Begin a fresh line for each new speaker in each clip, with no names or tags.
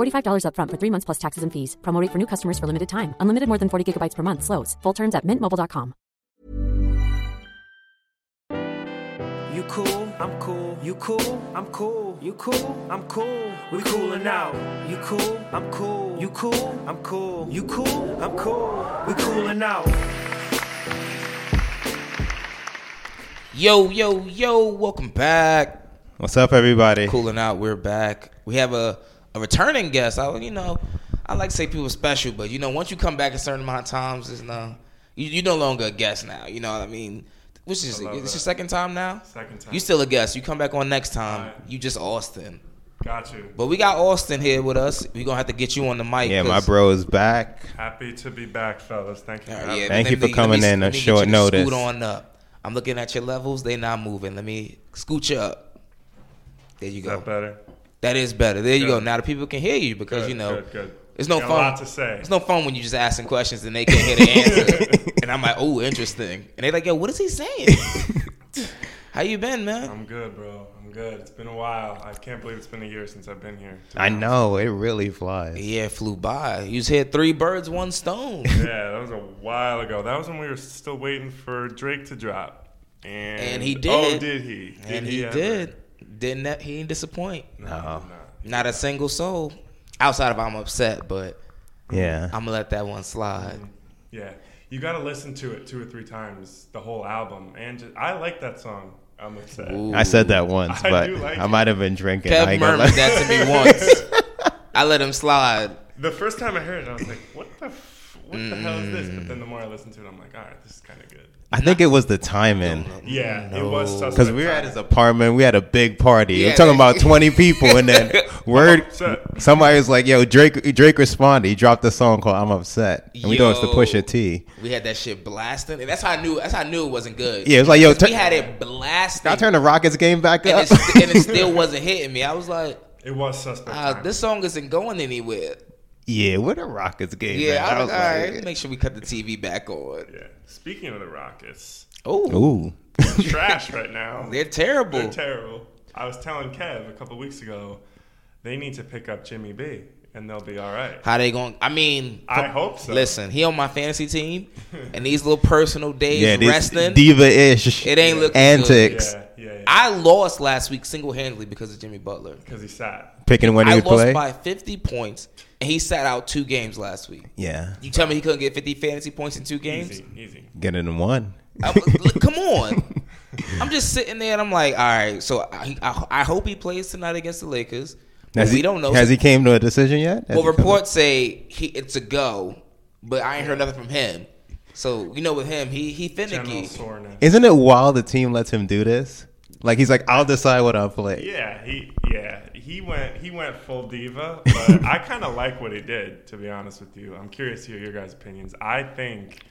$45 upfront for three months plus taxes and fees. Promo rate for new customers for limited time. Unlimited more than 40 gigabytes per month. Slows. Full terms at mintmobile.com.
You cool, I'm cool. You cool, I'm cool. You cool, I'm cool. We coolin' out. You cool, I'm cool. You cool, I'm cool. You cool, I'm cool. We coolin' out.
Yo, yo, yo, welcome back.
What's up, everybody?
Cooling out, we're back. We have a, a returning guest. I you know, I like to say people are special, but you know, once you come back a certain amount of times, it's no you you're no longer a guest now. You know what I mean? Which is it's
love
your
that.
second time now?
uh, Second time.
You still a guest. You come back on next time.
Alright.
You just Austin.
Got you.
But we got Austin here with us. We're gonna have to get you on the mic.
Yeah,
'cause-
my bro is back.
Happy to be back, fellas. Thank you.
All
for
right,
having
yeah,
me.
Thank
let
you for
let
coming in
let
on
get
short
you to
notice.
Scoot on up. I'm looking at your levels. They not moving. Let me scoot you up. There you
Is
go.
that better?
That is better. There you go.
Good.
Now the people can hear you because
Good,
you know
good, good.
it's no
Got a
fun.
lot to say.
It's no fun when you just asking questions and they can't hear the answer. and I'm like, oh, interesting. And they're like, yo, what is he saying? How you been, man?
I'm good, bro. I'm good. It's been a while. I can't believe it's been a year since I've been here. to be
I
honest.
know it really flies.
Yeah, flew by. You just hit three birds, one stone.
Yeah, that was a while ago. That was when we were still waiting for Drake to drop. And,
And he
Oh,
did.
did he? Did
and he
ever?
did. Uh-huh. Didn't that, he didn't disappoint.
No.
Not a single soul. Outside of I'm upset, but
Yeah,
I'm gonna let that one slide.
Yeah. You got to listen to it two or three times, the whole album. And just, I like that song. I'm upset.
I said that once,
I
but
do like
I
it.
might have been drinking. I
Kev
ain't gonna
murmured
lie.
that to me once. I let him slide.
The first time I heard it, I was like, what the, f- what the hell is this? But then the
Mm.
more I listened to it, I'm like, all right, this is kind of good.
I think it was the timing.
Yeah, it was suspect.
Because we Mm, were at
time.
his apartment, we had a big party.
Yeah.
I'm talking about 20 people, and then word,
upset.
somebody was like, "Yo, Drake, Drake responded. He dropped a song called "I'm Upset," and we know it's the
Yo.
Pusha T.
We had that shit blasting, and that's how I knew. That's how I knew it wasn't good.
Yeah, it was like, yo,
we
tur-
had it blasting.
I turned the Rockets game back
and,
up.
it, st- and it still wasn't hitting me. I was like,
It was suspect.
uh,
time.
this song isn't going anywhere.
yeah, what a Rockets game.
Yeah,
man.
I,
I
was
was
like, all right,
like,
make sure we cut the TV back on.
yeah. Speaking of the Rockets,
Oh,
Ooh,
trash right now.
they're terrible.
They're terrible. I was telling Kev a couple weeks ago, they need to pick up Jimmy B, and they'll be all right.
how they going? to I mean,
I hope so.
listen, he on my fantasy team, and these little personal days
yeah, this
resting.
diva-ish.
It ain't looking good.
antics.
Yeah, yeah. yeah.
I lost last week single handedly because of Jimmy Butler.
Because he sat.
Picking when he
I
would
lost
play.
by 50 points, and he sat out two games last week.
Yeah,
You tell me he couldn't get 50 fantasy points in two games?
Easy, easy.
get it in one.
I'm- look, come on. I'm just sitting there and I'm like, all right, so I, I, I hope he plays tonight against the Lakers. But
Has
we
he,
don't know.
Has he came to a decision yet? Has
well,
he come-
reports say he, it's a go, but I ain't heard nothing from him. So, you know, with him, he, he
General
finicky.
soreness.
Isn't it wild the team lets him do this? Like he's like, I'll decide what I'll play.
Yeah, he yeah he went he went full diva, but I kind of like what he did. To be honest with you, I'm curious to hear your guys' opinions. I think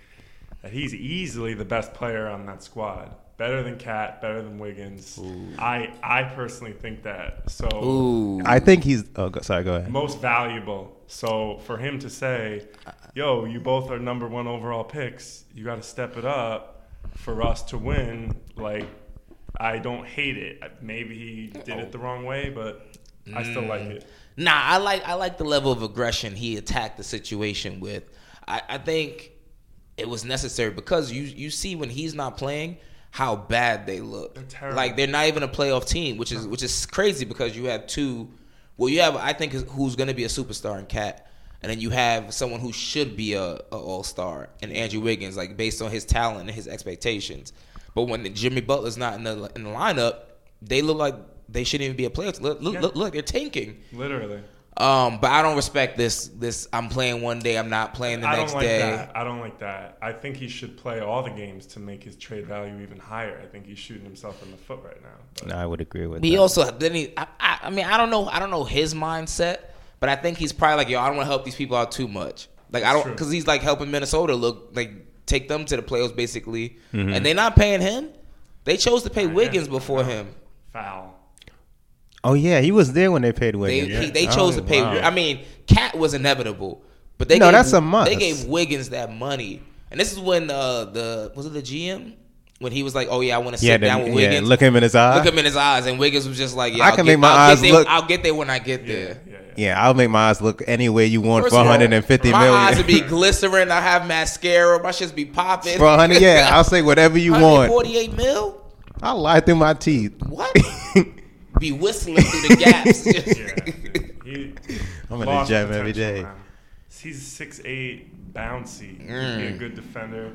that he's easily the best player on that squad, better than Cat, better than Wiggins. I I personally think that. So
Ooh.
I think he's. Oh, go, sorry. Go ahead.
most valuable. So for him to say, "Yo, you both are number one overall picks. You got to step it up for us to win." Like, I don't hate it. Maybe he did it the wrong way, but I still like
Mm.
it.
Nah, I like I like the level of aggression he attacked the situation with. I, I think it was necessary because you you see when he's not playing how bad they look.
terrible.
like they're not even a playoff team, which is which is crazy because you have two. Well, you have I think is- who's going to be a superstar in Cat. and then you have someone who should be a, a All Star, and Andrew Wiggins, like based on his talent and his expectations. But when Jimmy Butler's not in the in the lineup, they look like they shouldn't even be a player. Look, look, look, look they're tanking.
Literally.
Um, but I don't respect this. This I'm playing one day, I'm not playing the
I
next
don't like
day.
that. I don't like that. I think he should play all the games to make his trade value even higher. I think he's shooting himself in the foot right now. But
No, I would agree with
He
that.
also then he, I, I, I mean, I don't know, I don't know his mindset, but I think he's probably like, yo, I don't want to help these people out too much. Like I don't,
True.
because he's like helping Minnesota look like take them to the playoffs basically, and they're not paying him. They chose to pay Wiggins before him.
foul.
oh yeah, he was there when they paid
They
Wiggins.
he, they chose
Oh,
to pay.
wow.
I mean, Cat was inevitable, but they
No,
gave,
that's a must.
They gave Wiggins that money, and this is when uh, the was it the GM when he was like, oh yeah, I want to sit
Yeah,
down
then-
with
yeah,
Wiggins.
look him in his eye.
Look him in his eyes, and Wiggins was just like, "Yeah,
I
I'll
can
get,
make my
I'll
eyes
get there,
look-
I'll get there when I get there."
Yeah, yeah.
Yeah, I'll make my eyes look any way you want
First
for
of all,
150
my
million.
eyes would be glycerin. I have mascara. My shit's be popping.
for 100, yeah, I'll say whatever you want.
48 mil?
I'll lie through my teeth.
What? be whistling through the gaps.
He
I'm in the
lost
gym every
potential,
day.
man. He's six eight, bouncy. He'd be
Mm.
a good defender.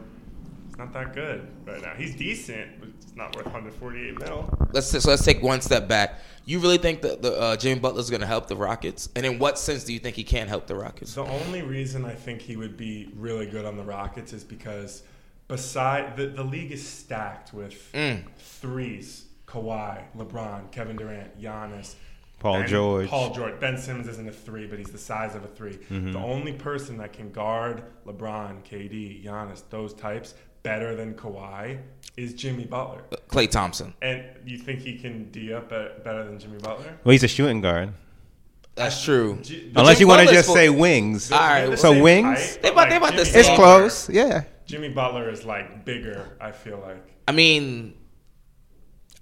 He's not that good right now. He's decent, but it's not worth 148 mil.
let's so let's take one step back. You really think that the uh, Jimmy Butler's going to help the Rockets? And in what sense do you think he can help the Rockets?
The only reason I think he would be really good on the Rockets is because beside the, the league is stacked with
Mm.
threes. Kawhi, LeBron, Kevin Durant, Giannis,
Paul
Ben-
George.
Paul George. Ben Simmons isn't a three, but he's the size of a 3
Mm-hmm.
The only person that can guard LeBron, KD, Giannis, those types better than Kawhi is Jimmy Butler.
Clay Thompson.
And you think he can D up be- better than Jimmy Butler?
Well, he's a shooting guard.
That's true.
G-
Unless you
Jimmy
want to
Butler's
just
for-
say wings.
All
they're the
right.
So
same
wings?
height,
They
but,
about- they about the
Jimmy
same.
It's
Butler-
close, yeah.
Jimmy Butler is like bigger. I feel like
I mean,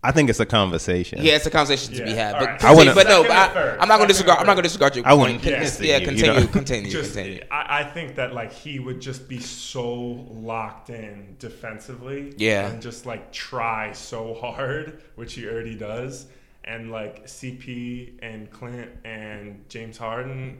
I think it's a conversation.
yeah, it's a conversation to be
Yeah,
had.
all
But,
right.
I wouldn't-
but no, but
Second and
I,
third.
I'm not going
Second
to
and
disregard. I'm not going to
third.
disregard your
I wouldn't
point.
listen to
yeah,
you, you
continue,
know.
continue,
just
continue.
I, I think that like he would just be so locked in defensively
Yeah.
and just like try so hard which he already does and like cp and clint and james harden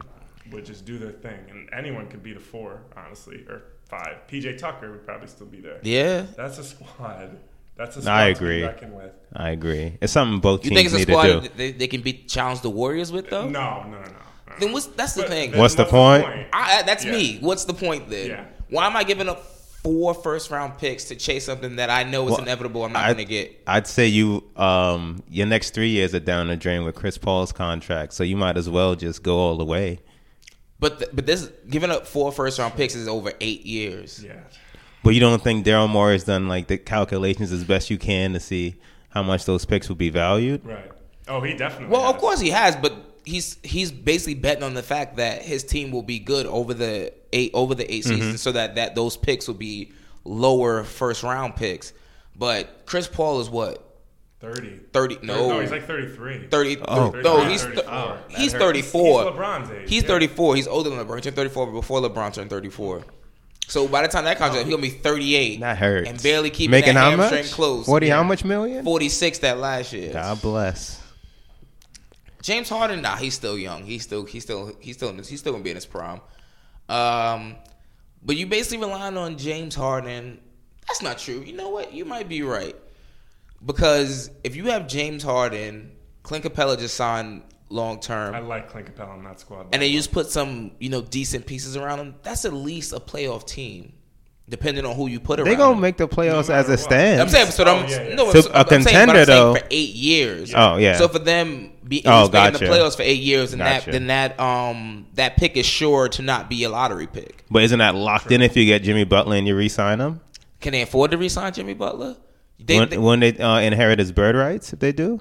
would just do their thing and anyone could be the four honestly or five pj tucker would probably still be there
Yeah.
that's a squad that's a
No,
squad
I
to be
agree.
reckoned with
I agree. It's something both
You
teams
think it's a
need
squad
to do.
that they, they can beat challenge the Warriors with though?
no no no, no.
Then what's that's the
But
thing.
then
What's the point?
I, I- that's
Yeah.
me. What's the point then?
Yeah.
Why am I giving up four first round picks to chase something that I know is
Well,
inevitable? I'm not
I-
going to get.
I'd say you um your next three years are down the drain with Chris Paul's contract, so you might as well just go all the way.
But th- but this giving up four first round picks is over eight years.
yeah
But you don't think Daryl Moore has done like the calculations as best you can to see how much those picks will be valued?
right oh he definitely
Well, of
has.
course he has, but he's he's basically betting on the fact that his team will be good over the eight over the 8
Mm-hmm.
seasons, so that that those picks will be lower first round picks. But Chris Paul is what
30
thirty? No,
no he's like 33
thirty.
Oh.
no, he's
34.
he's
That hurts.
thirty four.
He's LeBron's age,
He's
yeah.
34. He's older than LeBron. He turned 34 before LeBron turned 34. So by the time that comes out, he'll be 38.
That hurts.
And barely keeping
Making
that
how
hamstring
much?
close.
Forty how much million?
46 that last year.
God bless.
James Harden, nah, he's still young. He's still he's still he's still in his, he's still gonna be in his prime. Um, but you basically relying on James Harden. That's not true. You know what? You might be right because if you have James Harden, Clint Capella just signed long term.
I like Clint Capella on that squad.
and then you just put some you know decent pieces around them. That's at least a playoff team, depending on who you put around.
They gonna
them.
make the playoffs
No
as
matter
it
what.
I'm
stands.
saying, so I'm,
Oh, yeah, yeah.
no, I'm-
To a
I'm saying- but I'm saying
contender, though.
for eight years.
Oh, yeah.
So for them be
Oh,
being in the
gotcha.
playoffs for eight years, and that
Gotcha.
then that um that pick is sure to not be a lottery pick.
But isn't that locked in if you get Jimmy Butler and you re-sign him?
Can they afford to resign Jimmy Butler? They,
When
they-
they, when they uh, inherit his bird rights, if they do,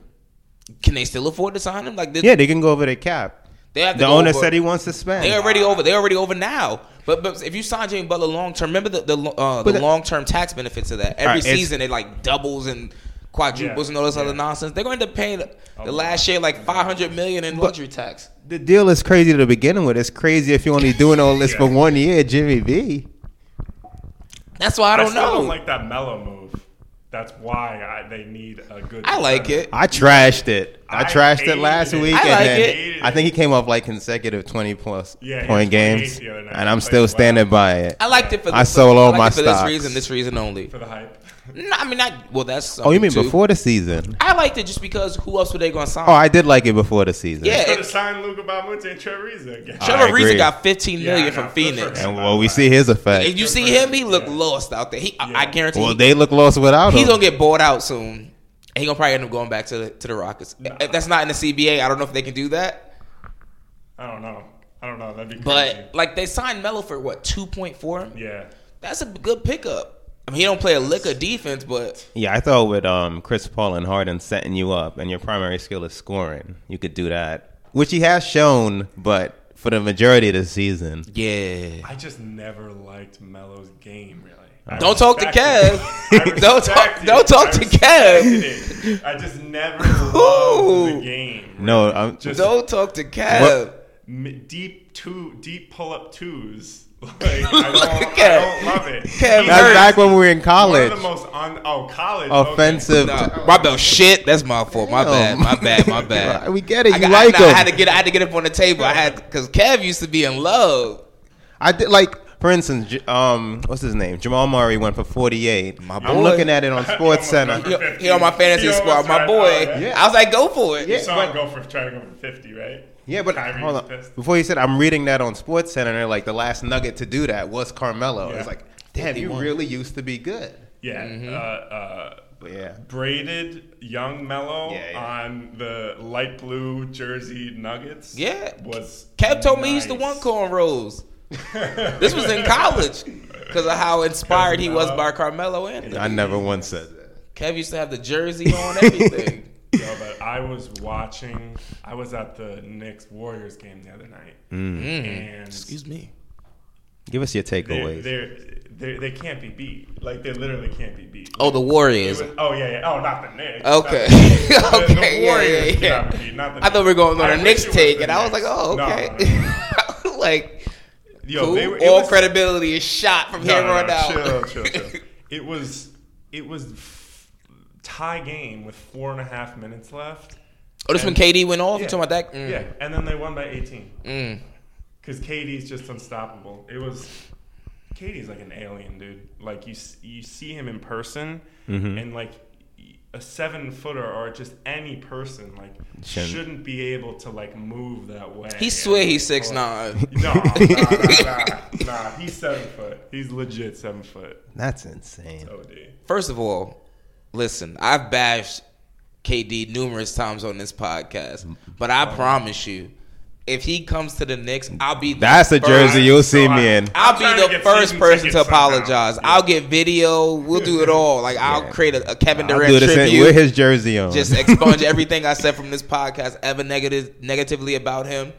can they still afford to sign him? Like they,
yeah, they can go over their cap.
they have to
The
go
owner
over.
said he wants to spend.
They already over. They already over now. But, but if you sign Jimmy Butler long term, remember the the, uh, the
But the-
long term tax benefits of that.
right,
Every
it's-
season it like doubles and quadruples
Yeah,
and all this other nonsense. They're going to pay the, the last year like five hundred million in luxury tax.
The deal is crazy to begin with. It's crazy if you're only doing all this for one year, Jimmy V.
That's why I
I
don't
still
know.
don't like that mellow move. That's why I, they need a good.
I like
defender.
it.
I trashed it. I, trashed it
hated
last week,
I
and
like
then
it.
I think he came off like consecutive twenty plus
Yeah, he
point
had 28
games,
the other night.
and I'm
Like,
still
wow.
standing by it.
I liked it for.
I
this-
sold all
liked
my
it for this
stocks.
reason. This reason only.
for the hype.
No, I mean not. Well, that's.
Oh, you
something
mean
too.
before the season?
I liked it just because who else were they going to sign?
Oh, I did like it before the season.
Yeah.
Could have signed Luka Bamuti and Trevor Ariza again.
I
Trevor
agree.
Reason got 15 million
Yeah, I
from
know. Good for
Phoenix.
him.
and well, we see his
If
effect.
you see him, he look lost out there. He, I- I, guarantee.
Well,
he-
they look lost without
he's
him.
gonna get bored out soon. And He gonna probably end up going back to the to the Rockets. If that's not in the CBA, I don't know if they can do that.
I don't know. I don't know. That'd be crazy.
But like they signed Melo for what two point four?
yeah,
That's a good pickup. I mean, he don't play a lick of defense, but
Yeah, I thought with um, Chris Paul and Harden setting you up, and your primary skill is scoring, you could do that, which he has shown, but for the majority of the season,
yeah.
I just never liked Melo's game really. I
Don't talk to
respected it.
Kev.
I
Don't talk-
respected it.
don't talk
I
to
respected it. I just never loved
Ooh.
the game.
no, um, I'm
Just-
Don't talk to Kev.
M- deep two, deep pull up twos. Like I don't, I
Kev.
don't love
Kev
it. He's
That's
hurts.
back when we were in
One
college.
of the most un- oh college okay.
Offensive.
Nah, my belt shit. That's my fault. My bad. My bad. My bad.
We get it.
I,
You
got-
like
nah, I
him.
had to get. I had to get up on the table. I had because Kev used to be in love.
I did like, for instans, J- um, what's his name? Jamal Murray went for 48.
boy.
I'm looking at it on Sports
He,
Center.
he on my fantasy
He
squad.
almost
My
tried
boy.
out,
yeah.
I was like, go for it.
You
Yeah,
saw
but-
him go for trying to go for fifty, right?
Yeah, but
Kyrie
hold
was
on.
pissed.
Before you said I'm reading that on Sports Center, they're like the last nugget to do that was Carmelo. It's
Yeah.
like, damn, you really used to be good.
Yeah, uh, uh,
But yeah.
braided young Mello
Yeah, yeah.
on the light blue jersey Nuggets.
Yeah.
was
Kev told me he's the one
nice.
cornrows. this was in college because of how inspired he was by Carmelo Anthony.
I never once said that.
Kev used to have the jersey on, everything.
No, but I was watching. I was at the Knicks Warriors game the other night,
Mm.
and
Excuse me.
Give us your
they're,
takeaways.
they're, they're, they can't be beat. Like they literally can't be beat.
Oh, the Warriors.
It was- Oh yeah, yeah. Oh, not the Knicks.
Okay.
Not the, Knicks. The- the
Okay, yeah, yeah,
Warriors
yeah.
cannot be, not the
I thought we were
Knicks.
going on
I
a
wish
Knicks
it was
take,
the
and I was like,
Knicks.
oh,
No,
okay.
no, no.
like,
Yo,
cool.
they were- it
all
was-
credibility is shot from
No,
here
no,
on
no,
out.
Chill, chill, chill. it was it was f- tie game with four and a half minutes left.
oh, this when KD went off. You
Yeah.
talking about that? Mm.
Yeah, and then they won by 18. Because KD's just unstoppable. It was KD's like an alien, dude. Like you, s- you see him in person,
Mm-hmm.
and like y- a seven footer or just any person like
Shouldn't.
shouldn't, be able to like move that way.
He swear he's six
six nine.
nine.
No, nah, nah, nah, nah. He's seven foot. He's legit seven foot.
That's insane.
Oh.
OD.
First of all, listen, I've bashed KD numerous times on this podcast, but I promise you, if he comes to the Knicks, I'll be the
That's a
first-
jersey you'll see
So I-
me in.
I'll
I'm trying
be
to
the
get
first
season
person to
tickets somehow.
apologize. I'll get video. We'll do it all. Like I'll create a, a Kevin
I'll
Durant
do this in,
tribute.
with his jersey on.
just expunge everything I said from this podcast ever negative negatively about him.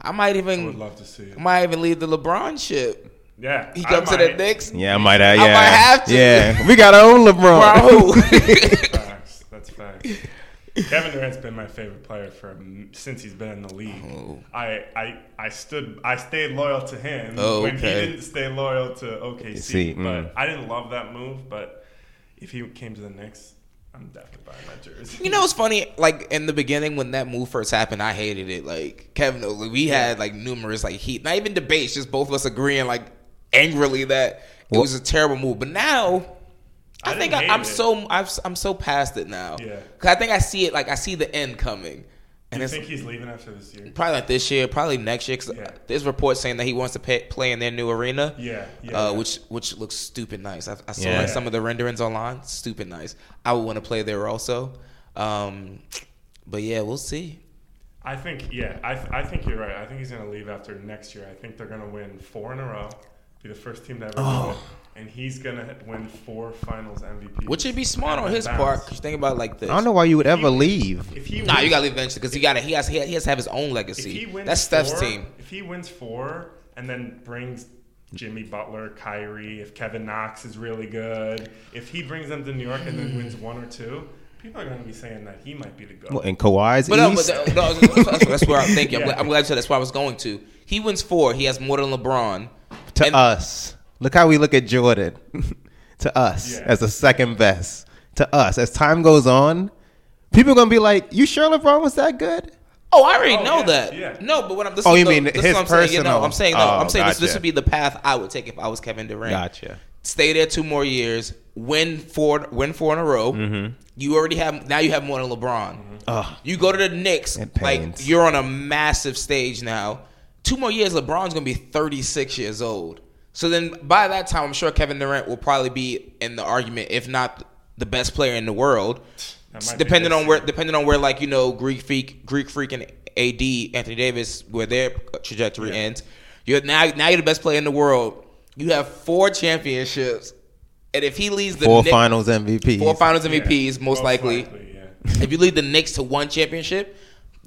I might
I
even
would love to see it.
I might even leave the LeBron shit.
Yeah,
He
I
comes to the
might.
Knicks.
yeah, I might have. Yeah,
might have to.
Yeah, we got our own LeBron.
Bro.
Facts. That's facts. Kevin Durant's been my favorite player for m- since he's been in the league.
Oh.
I, I I stood I stayed loyal to him
Oh,
when he
okay.
didn't stay loyal to OKC.
See,
but
mm.
I didn't love that move. But if he came to the Knicks, I'm definitely buying that jersey.
You know, it's funny. Like in the beginning, when that move first happened, I hated it. Like Kevin, like, we had like numerous like heat, not even debates, just both of us agreeing like angrily that it was a terrible move. But now, I,
I
think
didn't
I,
hate
I'm
it.
so I've, I'm so past it now.
Yeah.
because I think I see it. Like I see the end coming, and
I
it's
think he's leaving after this year.
probably like this year, probably next year. Cause
Yeah.
there's reports saying that he wants to pay, play in their new arena.
Yeah, yeah.
Uh, which which looks stupid nice. I, I saw
Yeah.
like, some of the renderings online. Stupid nice. I would want to play there also. Um, but yeah, we'll see.
I think yeah. I, th- I think you're right. I think he's gonna leave after next year. I think they're gonna win four in a row. Be the first team to ever
Oh.
do it. And he's gonna win four Finals MVP.
Which would be smart on his part. Cause you think about it like this.
I don't know why you would ever leave.
If he
Nah,
wins-
you gotta leave eventually because he got to he has he has to have his own
If
legacy.
he wins
That's Steph's
four,
team.
If he wins four and then brings Jimmy Butler, Kyrie, if Kevin Knox is really good, if he brings them to New York and
Hmm.
then wins one or two, people are going to be saying that he might be the go.
Well, And Kawhi's
But no, but
East?
the, no, that's- that's, that's where I'm thinking. I'm,
Yeah.
glad, I'm glad you said that's where I was going to. He wins four. He has more than LeBron.
to
and-
us. Look how we look at Jordan. to us
Yeah.
as the second best. To us, as time goes on, People are gonna be like, "You sure LeBron was that good?"
Oh, I already know
yeah,
that.
yeah.
No, but what I'm this
Oh,
is
you
the-
mean
this is
his
what I'm saying, you know,
personal-
I'm saying no.
Oh,
I'm saying this, this
gotcha.
would be the path I would take if I was Kevin Durant.
Gotcha.
Stay there two more years. Win four. Win four in a row.
Mm-hmm.
You already have now. You have more than LeBron.
Oh,
You go to the Knicks.
It
Like
pains.
you're on a massive stage now. Two more years. LeBron's gonna be 36 years old. So then by that time, I'm sure Kevin Durant will probably be in the argument, if not the best player in the world.
That might be
Depending
this
on where, depending on where, like you know, Greek freak, Greek freak, and AD Anthony Davis, where their trajectory ends. You're now, now you're the best player in the world. You have four championships, and if he leads the
Four
Knicks-
Finals MVP.
four Finals MVPs, most likely.
yeah.
If you lead the Knicks to one championship,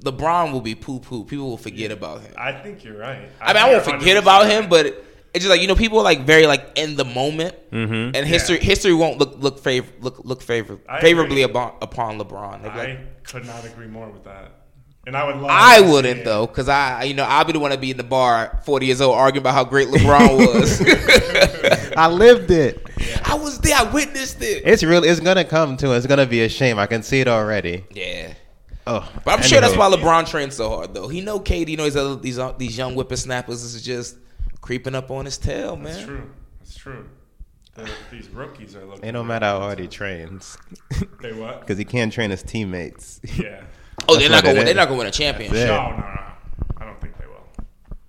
LeBron will be poo poo. People will forget about him.
I think you're right.
I mean, I won't forget about him, but it's just like you know, people are like very like in the moment, mm-hmm. and history history won't look look favor look look favor
I agree.
favorably upon upon LeBron. They'll be like,
I could not agree more with that. And I would love.
I
to see
wouldn't
it.
though, because I you know I'll be the one to be in the bar forty years old arguing about how great LeBron was.
I lived it.
I was there. I witnessed it.
It's really. It's gonna come to. It's gonna be a shame. I can see it already.
Yeah.
Oh,
But I'm sure that's
anywho.
why LeBron trains so hard, though. He know KD, you know these other, these uh, these young whippersnappers is just creeping up on his tail, man.
That's true. That's true. The, these rookies are looking.
It don't matter how hard he trains,
They what?
because he can't train his teammates.
Yeah.
Oh, they're not
That's what
gonna
it
win-
is.
they're not gonna win a championship.
That's it.
No, no, no. I don't think they will.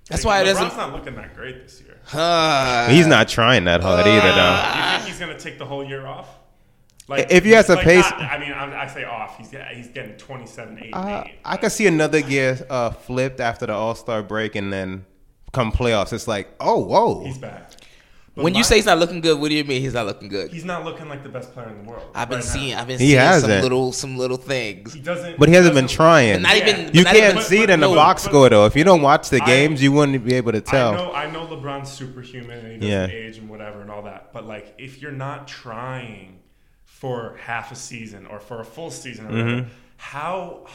That's
They-
why it
LeBron's
doesn't.
not looking that great this year. Do
Uh,
He's not trying that hard either, though.
you think he's gonna take the whole year off? Like,
If he has to
like
pace-
not- I mean, i I say off. He's get- he's getting 27, 8, and
Uh,
8.
I could see another gear uh, flipped after the All Star break, and then come playoffs. It's like, oh, whoa,
He's back. But
when you
my-
say he's not looking good, what do you mean he's not looking good?
he's not looking like the best player in the world.
I've been
right now.
seeing, I've been
He
seeing
has
some
it.
little, some little things.
He doesn't.
but he hasn't
doesn't-
been trying.
Not even
Yeah.
but
You
not
can't
even-
see it in the
but-
box
but-
score though. If you don't watch the
I-
games, you wouldn't be able to tell.
I know, I know LeBron's superhuman and he doesn't
Yeah.
age and whatever and all that. But like, if you're not trying for half a season or for a full season, or whatever,
Mm-hmm.
how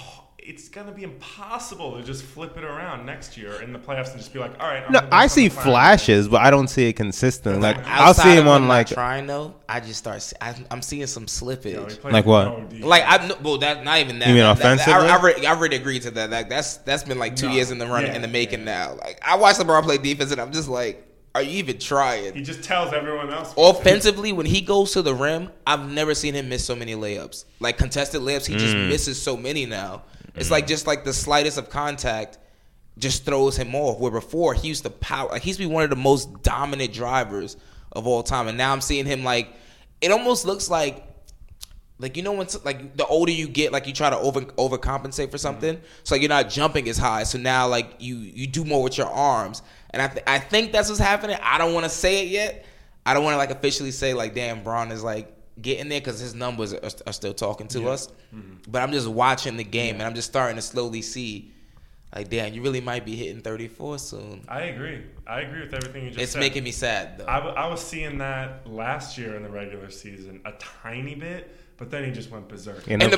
it's gonna be impossible to just flip it around next year in the playoffs and just be like, all right. I'm
No,
gonna go
I
from
see
the playoffs.
flashes, but I don't see it consistent. Like I'll
Outside
see
of
him on
not
like
trying though. I just start. se- I, I'm seeing some
You know,
slippage.
he plays
Like what?
no defense.
Like I well, that not even that.
You mean
That- that-
offensively?
I, I, already, I already agreed to that. Like that's that's been like two
No.
years in the running
Yeah,
in the making now. Like I watched LeBron play defense, and I'm just like, are you even
he
trying?
just tells everyone else. what to do.
Offensively, when he goes to the rim, I've never seen him miss so many layups. Like contested layups, he
Mm.
just misses so many now. It's like just like the slightest of contact just throws him off. Where before he used to power, like he's been one of the most dominant drivers of all time, and now I'm seeing him like it almost looks like like you know when like the older you get, like you try to over overcompensate for something.
Mm-hmm.
So like, you're not jumping as high. So now like you you do more with your arms, and I th- I think that's what's happening. I don't want to say it yet. I don't want to like officially say like damn Braun is like getting there because his numbers are, are still talking to us.
Mm-hmm.
But I'm just watching the game and I'm just starting to slowly see like damn you really might be hitting 34 soon.
I agree. I agree with everything you just
It's
said.
making me sad though.
I, w- I was seeing that last year in the regular season a tiny bit, but then he just went berserk.
in the,
In the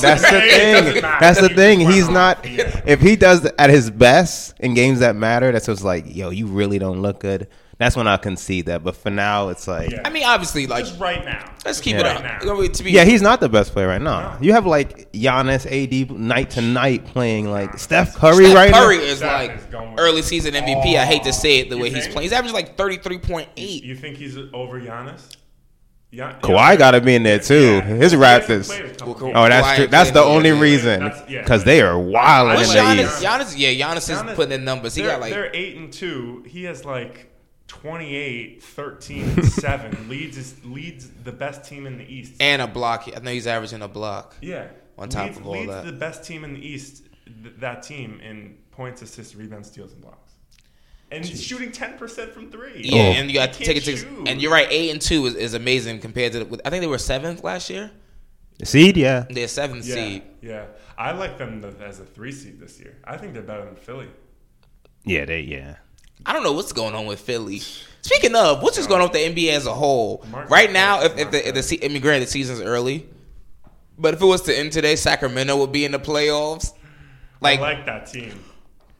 playoffs.
That's the
It
thing.
doesn't matter.
That's the
You
thing.
just
He's
went
not.
off. Yeah.
If he does at his best in games that matter, that's what's like. Yo, you really don't look good. That's when I concede that. But for now, it's like.
Yeah.
I mean obviously like
just right now.
let's
Just
keep
right
it
Now.
up. To be
Yeah, he's not the best player right now. You have like Giannis, AD night to night playing like Steph Curry
Steph
right
Curry
now.
is
Steph
like
is going
early season MVP. I hate to say it the
You
way he's
think?
playing. He's averaging like thirty three point eight.
You think he's over Giannis? Yeah,
Kawhi got to be in there too. His Raptors. Oh, that's
Kawhi
true. That's
played
the
really
only
good.
reason
That's- yeah.
because they are wild in
What's
What's
the
Giannis?
East.
Giannis, yeah, Giannis, is putting in numbers. He
they're,
got like
they're eight and two. He has like 28, 13, and seven. leads is, leads the best team in the East.
and a block. I know he's averaging a block.
yeah,
on top
leads,
of all
leads
that.
the best team in the East. Th- that team in points, assists, rebounds, steals, and blocks. And shooting ten percent from three.
Oh.
Yeah, and you got to
He
take it.
can't
to-
shoot.
And you're right, eight and two is, is amazing compared to. The, I think they were seventh last year.
Seed, yeah.
They're seventh
Yeah,
seed.
yeah. I like them th- as a three seed this year. I think they're better than Philly.
Yeah, they yeah.
I don't know what's going on with Philly. Speaking of, what's just going on with the NBA as a whole?
Mark-
right now, if, if the, if the se- I mean, granted, the season's early, but if it was to end today, Sacramento would be in the playoffs. Like,
I like that team.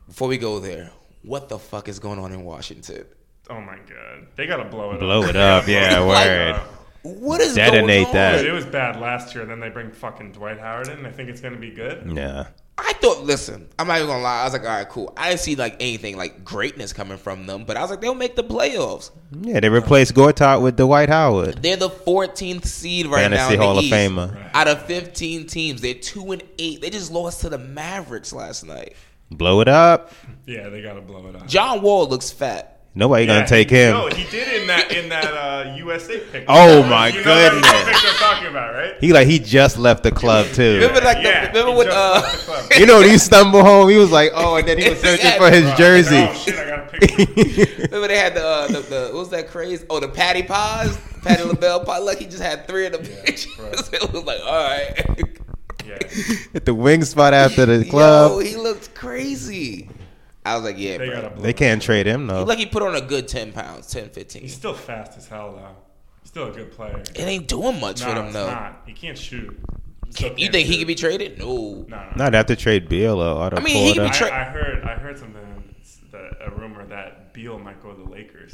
before we go there, what the fuck is going on in Washington?
Oh my god, they gotta blow it.
Blow
up.
it up, yeah,
Like, uh,
word.
What is
Detonate
going on?
that.
Dude, it was bad last year. Then they bring fucking Dwight Howard in. I think it's gonna be good.
Yeah.
I thought, listen, I'm not even gonna lie. I was like, all right, cool. I didn't see like anything like greatness coming from them, but I was like, they'll make the playoffs.
Yeah, they replaced Gortat with Dwight Howard.
They're the 14th seed right now.
Fantasy
in the
Hall of
East.
Famer.
Out of 15 teams, they're two and eight. They just lost to the Mavericks last night.
Blow it up.
Yeah, they gotta blow it up.
John Wall looks fat.
Nobody
Yeah,
gonna take
he-
him.
No, he did in that in that uh, USA pick.
Oh, my
you know that
goodness.
pick I'm talking about, right?
He like he just left the club too.
Remember, like,
yeah,
the, remember
he
when
just
uh,
left the club.
you know when he stumbled home, he was like, oh, and then he was searching for his jersey.
Oh shit! I gotta pick. one.
remember they had the, uh, the the what was that crazy? Oh, the Patty Pies, Patty LaBelle pie. Like he just had three of the bitches. it was like, all right,
Yeah,
At the wing spot after the club.
Yo, he looked crazy. I was like, yeah,
they
bro.
gotta blow.
they can't trade him though.
Like he put on a good 10 pounds, 10, 15.
He's still fast as hell though. He's still a good player.
It ain't doing much for
No,
them
it's
though.
not. He can't shoot. He still
You
can't
think he
shoot.
could be traded? No.
No, no, no.
Not after trade Beal or Otto
I mean, he could be
Porter.
tra-
I, I heard. I heard something. That, a rumor that Beal might go to the Lakers.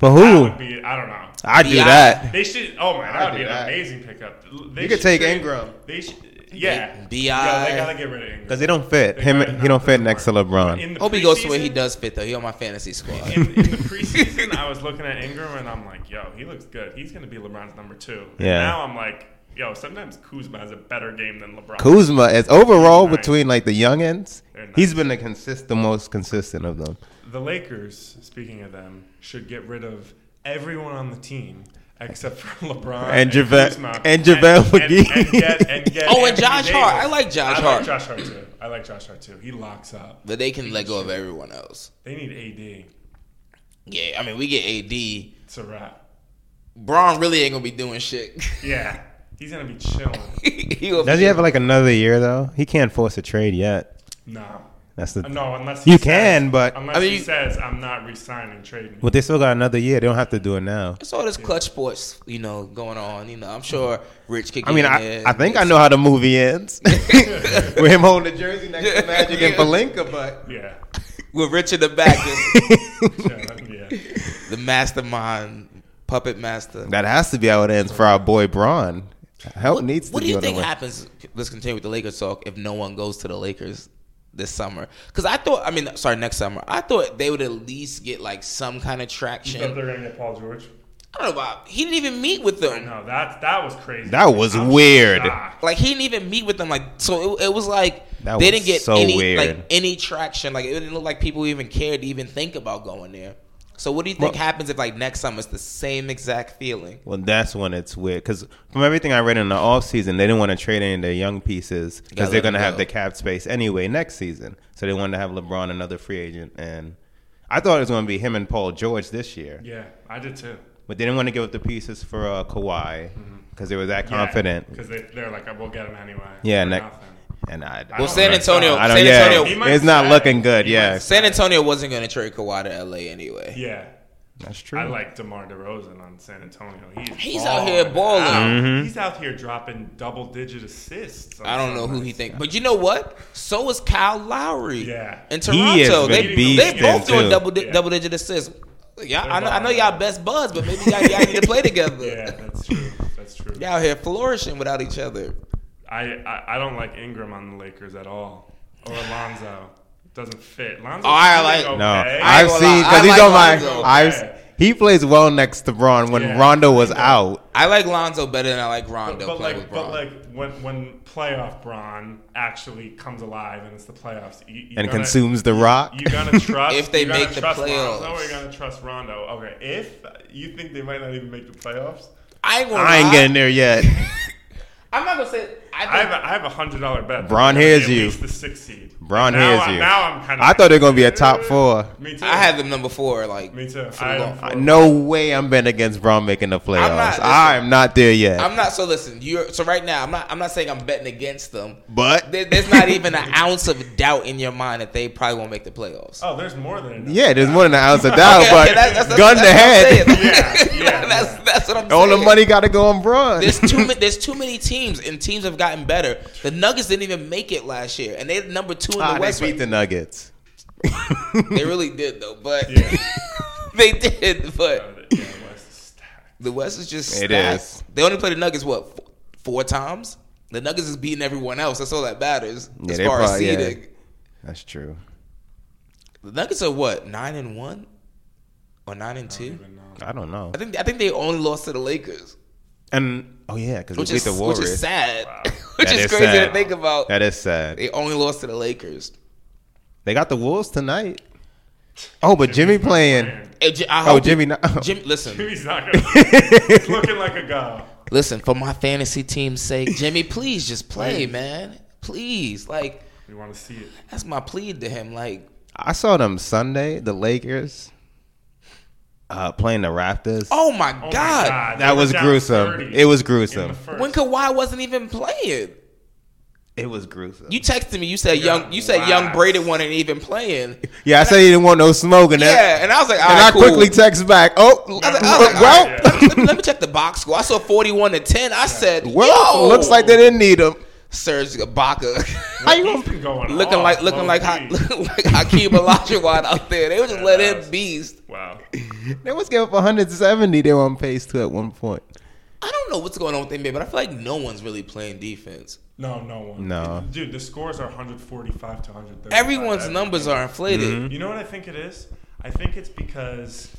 But
That
who?
would be. I don't know.
I'd do
Yeah.
that.
They should. Oh my, that would
do
be an
that.
amazing pickup. They
You could
should
take
trade-
Ingram.
They should. Yeah.
Bi.
Yeah, they gotta get rid of Ingram
Because they don't fit.
They
Him
gotta
he
knock
don't fit
them
next to
apart.
LeBron.
In the
Hope he goes to where he
preseason-
does fit though. He on my fantasy squad.
In, in the preseason, I was looking at Ingram and I'm like, yo, he looks good. He's gonna be LeBron's number two. And
Yeah.
Now I'm like, yo, sometimes Kuzma has a better game than LeBron.
Kuzma is overall
Nice.
between like the youngins,
They're nice.
he's been the consist the most consistent of them.
The Lakers, speaking of them, should get rid of everyone on the team except for LeBron
And Javale-
Kuzma.
and JaVale McGee.
And, and get, and get
Oh, and
Anthony
Josh
Davis.
Hart. I like Josh
I
Hart.
like Josh Hart too. I like Josh Hart too. He locks up.
But they can let go of everyone else.
They need AD.
Yeah, I mean we get AD.
It's a wrap.
Braun really ain't gonna be doing shit.
Yeah, he's gonna be chilling.
he gonna
Does
be-
he have like another year though? He can't force a trade yet.
No,
That's the
no, unless he
You
says-
can, but-
unless
I mean,
he
you-
says I'm not resigning, trading. me."
But they still got another year. They don't have to do it now.
it's all this clutch sports, you know, going on. You know, I'm sure Rich could.
I mean,
get in
I,
there.
I think I know how the movie ends. With him holding the jersey next to Magic and Palinka, but
yeah,
with Rich in the back, and
yeah, yeah.
the mastermind, puppet master.
that has to be how it ends for our boy Braun. Help needs to
What do
be
you
on the
think
way.
happens? Let's continue with the Lakers talk. If no one goes to the Lakers this summer, because I thought, I mean, sorry, next summer, I thought they would at least get like some kind of
You thought
traction.
they're gonna get Paul George.
I don't know about. He didn't even meet with them.
No, that that was crazy.
That was
I'm
weird.
shocked.
Like he didn't even meet with them. Like so, it, it was like
That
they
was
didn't get
so
any
weird.
like any traction. Like it didn't look like people even cared to even think about going there. So what do you think
Well-
happens if like next summer it's the same exact feeling?
Well, that's when it's weird because from everything I read in the offseason, they didn't want to trade any of their young pieces
Gotta
because they're
let 'em
going to have
go.
the cap space anyway next season. So they wanted to have LeBron another free agent, and I thought it was going to be him and Paul George this year,
Yeah, I did too.
but they didn't want to give up the pieces for uh, Kawhi
Mm-hmm.
because they were that confident.
because they, they're like, we'll get him anyway.
Yeah,
For
and, that,
nothing.
and I.
Well,
don't
San
know.
Antonio,
I don't,
San
yeah,
Antonio,
He might
it's not
say.
looking good.
He
Yeah,
might say.
San Antonio wasn't going to trade Kawhi to LA anyway.
Yeah,
that's true.
I like DeMar DeRozan on San Antonio. He's
He's out here balling.
Mm-hmm.
He's out here dropping double digit assists. on
I don't know who
Sundays.
he think, but you know what? So is Kyle Lowry.
Yeah.
in
He has
Toronto, they,
been
they
beasting,
both doing
too.
double di-
Yeah.
double digit assists. Y'all, I know, I know
balling.
y'all best buds, but maybe y'all, y'all need to play together.
Yeah, that's true. That's true.
Y'all out here flourishing without each other.
I, I I don't like Ingram on the Lakers at all, or Lonzo. Doesn't fit. Lonzo.
Oh, I like-
No,
okay.
I've
gonna
seen
lie.
because
I
he's
like
on my.
Lonzo.
Okay.
I've he plays well next to Braun when
Yeah.
Rondo was out.
I like Lonzo better than I like Rondo
But
playing
like,
with Bron.
but like, when when playoff Braun actually comes alive and it's the playoffs, you, you
And
gonna-
consumes The Rock.
You gonna trust
If they
you gonna
make the
trust
playoffs.
Lonzo, or you gonna trust Rondo? Okay, if you think they might not even make the playoffs,
I ain't gonna.
I ain't
lie.
getting there yet.
I'm not gonna say.
I
I
have
think,
a, I have a hundred dollar bet.
Bron
They're gonna
hears
be at
you.
Least the six seed.
Bron
now
hears
I,
you.
Now I'm kind of.
I thought they were gonna be a top four.
Me too.
I, had them number four. Like
Me
for
too.
the
I had
long-
them four.
No way I'm betting against Braun making the playoffs. I'm not,
listen.
there yet.
I'm not. So listen, you're. So right now, I'm not. I'm not saying I'm betting against them.
but
There, there's not even an ounce of doubt in your mind that they probably won't make the playoffs.
Oh, there's more than enough.
yeah, there's more than an ounce of doubt.
Okay,
but
okay, that's- that's-
gun
that's what
to
I'm
head,
saying.
Yeah, yeah,
that's that's what I'm
all
saying.
the money got to go on Braun.
There's too many. There's too many teams, and teams have gotten better. The Nuggets didn't even make it last year, and they're number two in the
Ah,
West.
they
right
beat the Nuggets.
They really did though, but
Yeah.
they did. But
Yeah, West is stacked.
The West is just
It
stacked.
is.
They only play the Nuggets what f- four times. The Nuggets is beating everyone else. That's all that matters
Yeah,
as
they
far as
probably- yeah.
seeding.
That's true.
The Nuggets are what nine and one or nine and two.
I don't know.
I think I think they only lost to the Lakers,
And oh yeah, because we
which
beat
is
the
which
Warriors.
is sad, which is, crazy to think about.
That is sad.
They only lost to the Lakers.
They got the Wolves tonight. Oh, but Jimmy playing.
Eh, J- I
Oh,
hope
Jimmy
you-
not-
Jimmy, listen,
He's not gonna. he's looking like a god.
listen. For my fantasy team's sake, Jimmy, please just play, man. Please, like
We want to see it.
that's my plea to him. Like,
I saw them Sunday, the Lakers, uh, playing the Raptors.
oh my god,
Oh my God.
that
They
was
were down
gruesome.
30
It was
in
gruesome.
the first.
when Kawhi wasn't even playing.
It was gruesome.
You texted me. You said
Yeah,
young. You said young
wow.
Braden wasn't even playing.
yeah, I said you didn't want no smoke in
Yeah,
that.
and I was like,
and I quickly text back. Oh,
I was like, I was like,
well,
all right, let, me, let me- let me check the box score. I saw forty-one to ten. I said,
well,
Yo,
looks like they didn't need him.
Serge Ibaka.
How you
He's
gonna?
been going
looking
off,
like looking like, Ha-
low-key.
looking like Hakeem Olajuwon out there. They would just let
that was-
him beast.
Wow.
They was giving up 170. They were on pace too at one point.
I don't know what's going on with NBA, but I feel like no one's really playing defense.
No, no one.
No.
Dude, the scores are 145 to 130.
Everyone's numbers are inflated.
You know what I think it is? I think it's because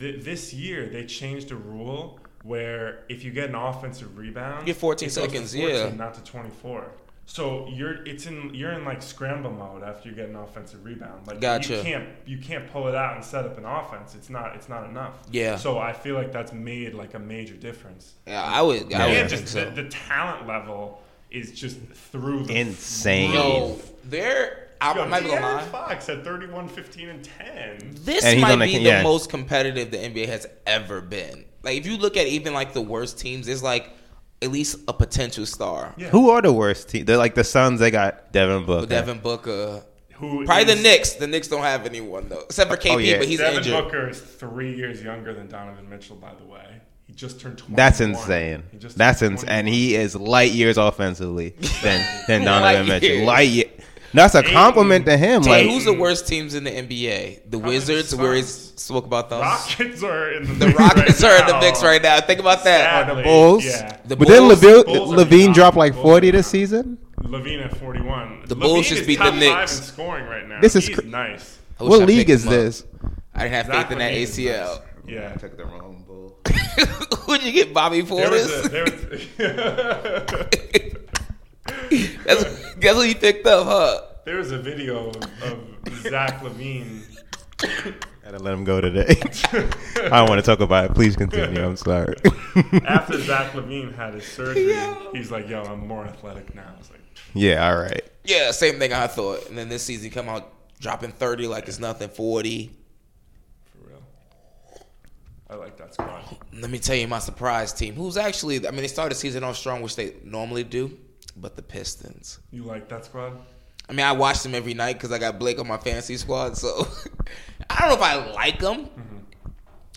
th- this year they changed a rule where if you get an offensive rebound,
You get 14
it goes to
seconds, yeah.
not to 24. So you're it's in you're in like scramble mode after you get an offensive rebound. Like
Gotcha.
you can't you can't pull it out and set up an offense. It's not it's not enough.
Yeah.
So I feel like that's made like a major difference.
Yeah, I would. I
and
would
just
think so.
the, the talent level is just through the
Insane.
Yo, they're. I,
Yo,
am not even gonna
De'Aaron
lie.
Fox had 31, 15, and 10.
This
And he's
might
on the
be
con-
the
yeah.
most competitive the NBA has ever been. Like if you look at even like the worst teams, there's like at least a potential star.
Yeah.
Who are the worst team? They're like the Suns. They got Devin Booker.
With Devin Booker.
Who
Probably the
is-
Knicks. The Knicks don't have anyone though, except for KP,
Oh, yeah.
but he's
Devin
injured.
Booker is three years younger than Donovan Mitchell, by the way. He just turned 21.
That's insane.
He just
That's
turned
insane. And
21.
he is light years offensively than than Donovan
Light
Mitchell.
years.
Light year. That's a compliment to him.
Hey,
Like
who's
mm.
the worst teams in the NBA? The Wizards,
Suns.
where we spoke about those.
Rockets are in the
The
mix
Rockets
right
are in the
now.
mix right now. Think about that.
Sadly,
Bulls.
Yeah.
The
but
Bulls-
then Levine,
Bulls are
Levine
not-
dropped like
Bulls
forty
are
this
not.
season.
Levine at 41.
The Bulls
Levine
just
is
beat the
top five
Knicks.
in scoring right now.
This is
He's
cr-
nice.
I wish I
what
picked
league is
him up.
this?
I didn't have faith in that
Exactly.
ACL.
Yeah.
the wrong bull.
Who'd you get, Bobby
There was a,
Portis?
there was,
That's, that's what you picked up, huh?
there was a video of, of Zach Levine.
I didn't let him go today. I don't want to talk about it. Please continue. I'm sorry.
After Zach Levine had his surgery, he's like, yo, I'm more athletic now. I was like,
yeah. All right.
Yeah, same thing I thought. And then this season he come out dropping thirty like it's nothing, forty.
For real. I like that squad.
Let me tell you my surprise team, who's actually I mean they started the season off strong, which they normally do, but the Pistons.
You like that squad?
I mean I watch them every night because I got Blake on my fantasy squad, so I don't know if I like them.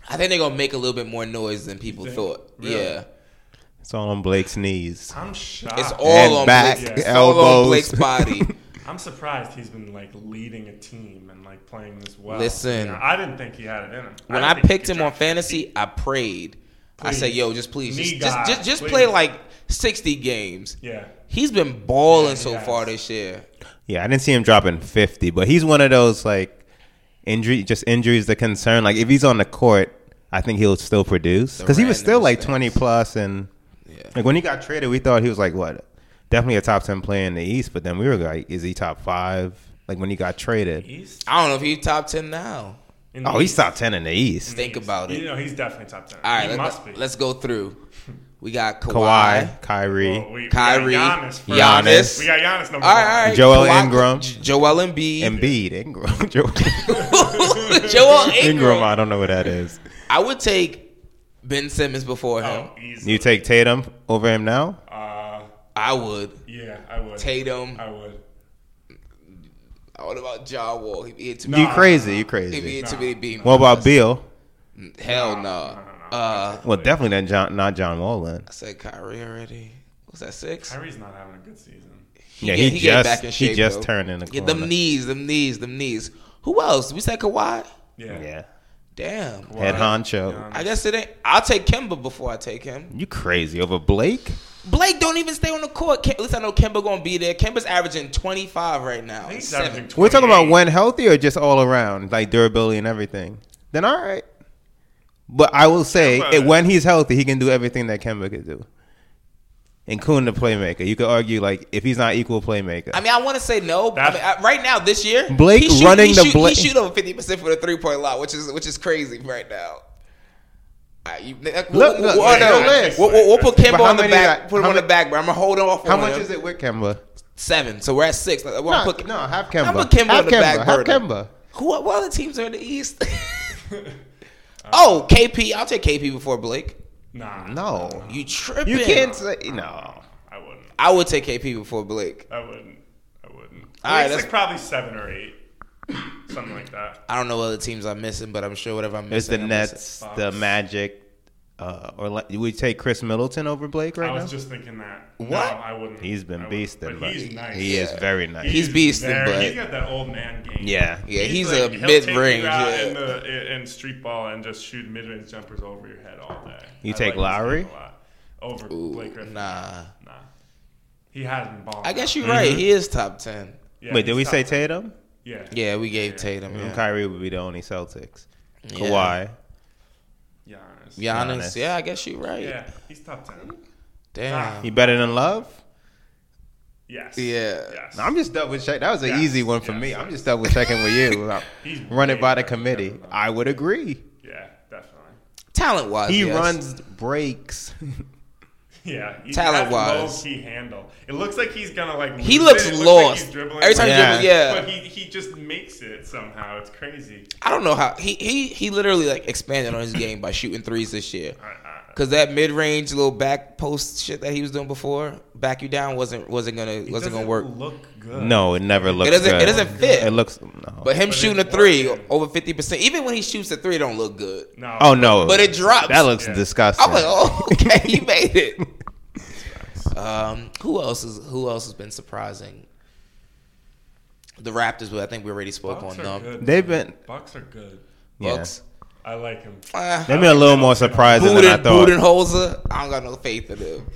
I think they're gonna make a little bit more noise than people
think?
thought.
Really?
Yeah,
It's all on Blake's knees.
I'm shocked.
it's all
And
on
back,
Blake's, it's all on
elbows.
Blake's body.
I'm surprised he's been like leading a team and like playing this well.
Listen.
You know, I didn't think he had it in him.
When I
didn't think
picked
he could
him on
drop
fantasy, I prayed. I said,
Please.
"Yo, just please, just
Me,
just,
God,
just, just play
please."
like sixty games."
Yeah.
He's been balling
he
so
has.
far this year.
Yeah, I didn't see him dropping 50, but he's one of those like injury, just injuries the concern. Like if he's on the court, I think he'll still produce because he was
random
still like
mistakes.
20 plus, and like when he got traded, we thought he was like what, definitely a top 10 player in the East. But then we were like, is he top five? Like when he got traded,
East?
I don't know if he's top ten now.
In the
oh, he's
East.
top 10 in the East.
Think about
You
it.
know, he's definitely top 10.
All
he
right,
must be.
let, us go through. We got Kawhi.
Kawhi, Kyrie,
Well, we,
Kyrie,
we got Giannis. first.
Giannis.
We got Giannis number
All
one.
right, all right.
Joel
Kawhi-
Ingram.
J- Joel Embiid.
Embiid, Ingram, Joel-
Joel
Ingram.
Ingram.
I don't know what that is.
I would take Ben Simmons before him.
Oh, easily.
You take Tatum over him now?
Uh,
I would.
yeah, I would.
Tatum.
I would.
What about Ja Wall? He hit too
You
many.
crazy? You
He hit
crazy?
too many beams.
What about Bill?
Hell no. Uh,
Well, definitely not John, not John Wallin.
I said Kyrie already. What's that six?
Kyrie's not having a good season.
Yeah,
get-
he,
get
just he just
though.
turned in the
Get
corner.
them knees, them knees, them knees. Who else? We said Kawhi.
Yeah.
Yeah,
Damn.
Head honcho.
I guess it ain't. I'll take Kimba before I take him.
You crazy over Blake?
Blake don't even stay on the court. Kim, at least I know Kimba gonna be there. Kimba's averaging twenty five right now.
I think he's
Seven.
averaging
We're talking
28.
about when healthy or just all around, like durability and everything. Then all right. But I will say,
Kemba-
it, when he's healthy, he can do everything that Kemba could do. And Kuhn, the playmaker. You could argue, like, if he's not equal playmaker.
I mean, I want to say no. But I mean,
That's-
I, right now, this year,
Blake
he shoot,
running
he
the
shoot,
Bla-
He shoot over fifty percent for the three point lot, which is which is crazy right now. All right, you- uh,
look,
we'll-
look,
we'll-
yeah,
oh, no,
list.
we'll, we'll- we'll put Kimba
But how
on the
many
back.
got-
put him
how
on the
many-
back, but I'm gonna hold off.
How
on
much
him.
is it with Kemba?
Seven. So we're at six. Like, we'll
No,
put-
no, have
I'll
Kemba.
put Kimba on
have
the
Kemba.
back
have
burner.
Kemba.
Who? What other teams are in the East?
Uh-huh.
oh, KP. I'll take KP before Blake.
Nah,
No.
You tripping?
Uh-huh. You can't say, no.
I wouldn't.
I would take KP before Blake.
I wouldn't. I wouldn't.
All right,
It's
that's-
like probably seven or eight, something like that.
I don't know what other teams I'm missing, but I'm sure whatever I'm missing.
It's the
I'm missing.
Nets, the Magic, uh, or like, would you take Chris Middleton over Blake right
I
now?
was just thinking that. No,
What?
I wouldn't.
He's
I
been
wouldn't.
beasting,
but
but
he's nice.
he is very nice.
He's beasting,
very-
but-
he's got that old man game.
yeah,
Yeah, he's,
like,
a
he'll
mid
take
range.
you out in,
Yeah.
the, in street ball and just shoot mid range jumpers over your head all day.
You
I
take
like this
Lowry?
game a lot. over Blake Griffin.
Nah,
nah. He hasn't balled.
I guess you're
Mm-hmm.
right. He is top ten.
Yeah,
Wait, did
he's
we
top
say
ten.
Tatum?
Yeah.
Yeah, we gave Tatum.
And
Yeah.
Kyrie would be the only Celtics.
Yeah.
Kawhi.
Giannis.
Giannis.
Giannis.
Yeah, I guess you're right.
Yeah, he's top ten.
Damn.
He better than Love?
Yes.
Yeah.
Yes.
No, I'm just double checking. That was an
Yes,
easy one for
yes,
me.
yes.
I'm just double checking with you. I'm
He's
running
way
by the
better than
committee.
Love.
I would agree.
yeah, definitely.
Talent wise,
He
yes.
runs breaks.
Yeah, he
Talent-wise.
low key handle. It looks like he's gonna like.
He
lose
looks
it. It Like
lost
he's dribbling
every time.
like-
he dribbles,
Yeah.
yeah.
but he he just makes it somehow. It's crazy.
I don't know how he he he literally like expanded on his game by shooting threes this year.
I, I,
Cause that mid range little back post shit that he was doing before, back you down wasn't wasn't gonna
it
wasn't gonna
doesn't
work.
Look good.
no, it never looks
doesn't- it
good.
doesn't fit.
It looks no.
But him
But
shooting a
it's
three
working.
over fifty percent, even when he shoots a three, it don't look good.
No.
oh no.
But it drops.
That looks
Yeah.
disgusting.
I'm like, oh, okay, he made it. um, who else is who else has been surprising? The Raptors, but I think we already spoke
Bucks
on
are
them.
good.
They've been
Bucks are good.
yeah.
Bucks.
I like him.
Uh,
They've been a little more surprising than I
Buden,
thought.
Budenholzer, I don't got no faith in them.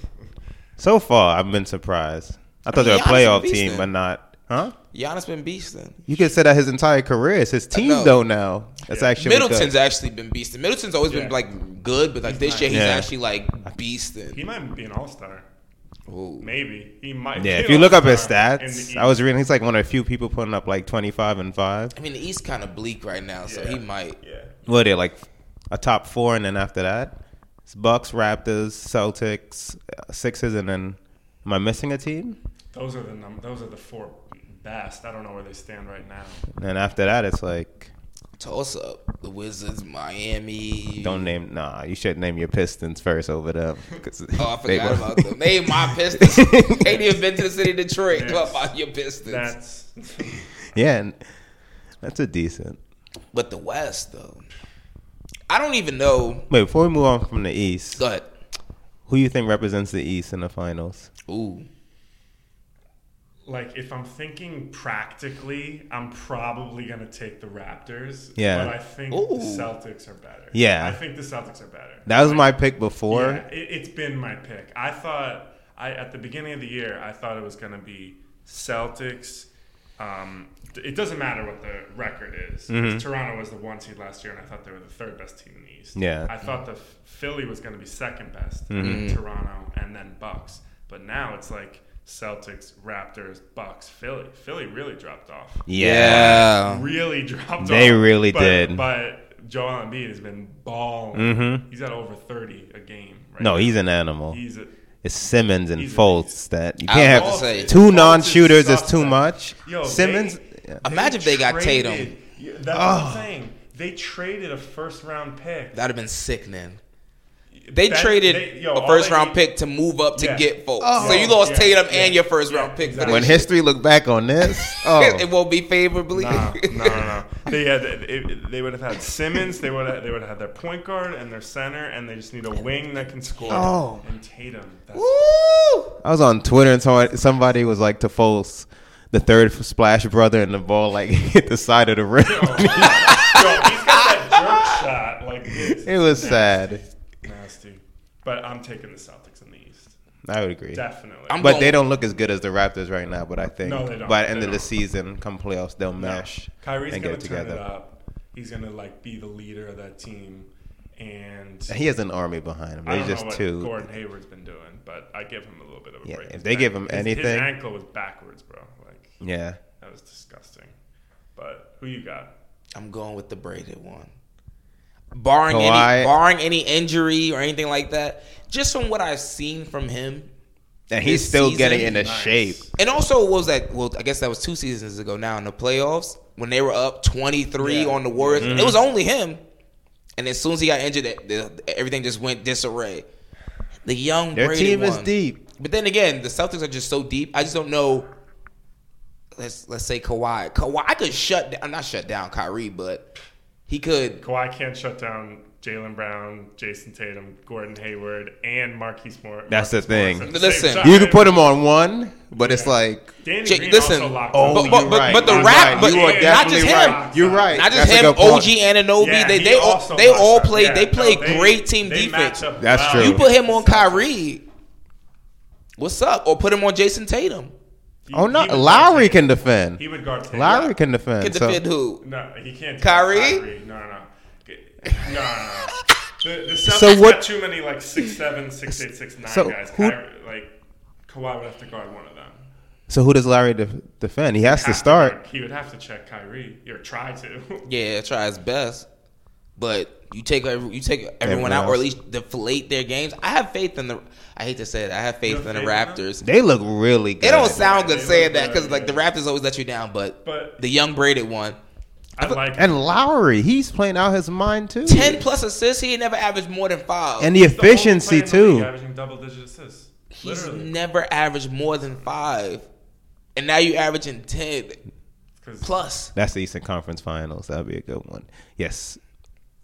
So far, I've been surprised. I thought they
mean,
were a
Giannis
playoff
is a beast
team,
then.
but not. Huh?
Giannis been beasting.
You could say that his entire career. It's his team,
know.
though, now. That's actually good.
Middleton's actually been beasting. Middleton's always been
Yeah.
like good, but like this year he's
Yeah.
actually like beasting.
He might be an all star.
Ooh.
Maybe he might.
Yeah,
be
if
an
you look up his
all-star in the
stats,
East.
I was reading he's like one of the few people putting up like twenty five and five.
I mean, the East kind of bleak right now, so
Yeah.
he might.
E- Yeah.
What are they like a top four, and then after that, it's Bucks, Raptors, Celtics, uh, Sixers, and then am I missing a team?
Those are the num- Those are the four best. I don't know where they stand right now.
And then after that, it's like
Toss up the Wizards, Miami.
don't name. Nah, you should name your Pistons first over them. 'cause
Oh, I forgot
they were-
about them. They ain't my Pistons. they ain't even been to the city of Detroit.
Yes.
What about your Pistons?
That's
Yeah, and that's a decent.
But the West, though, I don't even know.
Wait, before we move on from the East,
Go ahead.
who you think represents the East in the finals?
Ooh,
like if I'm thinking practically, I'm probably gonna take the Raptors.
Yeah.
But I think
Ooh.
the Celtics are better.
Yeah.
I think the Celtics are better.
That was my pick before.
Yeah, it, it's been my pick. I thought I at the beginning of the year I thought it was going to be Celtics. Um, th- it doesn't matter what the record is.
Mm-hmm.
'cause Toronto was the one seed last year, and I thought they were the third best team in the East.
Yeah. Mm-hmm.
I thought the F- Philly was going to be second best, and then Toronto, and then Bucks. But now it's like Celtics, Raptors, Bucks, Philly. Philly really dropped off
yeah.
really dropped
They
off.
really
but,
did. Mm-hmm.
But Joel Embiid has been balling. He's at over 30 a game. Right
No,
now.
he's an animal.
He's a,
It's Simmons and
He's a
Fultz that you
I was
can't have
about to say,
two
Fultz is
non-shooters is
suspect.
too much.
Yo,
Simmons, Oh.
they-
yeah.
Imagine if they got
traded-
Tatum.
Yeah, That's what I'm saying. They traded a first round pick.
That'd have been sickening. They
That-
traded
they- yo,
a
all
first
they
round
need-
pick to move up to
Yeah.
get folks.
Oh.
so you lost
Yeah,
Tatum
yeah,
and your first
yeah,
round pick.
exactly.
For
when
this
history look back on this,
shit. it
oh,
won't be favorably.
Nah, no, no, no. They had it, they would have had Simmons. They would have, they would have had their point guard and their center, and they just need a wing that can score.
Oh.
And Tatum. That's
Woo!
I was on Twitter and somebody, somebody was like to Fultz, the third splash brother, and the ball like hit the side of the rim.
Yo, he's got that jerk shot. It's
It was sad.
nasty. But I'm taking the Celtics in the East.
I would agree.
Definitely.
I'm-
But they don't look as good as the Raptors right now. But I think
No, they don't.
by the
They
end of the
don't.
season, come playoffs, they'll mesh
Kyrie's
and
gonna
get it
turn it
together.
up. He's gonna like be the leader of that team, and
He has an army behind him.
I
They're
don't know
just
what
two.
Gordon Hayward's been doing, but I give him a little bit of a
Yeah,
break.
if
His
they
back-
give him
his- his
anything-
ankle was backwards, bro. Like
Yeah.
that was disgusting. But who you got?
I'm going with the braided one. Barring
Kawhi.
any barring any injury or anything like that, just from what I've seen from him,
And he's
This
still getting
season-
into
Nice.
shape.
and also what was that? Well, I guess that was two seasons ago now in the playoffs when they were up 23
Yeah.
on the Warriors. It was only him, and as soon as he got injured, it- the- everything just went disarray. The young
Their
Brady
team is
one.
deep.
But then again, the Celtics are just so deep. I just don't know. Let's let's say Kawhi. Kawhi, I could shut down. Not shut down Kyrie, but he could.
Kawhi can't shut down Jalen Brown, Jason Tatum, Gordon Hayward, and Marquise Morris.
That's the thing.
Listen,
You can put him on one, but it's like
Danny
J-
Green
listen.
also locked
Oh,
But-
up.
but-
you're
but-
right.
but the
You're
rap-
right.
but
You are
not just
definitely
him.
right. You're right.
Not just
That's a
him,
good point.
OG Ananobi.
Yeah,
they
he
they all
also
they
matched
all
up.
play.
Yeah,
they
no,
play
they-
great team
they
defense.
match up
That's
well.
true.
You put him on Kyrie. What's up? Or put him on Jason Tatum.
He-
Oh no,
he would
Lowry
guard
can
Tatum.
defend.
He would guard Tatum.
Lowry can defend.
Get the
so-
fit who?
No, he can't. do
Kyrie?
that. No, no, no. No, no, no. The, the Celtics
So what-
got too many like six seven, six eight, six nine
So
guys.
who-
Kyrie, like Kawhi would have to guard one of them.
So who does Lowry def defend? He has to
Have
start.
guard- He would have to check Kyrie or try to.
Yeah, try his best. But you take every- you take everyone
Everyone
out, or at
else.
least deflate their games. I have faith in the. I hate to say it. I have faith
have
in the
faith in them?
Raptors.
They look really good.
It don't sound good
They
saying
look
that because
good,
like the Raptors always let you down, but,
But-
the young braided one,
I like.
And Lowry, he's playing out his mind too.
ten plus assists, he never averaged more than five.
and the
he's the only
efficiency
player in the league
too.
Averaging double digit assists.
he's
Literally.
never averaged more than five, and now you averaging ten
'Cause
plus.
That's the Eastern Conference Finals. That'd be a good one. Yes,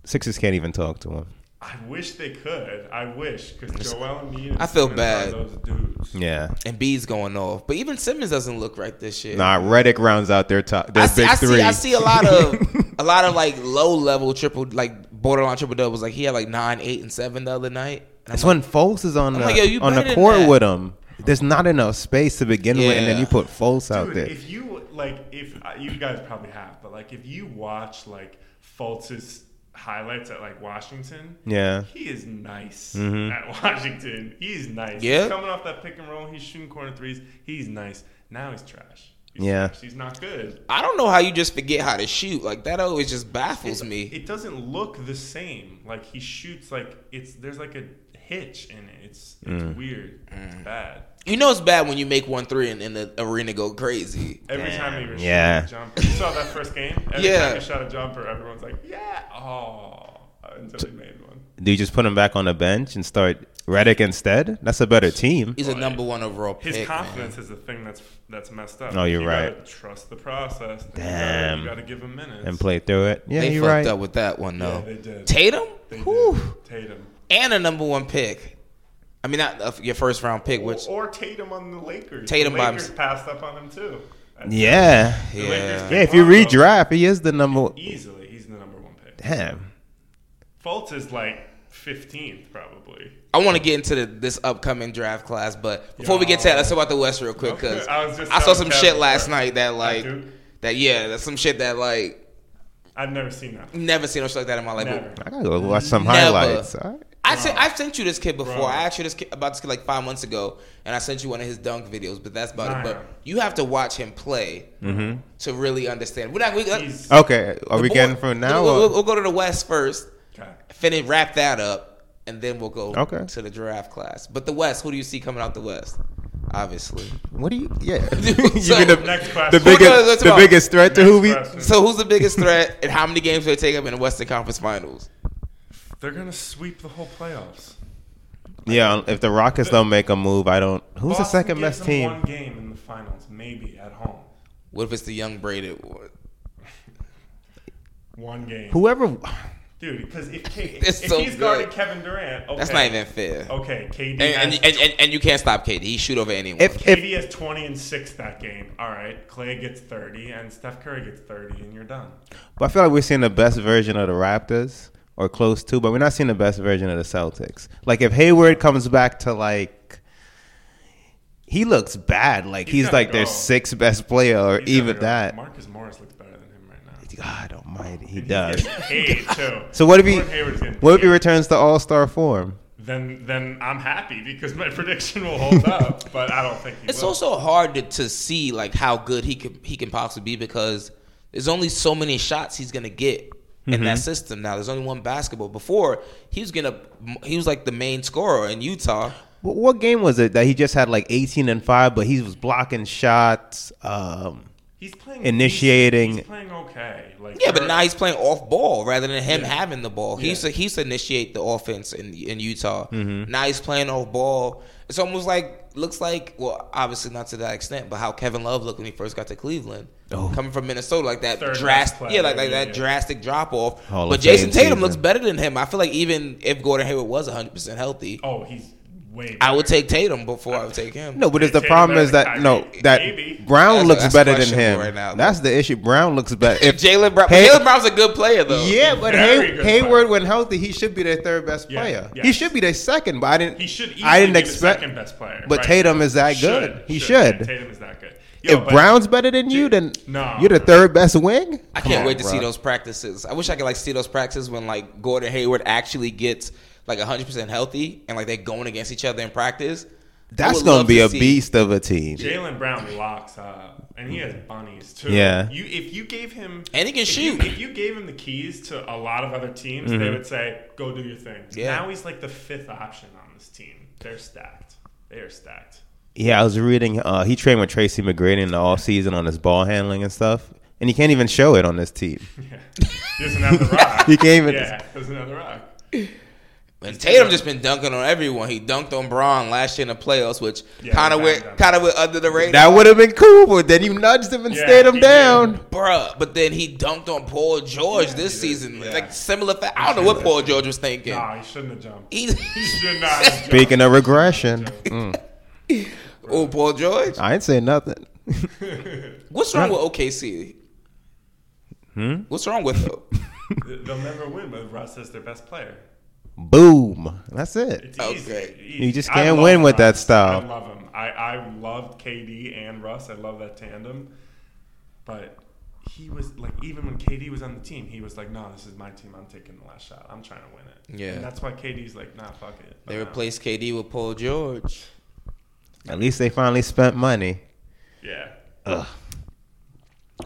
Sixers can't even talk to him.
I wish they could. I wish because Joel Embiid. and
I feel
Simmons are
bad.
Those dudes.
Yeah.
And B's going off, but even Simmons doesn't look right this year.
Nah, Reddick rounds out their top. Their
I
big
see, I
three.
see. I see a lot of a lot of like low level triple, like borderline triple doubles. Like he had like nine, eight, and seven the other night. And I'm
That's when Foles is on the,
like, yo, you
on
better than
the court
that.
with him. There's not enough space to begin with, and then
Yeah.
you put Foles out
Dude,
there.
if you like, if uh, you guys probably have, but like, if you watch like Fultz's highlights at like Washington,
Yeah. Mm-hmm.
he is nice at Washington. He's nice.
Yeah.
he's coming off that pick and roll, he's shooting corner threes. He's nice. Now he's trash. He's
Yeah.
trash. he's not good.
I don't know how you just forget how to shoot. Like that always just baffles me.
It doesn't look the same. Like he shoots like it's there's like a hitch in it. It's it's
Mm.
weird.
Mm.
It's bad.
You know it's bad when you make one three and, and the arena go crazy.
Every time he was
Yeah.
shooting a jumper, you saw that first game. Every
Yeah.
time he shot a jumper, everyone's like, "Yeah, oh," until he made one.
Do you just put him back on the bench and start Reddick instead? That's a better team.
He's a number one overall pick.
Oh, His
man.
confidence is the thing that's that's messed up.
Oh, you're
You
right.
gotta Trust the process. You gotta-
Damn.
you gotta, give him minutes.
and play through it. Yeah,
They
you're
fucked
right.
up with that one though.
they did.
Tatum,
They did.
Whew.
Tatum
and a number one pick. I mean, not uh, your first round pick, which
or Tatum on the Lakers.
Tatum
the
by
Lakers
himself.
passed up on him too.
Yeah.
The
yeah.
oh, Lakers
Yeah.
did
if you
well, though.
redraft, he is the number.
easily he's the number one pick.
Damn.
Fultz is like 15th probably.
I want to get into the, this upcoming draft class. But before we get to that, let's talk about the West real quick because
I was just
I, saw
telling
some
Kev
shit last
before.
night that like
Duke?
that yeah, that's some shit that like
I've never seen that.
never seen no shit like that in my life.
Never.
I gotta go watch some
Never.
highlights. All right.
I sent, I've sent you this kid before.
Bro.
I asked you this kid about this kid like five months ago, and I sent you one of his dunk videos. But that's about it.
Zion.
But you have to watch him play to really understand. We're not. We,
He's
Okay. Are Mm-hmm. we
boy-
getting from now?
We'll,
or-
we'll, we'll go to the West first.
Okay.
Finish wrap that up, and then we'll go
Okay.
to the draft class. But the West, who do you see coming out the West? Obviously.
what do you? Yeah.
So-
You've been the,
Next question.
the
Who
knows what's
biggest, the
about?
biggest threat to who we.
Next question.
So who's the biggest threat, and how many games will they take up in the Western Conference Finals?
They're gonna sweep the whole playoffs.
Yeah. If the Rockets don't make a move, I don't. Who's the
Boston
second
gives
best
them
team?
One game in the finals, maybe at home.
What if it's the young braided one?
One game.
Whoever.
Dude, because if, K-
It's
if
so
he's
good.
guarding Kevin Durant, okay,
That's not even fair.
Okay,
And,
KD, has,
and, and, and, and you can't stop KD. He shoot over anyone.
If if
KD has 20 and 6 that game. All right, Clay gets 30, and Steph Curry gets 30, and you're done.
But I feel like we're seeing the best version of the Raptors or close to, but we're not seeing the best version of the Celtics. Like if Hayward comes back to like he looks bad. Like he's,
He's gotta
like their
go.
sixth best player, or
He's
even
gotta go.
that.
Marcus Morris looks better than him right now.
God Almighty, he does.
Hey, too.
So what if he
Gordon Hayward's getting
what if he
paid.
returns to All Star form?
Then then I'm happy because my prediction will hold up, but I don't think he
It's
will.
also hard to, to see like how good he can he can possibly be because there's only so many shots he's gonna get in that system now. There's only one basketball. Before he was gonna he was like the main scorer in Utah.
What, what game was it that he just had like eighteen and five, but he was blocking shots? Um,
he's playing
initiating-
He's, he's playing okay. Like
Yeah, but
you're-
now he's playing off ball rather than him having the ball. He used to he used to initiate the offense in in Utah.
Mm-hmm.
Now he's playing off ball. It's almost like looks like well, obviously not to that extent, but how Kevin Love looked when he first got to Cleveland,
Oh.
coming from Minnesota, like that
Third best
drastic,
player,
yeah, like like
yeah,
that
yeah.
drastic drop off.
Hall
But
of Fame
Jason Tatum
season.
looks better than him. I feel like even if Gordon Hayward was 100 percent healthy,
oh, he's way.
I
better.
would take Tatum before I would take him.
no, but it's the
Tatum
problem
better
is
than
that no,
Kyrie?
that
Maybe.
Brown
That's-
looks
that's
better than
questionable
him.
right now,
that's the issue. Brown looks better.
if Jalen Brown,
Hey-
Jalen Brown's a good player though.
Yeah, but
Very
Hay-
good
Hayward,
player.
when healthy, he should be their third best
Yeah,
player.
yes.
He should be their second, but I didn't.
He should. Easily
I didn't expect.
expect second best player.
but
right
Tatum
now.
is that good. he should.
Yeah, Tatum is that good. Yo,
if
but-
Brown's better than you, then
No.
you're the third best wing.
I
Come
can't
on,
wait to see
bro.
those practices. I wish I could like see those practices when like Gordon Hayward actually gets like 100% healthy and like they're going against each other in practice. I
That's
would
gonna
love
be
to
a
see-
beast of a team.
Jalen Brown locks up, and he has bunnies too.
Yeah.
You if you gave him
And he can
if
shoot.
You, if you gave him the keys to a lot of other teams, they
Mm-hmm.
would say, "Go do your thing."
Yeah.
Now he's like the fifth option on this team. They're stacked. They are stacked.
Yeah, I was reading. Uh, he trained with Tracy McGrady in the off season on his ball handling and stuff, and he can't even show it on this team.
Here's another rock.
He gave it-
Yeah. Here's another rock.
And Tatum just been dunking on everyone. He dunked on Braun last year in the playoffs, which
Yeah,
kind of
he
went
dunked on
kind of went under the radar.
that would have been cool, but then you nudged him and
Yeah,
stayed him
he
down.
did.
Bruh, but then he dunked on Paul George this season.
yeah.
Like similar fa- I don't know what Paul George was thinking.
Nah, Ah, he shouldn't have jumped.
He-
He should not. Have jumped.
Speaking of regression,
oh, Paul George?
I ain't saying nothing.
What's wrong with OKC? Hmm? What's wrong with them?
they'll never win with Russ as their best player.
Boom. That's it.
It's
Okay.
easy. Easy.
You just
I
can't
love
win with that
Russ.
style.
I love him. I, I loved KD and Russ. I love that tandem. But he was like, even when KD was on the team, he was like, no, this is my team. I'm taking the last shot. I'm trying to win it.
Yeah.
And that's why KD's like, nah, fuck it.
they
Nah.
replaced KD with Paul George.
At least they finally spent money.
Yeah.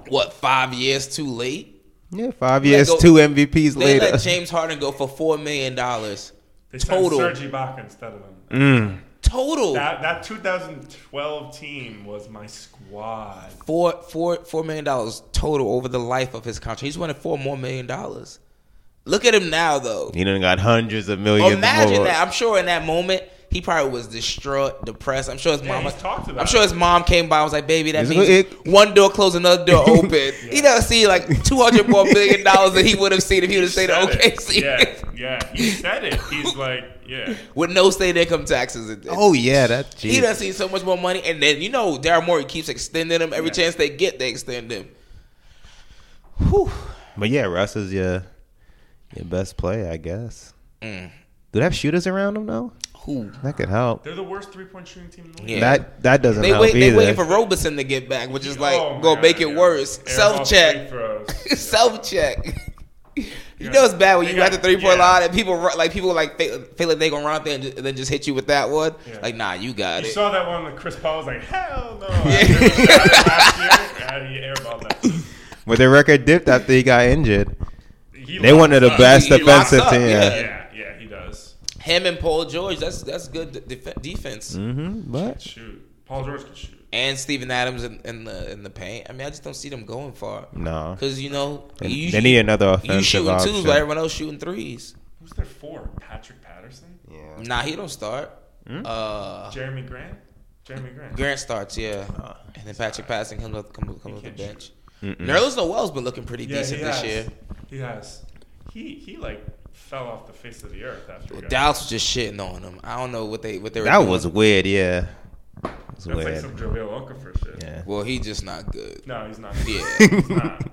What, five years too late?
Yeah, five years,
go-
two MVPs
They
later.
let James Harden go for four million dollars
They
Total.
Total. signed Serge Ibaka instead of him.
Mm.
total.
That, that 2012 team was my squad.
Four, four, four million dollars total over the life of his contract. He's wanted four more million dollars. Look at him now, though.
he done got hundreds of millions.
Imagine
more.
that. I'm sure in that moment he probably was distraught, depressed. I'm sure his mom.
he's talked about
I'm sure
it.
his mom came by and was like, "Baby, that
It's
means
good.
one door closed, another door open." You know, see like 200 more million dollars that he would have seen if he would have stayed at
Said it.
OKC
Yeah, yeah. He said it. He's like, yeah.
with no state income taxes. and-
Oh yeah, that
He
geez.
doesn't see so much more money, and then you know Daryl Morey keeps extending him every chance they get. They extend him. Whew.
But yeah, Russ is your your best player, I guess.
Mm.
Do they have shooters around him though?
Who?
That could help.
They're the worst three point shooting team in the league.
Yeah.
That that doesn't
They
help
wait. They
either.
waiting for Robeson to get back, which is like
Oh my
gonna
God,
make it
yeah.
worse.
Air
Self
ball
check.
free throws.
Self check. You know it's bad when
They
you at the
got-
three point
yeah.
line and people run, like people like feel, feel like they gonna run out there and, ju- and then just hit you with that one.
Yeah.
Like nah, you got
You
it.
saw that one that Chris Paul was like, hell no. I never shot it last year, and he airballed that. shit.
but their record dipped after he got injured.
Uh, He
They one of the
locks up.
best
He- he locks
defensive
up,
team.
yeah.
Yeah, yeah, he does.
Him and Paul George. That's that's good de- def- defense.
Mm-hmm. But
Shoot. Paul George can shoot.
And Steven Adams in, in the in the paint. I mean, I just don't see them going far.
no,
Because you know
They-
you
they need another
You
offensive
shooting twos,
option.
but everyone else shooting threes.
Who's their four? Patrick Patterson?
Nah, he don't start. Uh,
Jeremy Grant? Jeremy Grant.
Grant starts, yeah, and then Patrick Patterson comes up comes, comes up the
can't
bench. Nerlens Noel's been looking pretty decent this year.
He has. He, he like fell off the face of the earth after he got-
Dallas was just shitting on him. I don't know what they what they were.
that
doing.
was weird. Yeah, it was
That's like
weird.
some Joel Okafor shit.
Yeah.
well, he just not good.
No, he's not.
Yeah,
He's not.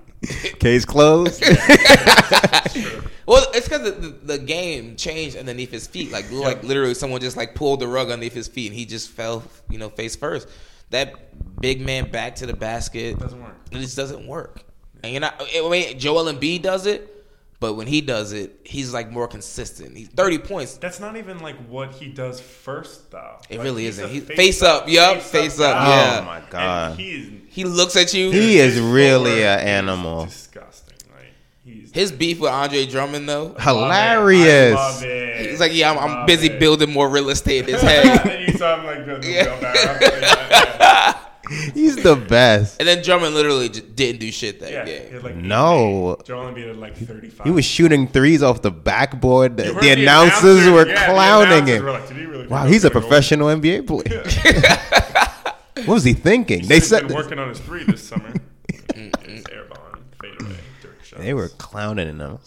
Case closed.
That's true.
Well, it's because the, the, the game changed underneath his feet. Like, like literally, someone just like pulled the rug underneath his feet, and he just fell, you know, face first. That big man back to the basket
Doesn't work.
It just doesn't work. And you're not. I mean, Joel Embiid does it, but when he does it, he's like more consistent. He's thirty points.
That's not even like what he does first, though.
It
Like,
really
he's
isn't.
a
He- face up, yup, face up,
guy.
yeah.
Oh my
And
god,
he's
He looks at you.
he is really
forward
an
is
animal.
Disgusting. Like he's
His beef with Andre Drummond though.
Hilarious.
I love it.
He's like, yeah, I'm,
Love
I'm busy
it.
building more real estate in his
and
head.
then you saw him like go, go back up. Yeah,
He's the best.
and then Drummond literally just didn't do shit that
yeah, yeah.
game.
He had, like,
No.
Joel Embiid had like 35.
He was shooting threes off the backboard. The,
You heard
the announcers
announcer-
were
yeah, the
clowning
announcers
him.
were like, "Did he really
wow,
go
he's a
through?"
professional NBA player. what was he thinking?
He's
they
been
said
working on his three this summer. Just airballing, fade away, dirt shots.
they were clowning him.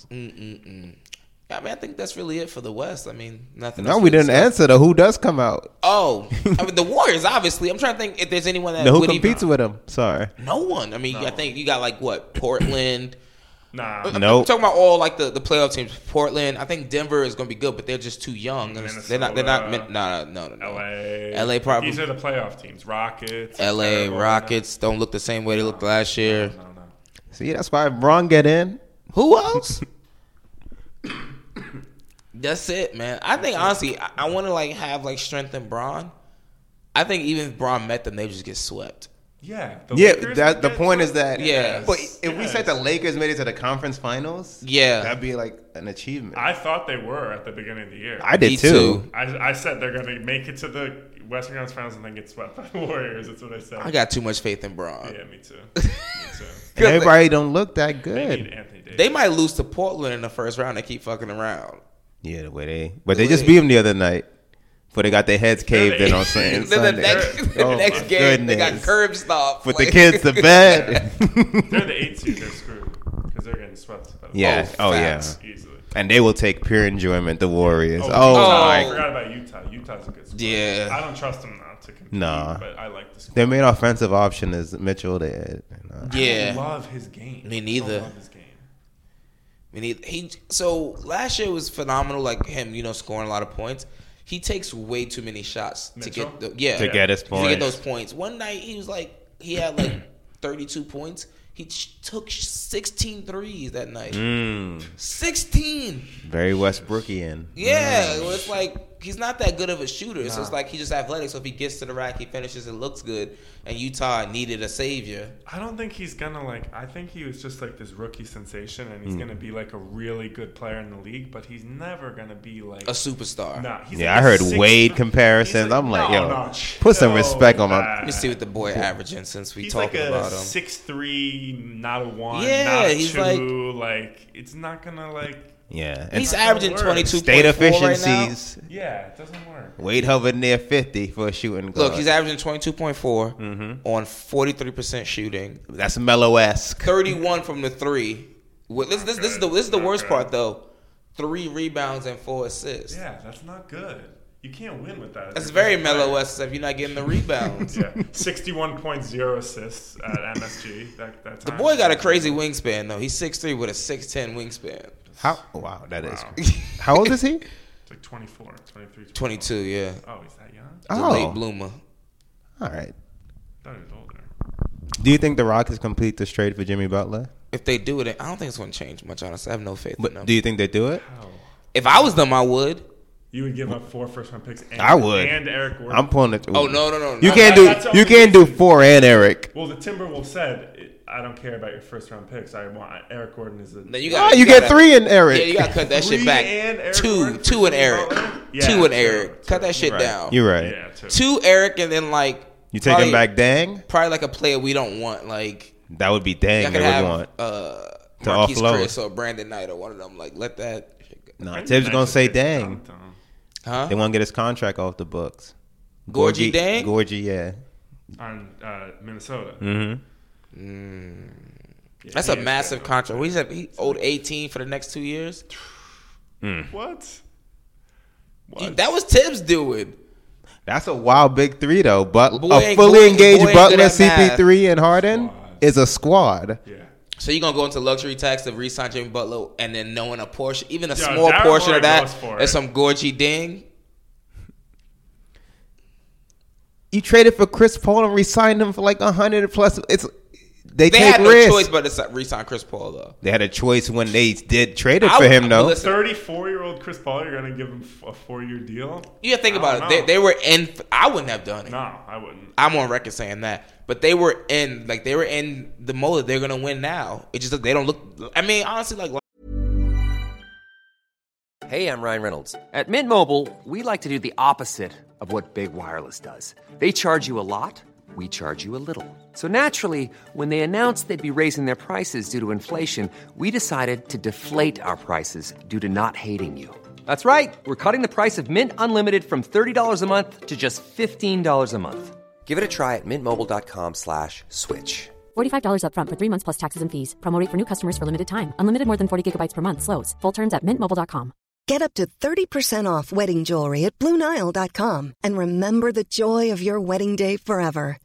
I mean, I think that's really it for the West. I mean, nothing.
No,
else
we
really
didn't
stuck-
answer the who does come out.
Oh, I mean, the Warriors, obviously. I'm trying to think if there's anyone that
The who
would even-
competes with him. Sorry.
No one. I mean, I think you got like what Portland.
Nah,
I'm- I'm
Nope.
talking about all like the, the playoff teams. Portland. I think Denver is going to be good, but they're just too young. And it's- They're not. They're not. meant- No, no, no, no.
LA.
LA probably.
These are the playoff teams. Rockets.
L.A.
Arizona.
Rockets don't look the same way they looked last year.
I don't know.
See, that's why Braun get in.
Who else? That's it, man. I think honestly, I, I want to like have like strength in Braun. I think even if Braun met them, they just get swept.
Yeah. The
Yeah,
Lakers
that the
did
point
good.
is that.
Yeah.
But if we said the
Yes.
Lakers made it to the conference finals,
Yeah.
that'd be like an achievement. I,
I thought they were at the beginning of the year.
did
Me
too.
too.
I, I said they're going to make it to the Western Conference Finals and then get swept by the Warriors. That's what I said.
I got too much faith in Braun.
yeah, me too. me too.
And everybody don't look that
They need
good.
Anthony Davis.
They might lose to Portland in the first round. They keep fucking around.
Yeah, the way they. But they just beat him the other night. But they got their heads caved in on
Then
saying
the
Sunday.
next, the
Oh
next
my
game, they got
goodness.
curb stopped.
Put the
Like-
kids to bed.
they're the eight seed. They're screwed because they're getting swept by the
yeah.
Oh,
Oh, yeah.
facts.
Easily.
And they will take pure enjoyment, the Warriors. Oh,
Oh.
I
my.
forgot about Utah. Utah's a good squad.
Yeah.
I don't trust them now to compete.
Nah.
But I like the squad.
Their main offensive option is Mitchell. They, uh,
yeah.
I love his game.
Me neither.
I love his game.
I mean, he, he so last year was phenomenal. Like him, you know, scoring a lot of points. He takes way too many shots
Mitchell?
to get the, yeah
To get his
to
points.
get those points. One night he was like he had like thirty two points. He ch- took 16 threes that night.
Mm.
Sixteen,
very Westbrookian.
yeah. Well,
Mm.
it's like he's not that good of a shooter. So it's like he's just athletic. So if he gets to the rack, he finishes. It looks good. And Utah needed a savior.
I don't think he's gonna like. I think he was just like this rookie sensation, and he's
Hmm.
gonna be like a really good player in the league. But he's never gonna be like
A superstar.
Nah, he's
Yeah,
like
I
a
heard
six-
Wade
he's
comparisons. I'm like, yo, put some respect on my-
Let me see what the boy averaging since we
He's like
talking
a
about him.
six three, not a one,
Yeah,
not a
he's
two.
like-
Like, it's not gonna like.
Yeah. And
He's
not
averaging
gonna work.
twenty two
state efficiencies.
Yeah, it doesn't work.
Wade hovered near 50 for a shooting guard.
Look, he's averaging twenty two point four on forty three percent shooting,
That's mellow esque.
thirty one from the three. With- This, this, this is the this is the worst part though. Three rebounds and four assists.
Yeah, that's not good. You can't win with that.
That's very mellow West if you're not getting the rebounds.
Yeah, sixty-one point zero assists at MSG. That, that
The boy got a crazy wingspan though. He's six three with a six ten wingspan.
How? Wow, that is. How old is he?
It's like 24, 23, 24.
Twenty two, yeah.
Oh, he's that young? I
He's a late
Oh,
bloomer.
all right.
thought he was older.
Do you think the Rockets complete this trade for Jimmy Butler?
If they do it, I don't think it's going to change much. Honestly, I have no faith in them.
But do you think they do it?
Oh.
if I was them, I would.
You would give up four first round picks. And,
I would.
And Eric Gordon.
I'm pulling it.
Oh no, no, no!
You
not-
can't
that's
do.
only-
You can't do four and Eric.
well, the Timberwolves said, I don't care about your first round picks. I want Eric Gordon is a.
No, you
Oh,
got.
you get three and Eric.
Yeah, you gotta cut that shit
Three
back.
and Eric
two,
Gordon
two
for
and
Jimmy
Eric,
Butler? Yeah,
two and
true,
Eric.
true.
Cut that shit
Right.
down.
You're right.
Yeah, too.
Two Eric, and then like
You take
probably-
him back, dang.
Probably like a player we don't want. Like
That would be
I
dang. They
could
would
have
want.
uh,
To
Marquise
offload.
Chris or Brandon Knight or one of them. Like let that. shit go.
No, Tibbs gonna say dang.
Huh?
They want to get his contract off the books.
Gorgie Dang.
Gorgie, yeah.
On uh, Minnesota.
Mm-hmm.
Yeah,
That's
he
a
is
massive
good.
contract. What He's at he owed eighteen for the next two years.
What?
He-
What?
that was Tibbs doing.
That's a wild big three though. But
Boy
a
ain't-
fully
boy ain't-
engaged
boy ain't good
Butler,
at math.
CP3, and Harden
Squad.
is a squad.
yeah.
So you're gonna go into luxury tax of re-sign Jimmy Butler and then knowing a portion, even a
Yeah,
small
that
portion
boy
of
goes for
that,
it.
is some gorgy ding.
You traded for Chris Paul and re-signed him for like a hundred plus. It's they,
They
take
had no
risks.
choice but to si- re-sign Chris Paul though.
They had a choice when they did trade it
I
for
would-
him, though.
listen,
34 year old Chris Paul, you're going to give him f- a four year deal?
you gotta think
I
about it.
don't
They,
know.
they were in. I wouldn't have done it.
No, I wouldn't.
I'm on record saying that. But they were in, like they were in the mode that they're gonna win now. It just that they don't look. I mean, honestly, like
Hey, I'm Ryan Reynolds. At Mint Mobile, we like to do the opposite of what Big Wireless does. They charge you a lot, we charge you a little. So naturally, when they announced they'd be raising their prices due to inflation, we decided to deflate our prices due to not hating you. That's right. We're cutting the price of Mint Unlimited from $30 a month to just $15 a month. Give it a try at mintmobile.com slash switch.
$45 upfront for three months plus taxes and fees. Promo rate for new customers for limited time. Unlimited more than 40 gigabytes per month. Slows. Full terms at mintmobile.com.
Get up to 30% off wedding jewelry at BlueNile.com and remember the joy of your wedding day forever.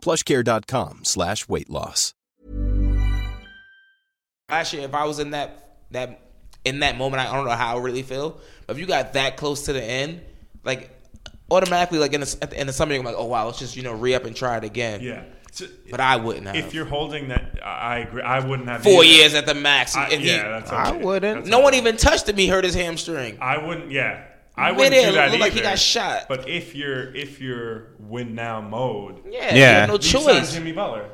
plushcare.com slash weight loss.
last year, if I was in that that in that moment, I don't know how I really feel. But if you got that close to the end, like automatically, like in the, at the end of summer, you're like, oh wow, let's just you know re up and try it again.
Yeah. So,
But I wouldn't have.
if you're holding that, I I agree. I wouldn't have.
four
either.
years at the max,
I,
and
yeah,
he-
that's okay.
I wouldn't.
That's
no
okay.
one even touched him. He hurt his hamstring.
I wouldn't. Yeah, I
Went
wouldn't
in,
do that
looked
either.
like he got shot.
But if you're if you're win now mode,
yeah,
Yeah.
yeah, no
You
you sign
choice.
Jimmy Butler.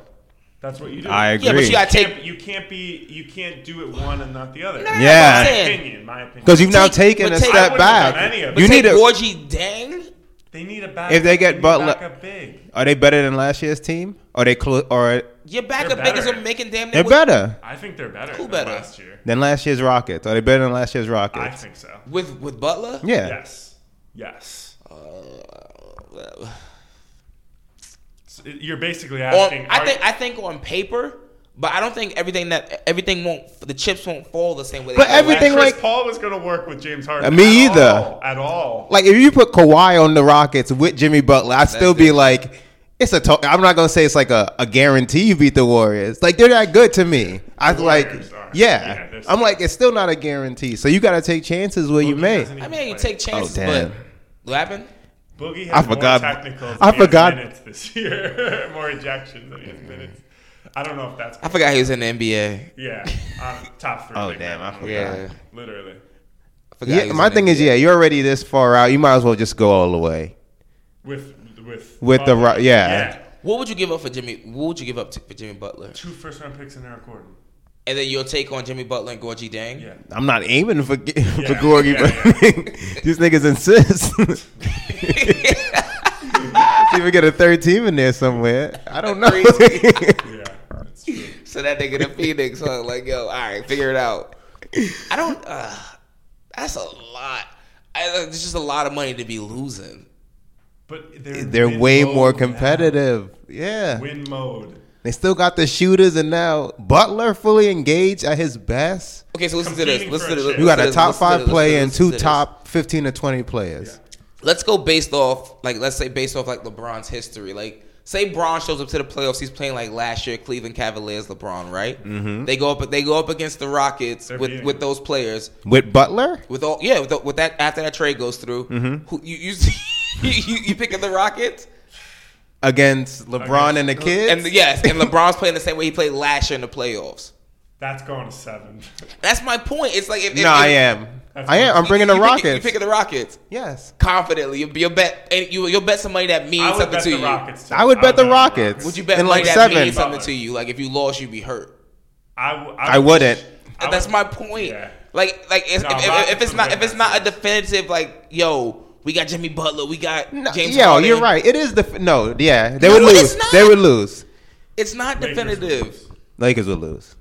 That's what you do.
I agree.
Yeah, but you gotta
You
take.
can't, you can't be. You can't do it one and not the other.
Nah,
Yeah.
I'm
My
saying.
opinion. My opinion.
Because you've now
Take-
taken
but
a
take- I
step
wouldn't
have
back.
done any of it.
You
But
Take
need a,
Gorgie Dang.
they need a back.
If they get
need a
Butler-
backup big.
Are they better than last year's team? Are they close? Or
Your backup
They're
niggas
better.
are making damn. near
they're
what-
better
I think they're better.
Who
than
better?
Last year,
than last year's Rockets? Are they better than last year's
I
Rockets?
think so.
with with Butler.
Yeah.
Yes. Yes.
Oh. Well,
So you're basically
on,
asking.
I
are-
think I think on paper, but I don't think everything that everything won't the chips won't fall the same way. they
But
did last
everything
year.
Chris
like-
Paul was going to work with James Harden.
Uh, me
at
either.
all, at all.
Like if you put Kawhi on the Rockets with Jimmy Butler, I'd still be like, it's a. To- I'm not gonna say it's like a, a guarantee you beat the Warriors. Like they're that good to me. I feel like,
Warriors are.
yeah,
Yeah, they're-
I'm like it's still not a guarantee. So you gotta take chances where you
Boogie
may.
doesn't
I
even
mean, you
play.
take chances,
Oh, damn.
but what happened?
Boogie
I
has
forgot-
more technicals.
I
than he has
forgot-
minutes this year. more ejections than he has minutes. I don't know if that's.
I forgot he was in the NBA.
Yeah, um, top three.
Oh,
big
damn,
man.
I forgot.
Yeah,
Literally.
I forgot he
Yeah,
was
my
in the
thing is,
NBA.
yeah, you're already this far out. You might as well just go all the way.
With with
With the Ro- yeah.
What would you give up for Jimmy? What would you give up to, for Jimmy Butler?
Two first round picks in Eric Gordon.
And then your take on Jimmy Butler and Gorgie Dang.
Yeah.
I'm not aiming for for
Yeah.
Gorgie, but these niggas insist. See if we get a third team in there somewhere. I don't know.
Yeah. That's true.
So that nigga the Phoenix, huh? like yo, all right, figure it out. I don't. uh That's a lot. I, it's just a lot of money to be losing.
But they're
They're
win
way
mode
more
now.
competitive. Yeah.
Win mode.
They still got the shooters, and now Butler fully engaged at his best.
Okay, so listen to this.
Competing
Listen
for
to
a
this.
chip.
You got a
Listen to
top
this, listen to
five
this,
player and
listen to
two
this.
top 15 to 20 players.
let's go based off like let's say based off like LeBron's history. Like say Braun shows up to the playoffs, he's playing like last year Cleveland Cavaliers LeBron, right? Mm-hmm. They go up they go up against the Rockets
They're
with
beating
with
them.
those players
With Butler?
with all yeah with, the, with that after that trade goes through.
Mm-hmm.
Who you you, see- you you you picking the Rockets
Against LeBron and the kids?
and yes and LeBron's playing the same way he played last year in the playoffs.
That's going to seven.
That's my point. It's like if, if-
no, I
if-
am. I am. I'm
you-
bringing the
you
Rockets.
picking- You picking the Rockets
yes.
confidently. You, you'll bet and you you'll bet somebody that means
I would
something
bet
to
the
you.
Rockets. too.
I would bet the Rockets.
Would you bet
In,
like
like,
that
seven.
means something to you? Like if you lost, you'd be hurt.
I, w-
I wouldn't.
I
That's
would-
my point.
Yeah.
Like like if,
No,
if, if,
Rockets
if it's
would
not
win
if it's
that
not a definitive like yo we got Jimmy Butler we got
No,
James
yo,
Harden.
you're right. It is the no. Yeah, they
No,
would
it's
lose.
not.
They would lose.
It's not
Lakers would
definitive.
lose
Lakers would lose.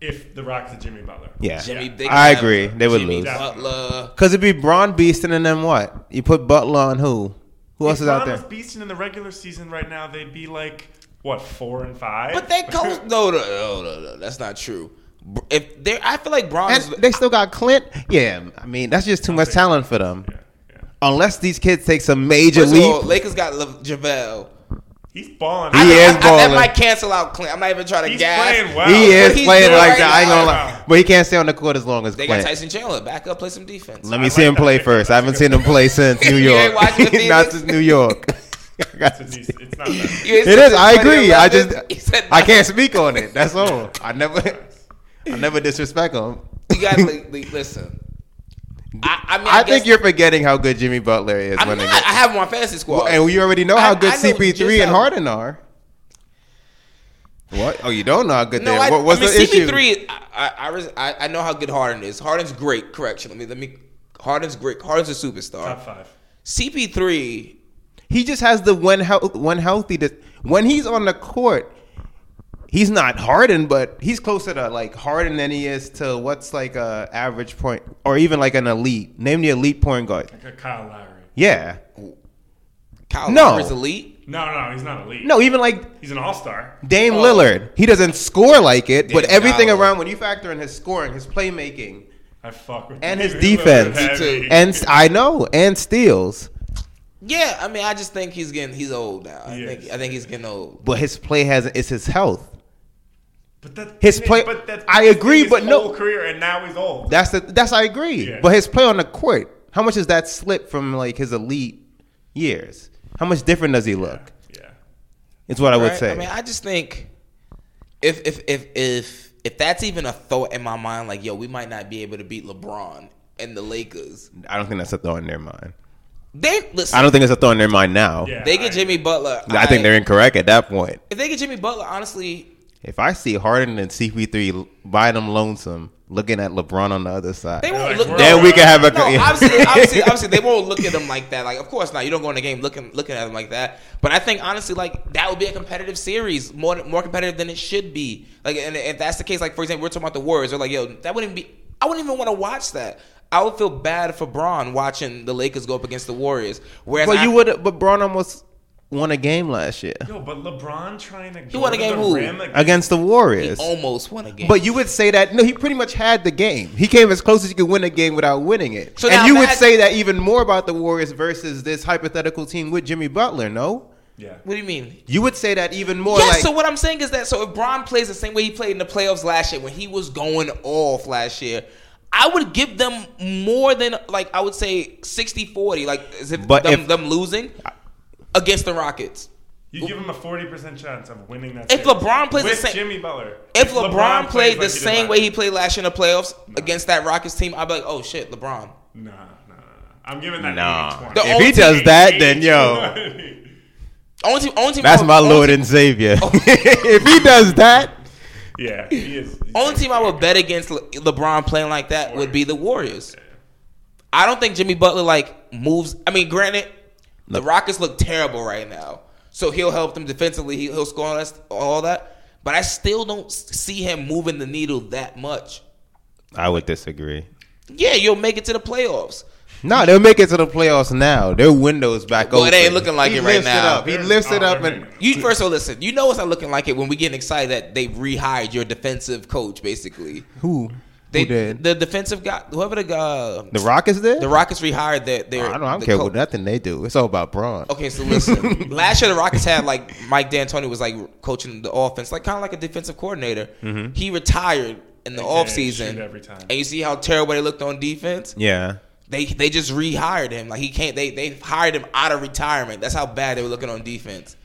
If the Rockets and Jimmy Butler.
Yeah,
Jimmy, they
I
have
agree. They would
Jimmy
lose
Butler.
because it'd be Braun Beaston and then what? You put Butler on who? Who else
if
is out
Bron
there?
was beasting in the regular season right now, they'd be like what four and five.
But they coach no, no no no no that's not true. Br- If they I feel like Bron
And
is
they still got Clint. Yeah, I mean that's just too much talent for them.
Yeah, yeah.
Unless these kids take some major
first of all,
leap.
Lakers got Le- JaVale.
He's balling.
He is
I, that
balling.
might cancel out Clint. I'm not even trying to
He's
gas.
playing well.
he
But
is
he's
playing
doing
like
right
that. I ain't
now.
gonna lie, but he can't stay on the court as long as
They
Clint.
got Tyson Chandler back up, play some defense.
Let me
I
see
like
him
that
play
pick.
first. I haven't seen him play since New
You ain't
York.
watching the
Not
Phoenix?
since New York.
It's, a decent- it's not bad.
You ain't
It
seen
is.
since
I agree. I
2011.
just
He said
I
no.
can't speak on it. That's all. I never I never disrespect him.
You got to listen. I, I mean, I,
I think
guess-
you're forgetting how good Jimmy Butler is.
I'm
when
not.
they
I
get-
have him on fantasy squad.
and we already know how
I-
good
I know
CP3
just
and
how-
Harden are. What? Oh, you don't know how good
no,
they
I,
are. What, what's
I mean,
the issue?
CP3. I, I, I, res- I, I know how good Harden is. Harden's great. Correction. Let me. Let me. Harden's great. Harden's a
Top
superstar.
five.
CP3.
He just has the one health, one healthy. Dis- when he's on the court, he's not Harden, but he's closer to like Harden than he is to what's like a average point or even like an elite. Name the elite point guard.
Like a Kyle Lowry.
Yeah.
Kyle
No.
Lowry's elite.
No, no, he's not elite.
No, even like
he's an all star.
Dame Lillard. He doesn't score like it, but
Oh. Dame
everything
Dollar.
around when you factor in his scoring, his playmaking,
I fuck with
and
him.
his
He's a little
defense,
heavy.
and s- I know, and steals,
Yeah, I mean, I just think he's getting. He's old now. I
He
think.
is.
I think he's getting old.
but his play has it's his health.
But that,
his play- I agree, but
his
no-
whole career, and now he's old.
That's the that's I agree.
Yeah.
But his play on the court, how much is that slip from like his elite years? How much different does he look?
yeah,
It's what I would
right?
say.
I mean, I just think if if if if if that's even a thought in my mind, like yo, we might not be able to beat LeBron and the Lakers.
I, don't think that's a thought in their mind.
They listen.
I don't think it's a thought in their mind now.
yeah.
they get Jimmy Butler.
I think they're incorrect at that point.
If they get Jimmy Butler, honestly,
If I see Harden and CP3 by them lonesome, looking at LeBron on the other side,
they won't
like,
look.
we're
then we can have a.
No, obviously, obviously, obviously, they won't look at them like that. Like, of course not. You don't go in the game looking looking at them like that. But I think honestly, like that would be a competitive series, more more competitive than it should be. Like, and if that's the case, like for example, we're talking about the Warriors. They're like, yo, that wouldn't be. I wouldn't even want to watch that. I would feel bad for Braun watching the Lakers go up against the Warriors. Whereas
but
I-
you would. But Braun almost won a game last year
Yo, but LeBron trying to
won a game who?
against the
he
Warriors.
almost won a game.
But you would say that no, he pretty much had the game. He came as close as you could win a game without winning it.
So now
and you would
imagine-
say that even more about the Warriors versus this hypothetical team with Jimmy Butler. No,
Yeah,
what do you mean?
you would say that even more.
yeah,
like,
so what I'm saying is that so if Braun plays the same way he played in the playoffs last year when he was going off last year, I would give them more than like I would say 60-40, like as if
But
them,
if-
them losing against the Rockets.
you give him a forty percent chance of winning that.
If
series.
LeBron plays the
with
same-
Jimmy Butler,
If LeBron, played the
plays like did
same
last
way he
year.
played last year in the playoffs against that Rockets team, I'd be like, oh shit, LeBron.
nah, nah, nah, nah. I'm giving that
Nah.
80-20.
The
if he
only
does
team-
that, then yo,
Only team, only team
that's
I would-
my
only
Lord
team-
and Savior. if he does that,
yeah, he is. he's
Only
like-
team I would bet against Le- LeBron playing like that would be the Warriors. I don't think Jimmy Butler like moves. I mean, granted, the Rockets look terrible right now, so he'll help them defensively. He- He'll score all that, all that, but I still don't s- see him moving the needle that much.
I would disagree.
Yeah, you'll make it to the playoffs.
No, they'll make it to the playoffs now. Their windows back
Well,
open.
it ain't looking like
he
it right
lifts
now.
It up. He lifts it
Oh,
up
they're
and
making
You first of all, listen. You know it's not looking like it when we getting excited that they rehired your defensive coach, basically.
who?
They
did?
the defensive guy, whoever the uh,
The Rockets did.
the Rockets rehired their. their
I don't, I don't
the
care
co-
what nothing they do. It's all about Braun.
Okay, so listen. last year the Rockets had like Mike D'Antoni was like coaching the offense, like kind of like a defensive coordinator. He retired in the
Yeah,
offseason.
shoot every time.
And you see how terrible they looked on defense?
Yeah.
They they just rehired him. Like he can't they they hired him out of retirement. That's how bad they were looking on defense.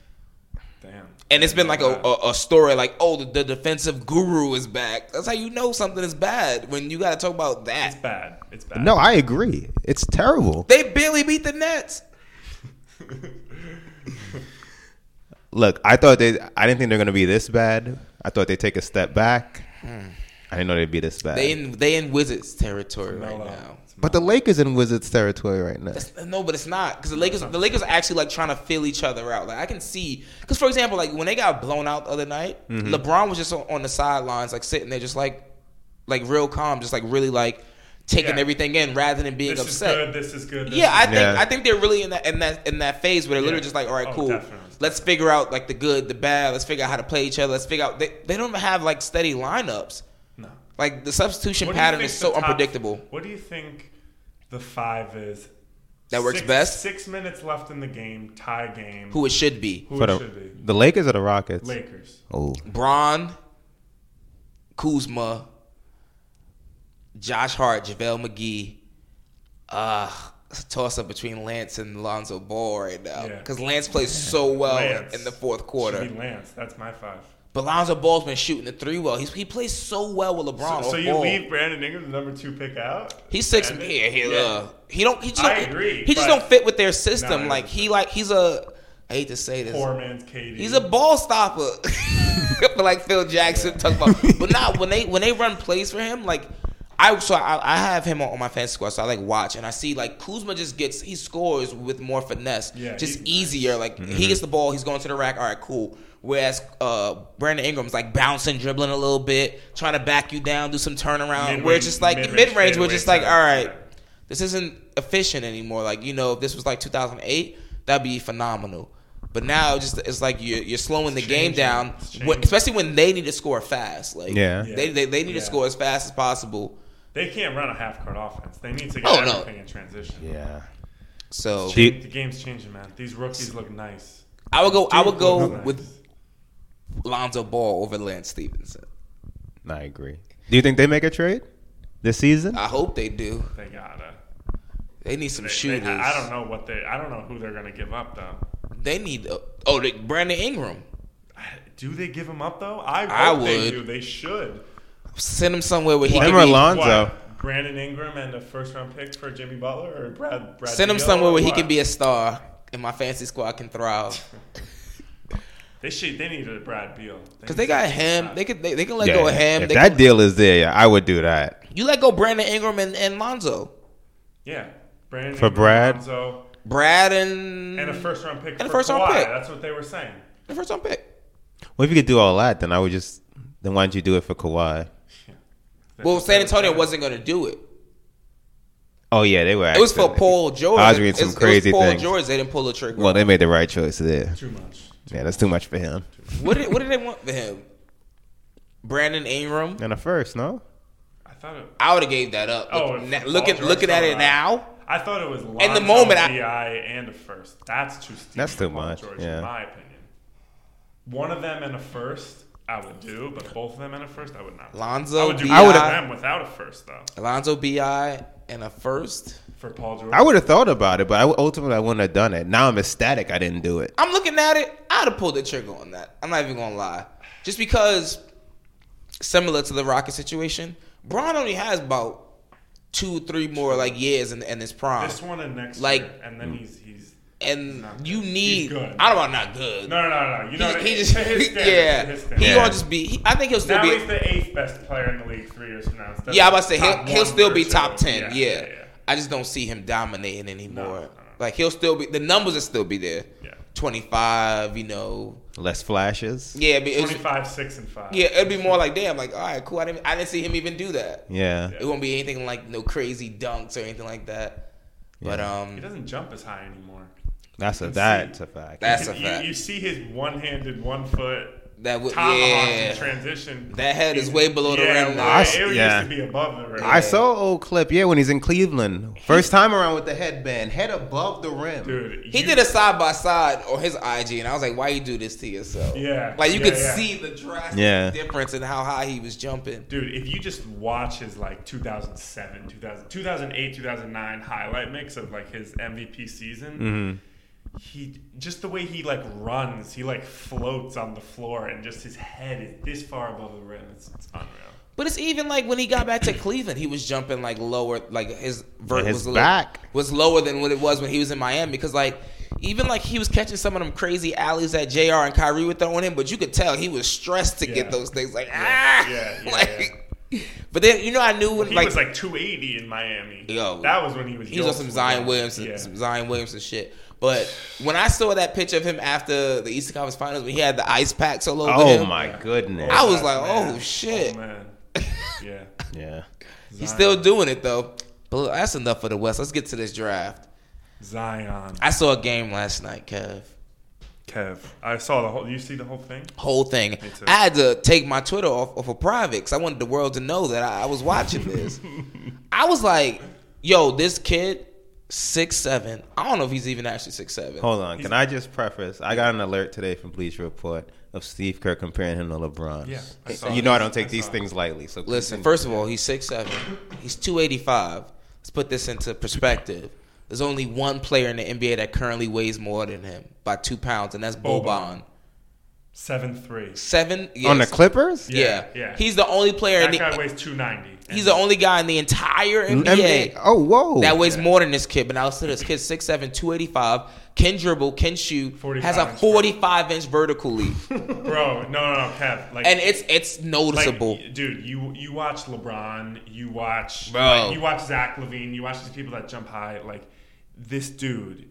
Damn.
And it's been like a, a, a story like, oh, the, the defensive guru is back. That's how you know something is bad when you got to talk about
It's
that.
bad. It's bad.
No, I agree. It's terrible.
They barely beat the Nets.
Look, I thought they. I didn't think they're gonna be this bad. I thought they'd take a step back. I didn't know they'd be this bad.
They in they in Wizards territory right
Mellow.
now.
but the Lakers in Wizards territory right now.
No, but it's not because the Lakers the Lakers are actually like trying to fill each other out. Like I can see because for example, like when they got blown out the other night,
Mm-hmm.
LeBron was just on, on the sidelines, like sitting there, just like like real calm, just like really like taking
Yeah.
everything in rather than being
This is
upset.
good. This is good. This
Yeah, I
is
think
Yeah.
I think they're really in that in that in that phase where they're literally
Yeah.
just like, all right,
Oh,
cool.
definitely.
Let's figure out like the good, the bad. Let's figure out how to play each other. Let's figure out they, they don't have like steady lineups.
No.
Like the substitution
What do you
pattern
think
is
the
so
top-
unpredictable.
What do you think the five is?
That works
Six-
best?
Six minutes left in the game, tie game.
Who it should be?
Who
For
it
the,
should be?
the Lakers or the Rockets?
Lakers.
Oh,
Braun, Kuzma, Josh Hart, JaVale McGee. Uh it's a toss up between Lance and Lonzo Ball right now
Yeah.
because Lance plays so well
Lance.
in the fourth quarter.
Should be Lance. That's my five.
But Lonzo Ball's been shooting the three well. He's, he plays so well with
So,
LeBron.
so
off
you
ball.
leave Brandon Ingram the number two pick out?
He's six.
And-
Yeah, Oh, he, Uh, he don't. He just
I
don't,
agree,
He just
but-
don't fit with their
No, I
system.
don't.
like he like he's a. I hate to say this.
Poor man's KD.
He's a ball stopper. But like Phil Jackson talking about. But now when they when they run plays for him, like I so I, I have him on, on my fantasy squad, so I like watch and I see like Kuzma just gets he scores with more finesse.
Yeah,
just
he's Mm-hmm.
easier. Like he gets the ball, he's going to the rack, all right, cool. Whereas uh, Brandon Ingram's like bouncing, dribbling a little bit, trying to back you down, do some turnaround. where it's just like
Mid-range,
mid range, we're
fadeaway
just like, all
time.
right, this isn't efficient anymore. Like you know, if this was like 2008, that'd be phenomenal. But now, it's just it's like you're, you're slowing the game
changing.
down,
It's
when,
changing.
especially when they need to score fast. Like
Yeah.
they they, they need
Yeah.
to score as fast as possible.
They can't run a half court offense. They need to get
Oh, no.
everything in transition.
yeah.
So
Do
The
you,
game's changing, man. These rookies look nice.
I would go I
Dude
would go
looks nice.
with Lonzo Ball over Lance Stevenson.
I agree. Do you think they make a trade this season?
I hope they do.
They gotta.
They need some
They,
shooters.
They, I I don't know what they. I don't know who they're gonna give up though.
They need uh, oh they, Brandon Ingram.
Do they give him up though? I,
I
hope They
would.
do. They should.
Send him somewhere where he
Him
can
or
be-
Lonzo?
What? Brandon Ingram and a first round pick for Jimmy Butler or Brad. Brad
send him
Beal
somewhere
or
where he
what?
can be a star, and my fancy squad can thrive.
They should. They need a Brad Beal
Cause they got him. They could they, they can let go of him.
If
They
that
can-
deal is there, yeah, I would do that.
you let go Brandon Ingram and, and Lonzo,
Yeah, Brandon
For
Ingram,
Brad?
Lonzo,
Brad and
and a first round pick
Mm. And a
for
first round
Kawhi.
pick.
That's what they were saying.
the first round pick.
Well, if you could do all that, then I would just. Then why don't you do it for Kawhi?
That's
Well,
what
San
they were
Antonio
saying.
wasn't gonna do it.
Oh yeah, they were.
It was for
actually-
Paul George.
I was reading
It
some crazy
it was Paul
things.
George. They didn't pull the trigger.
Well, they made the right choice there.
too much.
Yeah, that's too much for him.
what did what did they want for him? Brandon Ingram.
And a first, no.
I thought it.
I would have gave that up.
Oh,
Look-
if
na-
Paul
looking
George
looking at it
come
now,
I thought it was Lonzo,
In the moment, I-
Bi and a first. That's too steep.
That's
for
too
Paul
much,
George,
yeah.
in my opinion. One of them and a first, I would do, but both of them and a first, I would not.
Lonzo,
I would do
B.I.
both of them without a first though
Alonzo Bi and a first.
for Paul George.
I would have thought about it, but I would, ultimately I wouldn't have done it. Now I'm ecstatic I didn't do it.
I'm looking at it. I'd have pulled the trigger on that. I'm not even gonna lie, just because similar to the Rocket situation, Braun only has about two, three more like years in, in his prime.
This one and next
Like-
year, and
Mm.
then he's he's
and
Not good.
you
He's
need.
good.
I don't want not good.
no no no no. You know
He,
what I
he
mean?
just
To his standards,
yeah.
to his
He
standards.
gonna just be. He, I think he'll still
Now
be.
he's the eighth best player in the league three years from now. It's
yeah, I'm about to say
definitely
he'll,
top
he'll
one
still be
versus-
top ten. Yeah,
yeah, yeah.
I just don't see him dominating anymore.
No, no, no.
Like he'll still be. The numbers will still be there.
Yeah.
Twenty five. You know.
Less flashes.
Yeah. But it was,
25, 6, and 5.
yeah. It'd be more like damn. Like all right, cool. I didn't. I didn't see him even do that.
Yeah.
It won't be anything like no crazy dunks or anything like that. But
He
um,
doesn't jump as high anymore.
That's a that's a fact.
That's-
you,
a
you-
fact.
You, see his one handed, one foot
That would
Tomahawks
yeah.
in transition.
That head is way below the
yeah,
rim now.
way-
I s-
It
yeah.
used to be above the rim.
I saw old clip, yeah, when he's in Cleveland. First time around with the headband, head above the rim.
Dude,
He
you-
did a side by side on his IG, and I was like, "Why you do this to yourself?"
Yeah,
like you
yeah,
could
yeah.
see the drastic
Yeah.
difference in how high he was jumping.
Dude, if you just watch his like 2007, 2000, 2008, 2009 highlight mix of like his MVP season,
Mm-hmm.
he just the way he like runs, he like floats on the floor, and just his head is this far above the rim. It's, it's unreal.
But it's even like when he got back to Cleveland, he was jumping like lower, like his vert
His
was lo-
back.
was lower than what it was when he was in Miami. Because like even like he was catching some of them crazy alleys that Jr. and Kyrie were throwing him, but you could tell he was stressed to
Yeah.
get those things. Like ah,
yeah, yeah,
like. But then you know I knew when
He
like,
was like 280 in Miami.
Yo.
that was when he was.
He was on some
yours.
Zion Williamson,
Yeah.
some Zion Williamson shit. But when I saw that picture of him after the Eastern Conference Finals, when he had the ice packs all over him,
Oh my goodness.
I was like,
Man.
oh shit.
Oh, man. Yeah.
yeah.
He's still doing it though. But that's enough for the West. Let's get to this draft.
Zion.
I saw a game last night, Kev.
Kev. I saw the whole. You see the whole thing?
Whole thing.
too.
I had to take my Twitter off, off of private because I wanted the world to know that I, I was watching this. I was like, yo, this kid, six seven. I don't know if he's even actually six seven.
Hold on. Can I just preface? I got an alert today from Bleacher Report of Steve Kerr comparing him to LeBron.
Yeah, I saw
you
it.
know I don't take these things lightly. So
Listen,
continue.
first of all, he's six seven. He's two eighty five. Let's put this into perspective. There's only one player in the NBA that currently weighs more than him by two pounds, and that's
Boban.
Boban.
Seven three.
Seven yes.
on the Clippers,
Yeah.
Yeah, yeah.
He's the only player in
That
the
guy weighs 290. and
he's the only guy in the entire NBA
NBA. Oh whoa,
that weighs more than this kid. But now listen to this kid, 6'7", 285, can dribble, can shoot,
45
has a
inch
forty five inch vertical leap.
Bro, no, no, no, Kev. Like,
and it's it's
like,
noticeable.
dude. You you watch LeBron, you watch,
Bro.
like, you watch Zach Levine, you watch these people that jump high. Like this dude,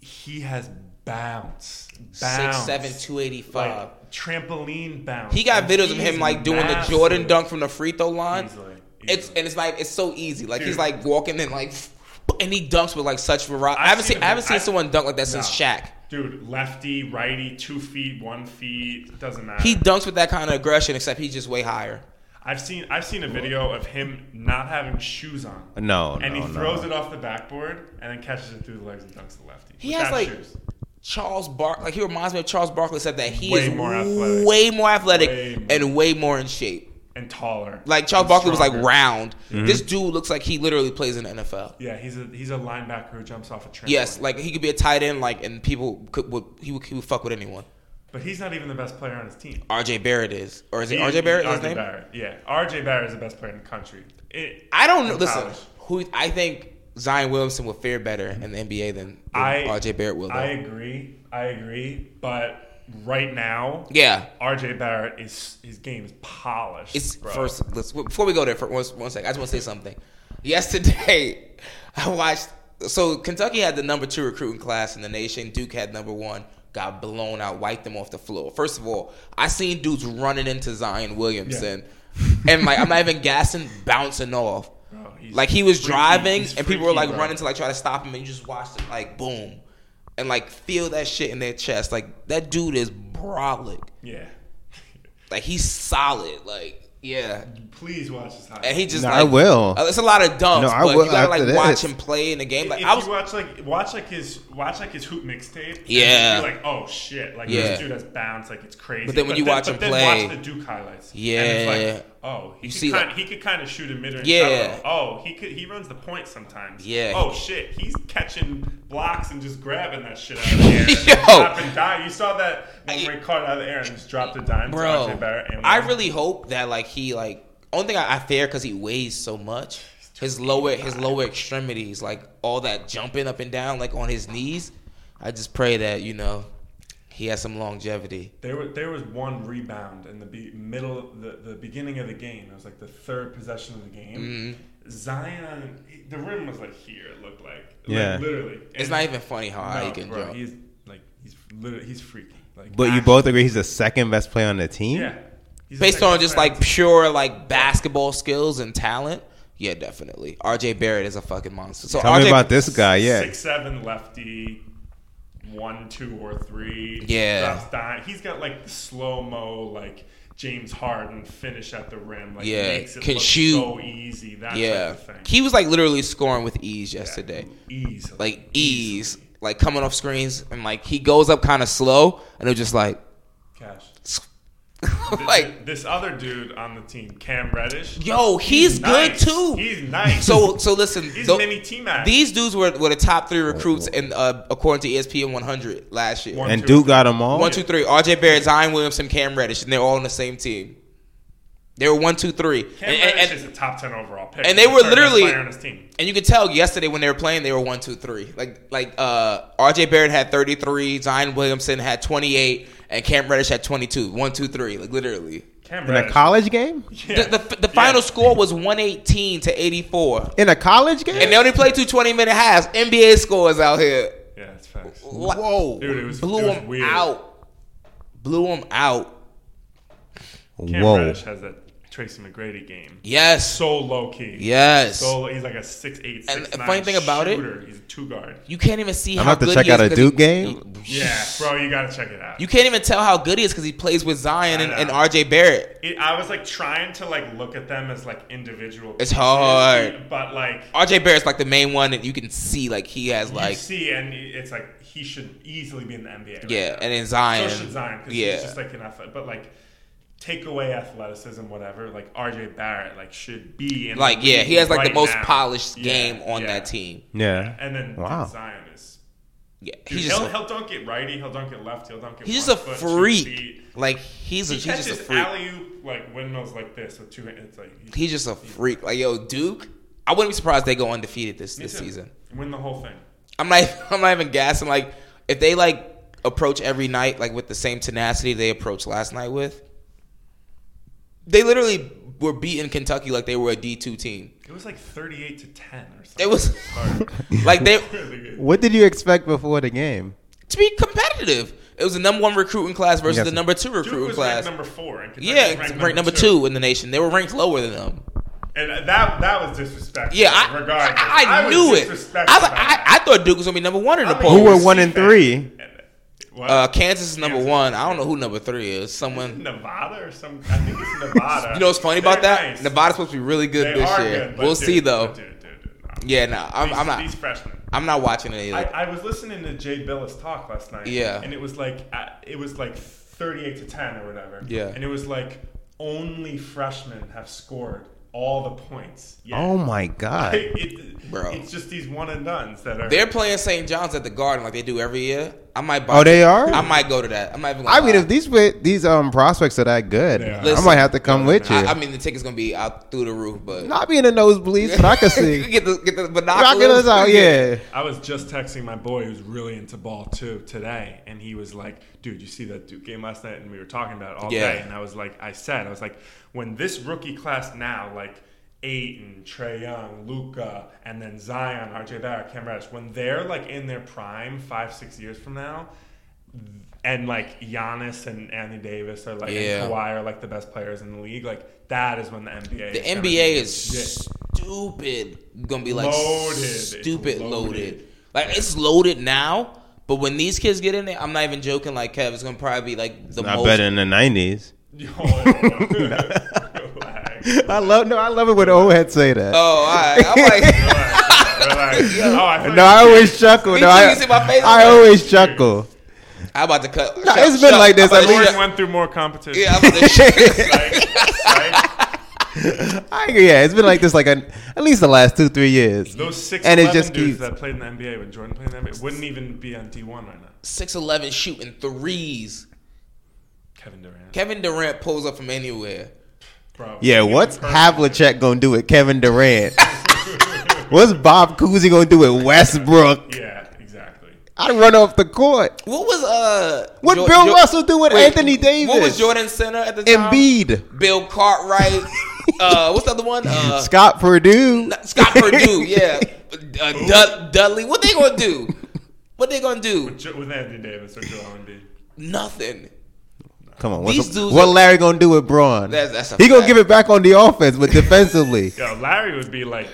he has bounce, bounce,
Six seven, two eighty five.
like, trampoline bounce.
He got
Like,
videos of
he's
him like doing
massive.
the Jordan dunk from the free throw line.
Easily,
It's
easily.
and it's like it's so easy. Like
Dude.
he's like walking and like and he dunks with like such variety. I
I've
haven't
seen
seen, I haven't
him.
seen
I-
someone dunk like that since
No.
Shaq.
Dude, lefty, righty, two feet, one feet, doesn't matter.
He dunks with that kind of aggression, except he's just way higher.
I've seen I've seen a video of him not having shoes on.
No,
and
no,
he
no.
throws it off the backboard and then catches it through the legs and dunks the lefty.
He has
without
like
shoes.
Charles Bark. Like he reminds me of Charles Barkley, except that he
Way
is
more athletic.
way more athletic
Way more.
and way more in shape.
and taller.
Like Charles
and
Barkley was like
stronger.
round. This dude looks like he literally plays in the NFL.
Yeah, he's a he's a linebacker who jumps off a trampoline.
Yes, like he could be a tight end, like and people could would he would, he would fuck with anyone.
but he's not even the best player on his team.
RJ Barrett is, or is it
He-
RJ Barrett? is
RJ
His name?
E, Barrett. Yeah, RJ Barrett is the best player in the country. It,
I don't know.
in
Listen,
college.
who I think Zion Williamson will fare better in the NBA than, than
I
RJ Barrett will. though.
I agree. I agree. But right now,
yeah,
RJ Barrett is his game is polished.
it's
bro.
first. Let's before we go there for one, one second. I just want to say something. Yesterday, I watched. So Kentucky had the number two recruiting class in the nation. Duke had number one. Got blown out, wiped them off the floor. First of all, I seen dudes running into Zion Williamson, and like I'm not even gassing, bouncing off.
Bro, Oh, he's
like he was
freaky.
driving,
He's
and people were
freaky,
like
bro.
running to like try to stop him, and you just watched it like boom, and like feel that shit in their chest. Like that dude is brolic.
Yeah.
Like he's solid. Like yeah,
Please watch this highlight.
and he just
No,
like,
I will.
Uh, It's a lot of dunks,
No, I
but
will
you gotta like
after
watch
this.
him play in the game. Like
if
I was,
you watch like watch like his watch like his hoop mixtape,
Yeah.
you're like oh shit, like
Yeah.
this dude has bounce, like it's crazy.
But then when you watch
but
him
then
play-
watch the Duke highlights. and
Yeah.
it's like, oh, he
You
could
see,
kind
like-
he could kind of shoot a mid-range.
Yeah.
shot. Oh, he could he runs the point sometimes.
Yeah.
Oh shit, he's catching blocks and just grabbing that shit out of the air. and
Yo.
drop and dime. You saw that when
I-
we caught it out of the air and just dropped a dime to
bro,
RJ Barrett. And
I
won.
really hope that like he like. Only thing I, I fear because he weighs so much, his lower his lower extremities, like all that jumping up and down, like on his knees. I just pray that you know he has some longevity.
There was there was one rebound in the be- middle the, the beginning of the game. It was like the third possession of the game.
Mm-hmm.
Zion, the rim was like here. It looked like Like,
Yeah.
literally.
It's
And-
not even funny how high
No,
he can
bro,
jump.
He's like he's literally he's freaky. Like,
but you
actually-
both agree he's the second best player on the team.
yeah. He's the
Based
second
on just
player.
like pure like basketball skills and talent, yeah, definitely. RJ Barrett is a fucking monster. So
Tell
RJ
me about this guy. Yeah,
six seven lefty. one, two, or three.
Yeah.
Drops down. He's got like the slow mo, like James Harden finish at the rim. Like,
Yeah,
makes it
can
look
shoot.
so easy. That
Yeah,
type of thing.
he was like literally scoring with ease yesterday,
easily.
like ease, like coming off screens, and like he goes up kind of slow, and it was just like,
Cash.
like
this other dude on the team, Cam Reddish.
Yo, he's, good
nice.
too.
He's nice.
So, so listen.
He's
tho-
mini T-Mac.
These dudes were, were the top three recruits in uh, according to ESPN 100 last year.
One,
And
two,
Duke got them all.
One, two, three. R.J. Barrett, Zion Williamson, Cam Reddish, and they're all on the same team. They were one, two, three,
Cam
and,
Reddish
and-
is a top ten overall pick.
and they were
He's the third best
literally-
player on his team.
and you could tell yesterday when they were playing, they were one, two, three. Like, like uh, R.J. Barrett had 33, Zion Williamson had 28, and Cam Reddish had 22. One, two, three. Like literally,
Cam
in a
Reddish.
college game?
Yeah.
the, the, the final
Yeah.
score was 118 to 84.
In a college game?
And they only play two 20 minute halves. NBA scores out here.
Yeah, it's facts.
Whoa.
Dude, it was-
Blew
it was
him
weird.
out. Blew him out.
Cam
Whoa.
Reddish has that Tracy McGrady game.
Yes.
So low key.
yes.
So he's like a six eight.
And the funny thing about it-
shooter. he's a two guard.
you can't even see
I'm
how
about to
good
check
he is
out a
'cause he-
Duke game.
Yeah, bro, you gotta check it out.
You can't even tell how good he is because he plays with Zion and,
I know.
and RJ Barrett.
It, I was like trying to like look at them as like individual.
It's
pieces,
hard.
but like
RJ Barrett's like the main one that you can see like he has
you
like
see, and it's like he should easily be in the NBA. right
yeah,
now.
and then Zion.
So should Zion because
yeah.
he's just like an athlete. But like, take away athleticism, whatever. Like RJ Barrett, like should be in the
Like, yeah, he
league
has like
right
the most
now.
polished
Yeah,
game on
yeah.
that team.
Yeah.
And then dude,
Wow.
Zion is.
Yeah,
Dude,
he's
he'll,
just
he'll dunk it righty. He'll dunk it left. He'll dunk it.
he's just
one
a
foot, two
freak.
feet.
Like he's a,
He
he's just a
catches
freak.
alley oop like windmills like this with two hands. It's like
He's just a freak. Like yo, Duke. I wouldn't be surprised they go undefeated this this
too.
season.
win the whole thing.
I'm not. I'm not even gassing. Like if they like approach every night like with the same tenacity they approached last night with, they literally were beating Kentucky like they were a D two team.
It was like thirty-eight to ten or something.
It was-
Sorry.
Like they
What did you expect before the game?
to be competitive. It was the number one recruiting class versus
Yes.
the number two
Duke
recruiting
was
class.
ranked number four. And Kentucky
yeah,
was
ranked, number two in the nation. They were ranked lower than them.
And that that was disrespectful.
Yeah, I,
regardless,
I, I
was
knew it.
disrespectful
I,
by
I, I
that.
thought Duke was gonna be number one in the
I mean,
poll.
Who were
he's
one and
back.
three?
What?
Uh, Kansas is number
Kansas.
one. I don't know who number three is. Someone.
Nevada or some. I think it's Nevada.
You know what's funny about
They're
that?
nice.
Nevada's supposed to be really good
They
this
are
year.
good, but
we'll
dude,
see though.
but Dude, dude, dude, no.
Yeah, no, I'm,
These-
I'm not.
These freshmen.
I'm not watching it
I,
either.
I was listening to Jay Billis talk last night.
Yeah.
And it was like uh, it was like thirty eight to ten or whatever.
Yeah.
And it was like only freshmen have scored all the points. yet.
Oh my god!
It, it-
Bro.
It's just these one and duns that are
They're playing St. John's at the Garden like they do every year. I might. Buy
Oh, they are?
I might go to that. I'm not even. Gonna
I mean,
lie.
if these wi- these um prospects are that good,
Yeah.
I
Listen.
might have to come with you.
I, I mean, the ticket's gonna be out through the roof, but
Not being a nosebleeds, but I can see.
get the get the binoculars
Rocking out, yeah.
I was just texting my boy who's really into ball too today, and he was like, "Dude, you see that Duke game last night?" And we were talking about it all
Yeah.
day, and I was like, "I said, I was like, when this rookie class now, like Aiton, Trey Young, Luca, and then Zion, RJ Barrett, Cam Reddish, when they're like in their prime five, six years from now." And like Giannis and Anthony Davis are like
Yeah.
and Kawhi are like the best players in the league. Like that is when the NBA
The
is gonna
NBA
be
is
legit.
stupid. Gonna be like
Loaded.
stupid
It's
loaded.
loaded.
Like it's loaded now, but when these kids get in there, I'm not even joking. Like Kev, it's gonna probably be like the most.
in the nineties.
Oh, Yo, relax.
I love no, I love it when old heads say that.
Oh, all right. I'm like.
Relax. Oh, I thought
no, I always chuckle.
Me
No,
too,
I,
you see my face?
I always chuckle.
I'm about to cut.
Nah, it's been like this
I'm
at
about to
least-
shut-
Jordan went through more competition.
Yeah, I'm about to shut-
Like, like,
I, yeah, it's been like this like a, at least the last two three years.
those six
and it
just
just
dudes
keeps.
that played in the NBA when Jordan played in the NBA wouldn't even be on D one right now.
6'11 shooting threes.
Kevin Durant,
Kevin Durant pulls up from anywhere.
bro.
Yeah,
he's
what's
the perfect-
Havlicek gonna do with Kevin Durant? what's Bob Cousy gonna do with Westbrook?
Yeah, exactly.
I'd run off the court.
What was uh?
What
Jor-
Bill
Jor-
Russell do with
Wait,
Anthony Davis?
What was Jordan Center at the time?
Embiid,
Bill Cartwright. uh, what's the other one? Uh,
Scott Purdue.
Scott Purdue. Yeah, uh, Dud- Dudley. What they gonna do? What they gonna do?
Jo- With Anthony Davis or Joel Embiid.
Nothing.
Come on,
These
what's
dudes
what
are-
Larry gonna do with Braun?
That's- that's a
he gonna
fact.
give it back on the offense, but defensively,
Yo, Larry would be like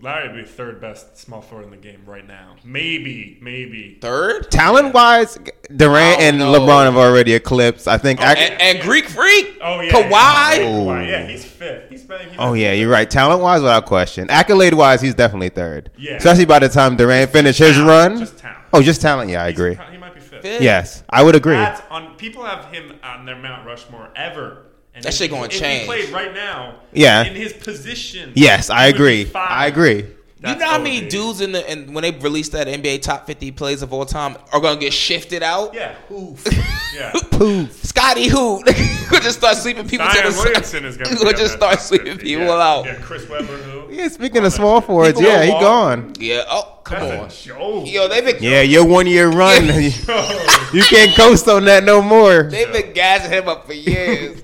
Larry would be third best small forward in the game right now. Maybe, maybe.
Third?
Talent wise,
I
Durant
don't
and
know. Oh,
LeBron have already eclipsed. I think. ac-
And, and Greek Freak?
Oh yeah,
Kawhi?
Yeah, Kawhi. yeah he's fifth. He's been. He's
oh yeah, you're right. Talent wise, without question. Accolade wise, he's definitely third.
Yeah.
Especially by the time Durant finished his run.
Just talent.
Oh, just talent. Yeah, I agree.
He might be fifth.
Fifth?
Yes, I would agree.
That's on. People have him on their Mount Rushmore ever. And
That
if
shit
he-
gonna
if He
change.
played right now.
Yeah.
In his position.
yes, I
he would be
agree.
five.
I agree.
You
That's
know how
OD.
many dudes in the and when they release that NBA top fifty plays of all time are gonna get shifted out?
Yeah. Oof. Yeah.
Scotty who who just start sleeping people to the
Zion
side.
Williamson is going
Who
to
just start sleeping people out.
Yeah,
Yeah.
Chris Webber, who?
Yeah, speaking of small forwards,
People
yeah,
will
he
walk.
gone.
Oh come
That's a joke.
on. Yo, they've been
Yeah, your one year run. you can't coast on that no more.
they've been gassing him up for years.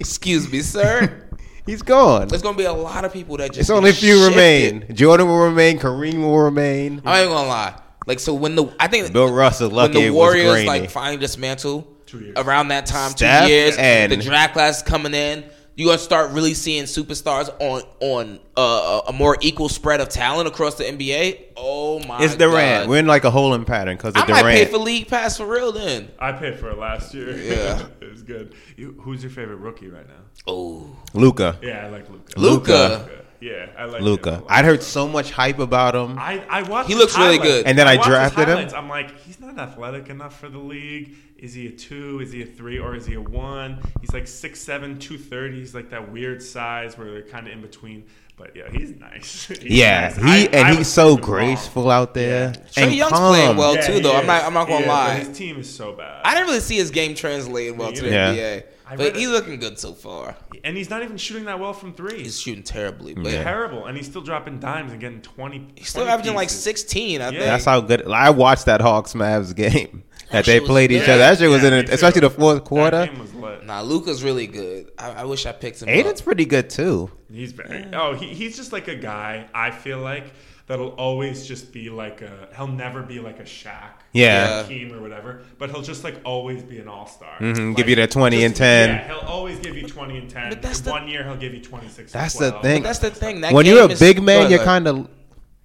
Excuse me, sir.
He's gone.
There's gonna be a lot of people that just
It's
get
only a few
shifted.
remain. Jordan will remain. Kareem will remain.
I'm not even gonna lie. Like so when the I think
Bill Russell,
when
lucky
the
it was
Warriors
grainy.
like finally dismantle
Two years.
around that time,
Steph
two years,
and-
the draft class coming in, you gonna start really seeing superstars on on uh, a more equal spread of talent across the NBA. Oh my!
it's Durant.
God.
We're in like a hole in pattern because
I
of
might pay
Durant.
for league pass for real then.
I paid for it last year.
Yeah.
it was good. You, who's your favorite rookie right now?
Oh,
Luca.
Yeah, I like Luca.
Luca.
Yeah, I like
Luca.
him.
I'd heard so much hype about him.
I, I watched.
He
his
looks really
highlights.
good.
And then I
watched his
drafted him.
highlights. I'm like, he's not athletic enough for the league. Is he a two? Is he a three? Or is he a one? He's like six seven, two thirty. He's like that weird size where they're kind of in between. But yeah, he's nice. He's
Yeah,
nice. I-
he and
I
he's
was
so
proven wrong.
graceful out there.
Trey
and
Young's
calm.
playing well
Yeah,
too,
he
though. I'm
is.
not. I'm not
He
gonna
is, but
lie.
His team is so bad.
I didn't really see his game translating well to the
Yeah.
NBA,
I
but
read
he's
it.
looking good so far.
and he's not even shooting that well from three.
He's shooting terribly, but
terrible, and he's still dropping dimes and getting twenty.
he's still
20
averaging like
pieces.
16. I
Yeah.
think.
That's how good. I watched that Hawks Mavs game that, they
shit was
played each
good.
other. That shit was
Yeah,
in,
me
it,
too.
especially the fourth quarter.
That game was lit.
Nah, Luca's really good. I, I wish I picked him.
Aiden's
up.
pretty good too.
He's very. Oh, he, he's just like a guy. I feel like that'll always just be like a. He'll never be like a Shaq,
Yeah.
or Hakeem or whatever. But he'll just like always be an all star.
Mhm, give you that 20 and 10.
Yeah, he'll always give you twenty and ten.
But that's the-
One year he'll give you twenty six.
That's the
12.
thing.
That's the thing. That
when
game
you're a
is-
big
Go
man,
ahead,
you're
go ahead.
kind of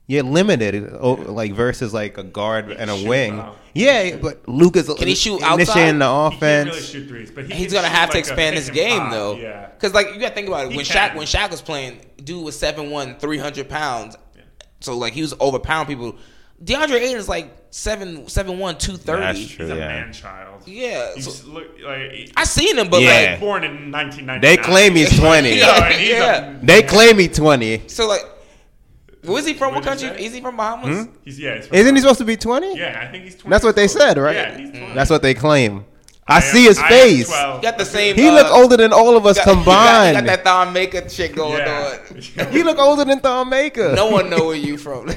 you're limited, oh, like versus like a guard and a
shoot
wing.
well.
Yeah, but Luca's
Can he shoot outside?
initiating the
He can't
offense.
really shoot threes, but he
He's
can
gonna
shoot
have to
like a
expand
pick
his
and
game
pop.
though,
Yeah.
because like you gotta think about it.
He
when Shaq
can.
when Shaq was playing, dude was 7'1", 300 pounds, so like he was overpowering people. DeAndre Ayton is like seven seven one two thirty.
That's true.
He's a
Yeah. Ah,
man child.
Yeah,
He's
so-
look, like, he-
I seen him, but
Yeah.
like
born in 1999.
They claim he's twenty.
No, and he's
Yeah.
a
They claim he's twenty.
so like, where's he from? What
What'd you
country?
say?
Is he from
Hmm?
Bahamas?
He's yeah. He's
Isn't he supposed to be twenty?
Yeah, I think he's. 20
That's what they said, right?
Yeah,
Mm.
he's 20.
That's what they claim. I, see his
I am
face.
12.
Got the same.
He
uh,
looked older than all of us
got- he got- he
combined.
Got, that Thon Maker shit going
Yeah.
on.
he looked older than Thon Maker.
No one know where you from.